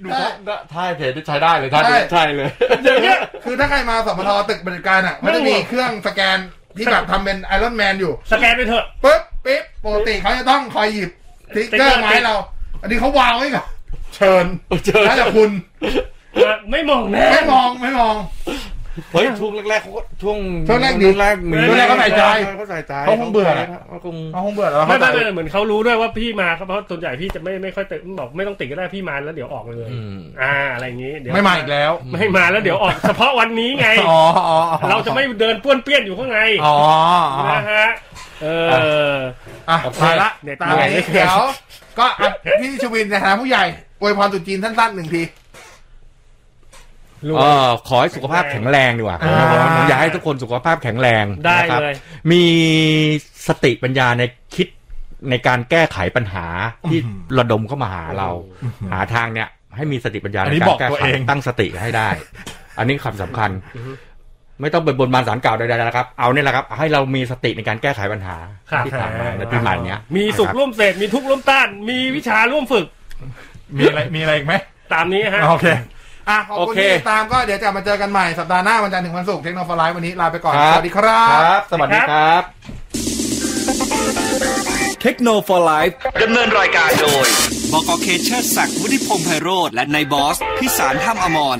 [SPEAKER 5] ดู
[SPEAKER 3] ใช่
[SPEAKER 5] ท่าเทนที่ใช้ได้เลยท่า
[SPEAKER 3] ใช่
[SPEAKER 5] เทใช่เลย
[SPEAKER 4] อย่างเงี้ย
[SPEAKER 3] คือถ้าใครมาสปทตึกบริการอ่ะมันจะมีเครื่องสแกนที่แบบทำเป็นไอรอนแมนอยู่
[SPEAKER 4] สแกนไปเถอะ
[SPEAKER 3] ปึ๊บปิ๊บปกติเขาจะต้องคอยหยิบสติ๊กเกอร์มาให้เรา อันนี้เขาวางไว้กับเชิญ
[SPEAKER 5] เจอ
[SPEAKER 3] แล้วแต่คุณ
[SPEAKER 4] ไม่มองแน่
[SPEAKER 3] ไม่มองไม่มอง
[SPEAKER 5] เฮ้ยช่วงแรกๆเขาก็ช่วง
[SPEAKER 3] ช่วงแรกดี
[SPEAKER 5] แรกมี
[SPEAKER 3] ช่วงแรกเขาใส่ใจ
[SPEAKER 5] เขาใส่ใจ
[SPEAKER 3] เขาคงเบื่อ
[SPEAKER 5] เขาคง
[SPEAKER 3] เขาคงเบื่อแล้ว
[SPEAKER 4] ไม่ไม่ไม่เหมือนเขารู้ด้วยว่าพี่มาครับเพราะส่วนใหญ่พี่จะไม่ไม่ค่อยติดบอกไม่ต้องติดก็ได้พี่มาแล้วเดี๋ยวออกเลย
[SPEAKER 5] อืม
[SPEAKER 4] อ่าอะไรอย่างงี้เดี๋ยว
[SPEAKER 3] ไม่มาอีกแล้ว
[SPEAKER 4] ไม่มาแล้ว เดี๋ยวออกเฉพาะวันนี้ไง
[SPEAKER 3] อ๋ออ๋ออ๋อ
[SPEAKER 4] เราจะไม่เดินป้วนเปี้ยนอยู่ข้างใน
[SPEAKER 3] อ๋ออ๋อ
[SPEAKER 4] นะฮะเออ
[SPEAKER 3] อ่ะตายละตามนี้เดี๋ยวก็อ่ะพี่ชวินในฐานะผู้ใหญ่อวยพรตรุษจีนสั้นๆหนึ่งที
[SPEAKER 5] เออขอให้สุขภาพแข็งแรงดีกว่า
[SPEAKER 3] อ่า
[SPEAKER 5] ผมอยากให้ทุกคนสุขภาพแข็งแรง
[SPEAKER 4] ได้
[SPEAKER 5] นะครับ
[SPEAKER 4] เลย
[SPEAKER 5] มีสติปัญญาในคิดในการแก้ไขปัญหาที่ระดมเข้ามาหาเรา หาทางเนี่ย ให้มีสติปัญญา
[SPEAKER 6] อั
[SPEAKER 5] ใน
[SPEAKER 6] นนี้
[SPEAKER 5] การ
[SPEAKER 6] บอก
[SPEAKER 5] แก้
[SPEAKER 6] ตัว
[SPEAKER 5] ไข
[SPEAKER 6] เอง
[SPEAKER 5] ตั้งสติให้ได้ อันนี้คำสำคัญ ไม่ต้องไปบนบานสารกล่าวใดๆนะครับ เอาเนี่ยแหละครับ ให้เรามีสติในการแก้ไขปัญหา
[SPEAKER 4] ครับ
[SPEAKER 5] ที่ผ่านมาในปีใหม่เนี้ย
[SPEAKER 4] มีสุข
[SPEAKER 5] นะคบ
[SPEAKER 4] ร่วมเสพมีทุกข์ร่วมต้าน มีวิชาร่วมฝึก
[SPEAKER 6] มีอะไรมีอะไรอีกไหม
[SPEAKER 4] ตามนี้ฮะ
[SPEAKER 6] โอเค
[SPEAKER 3] อ่ะขอบคุณที่ติดตามก็เดี๋ยวจะมาเจอกันใหม่สัปดาห์หน้าวันจันทร์ถึงวันศุกร์เทคโนโลยีวันนี้ลาไปก่อนสวัสดีครั
[SPEAKER 5] ค
[SPEAKER 3] บ
[SPEAKER 5] รับ สวัสดีครับ
[SPEAKER 2] เทคโนโลยี
[SPEAKER 1] ดำเนินรายการโดย บกเคเชอร์ศักดิ์วุฒิพงษ์ไพโรธและนายบอส พิสารท่ามอมร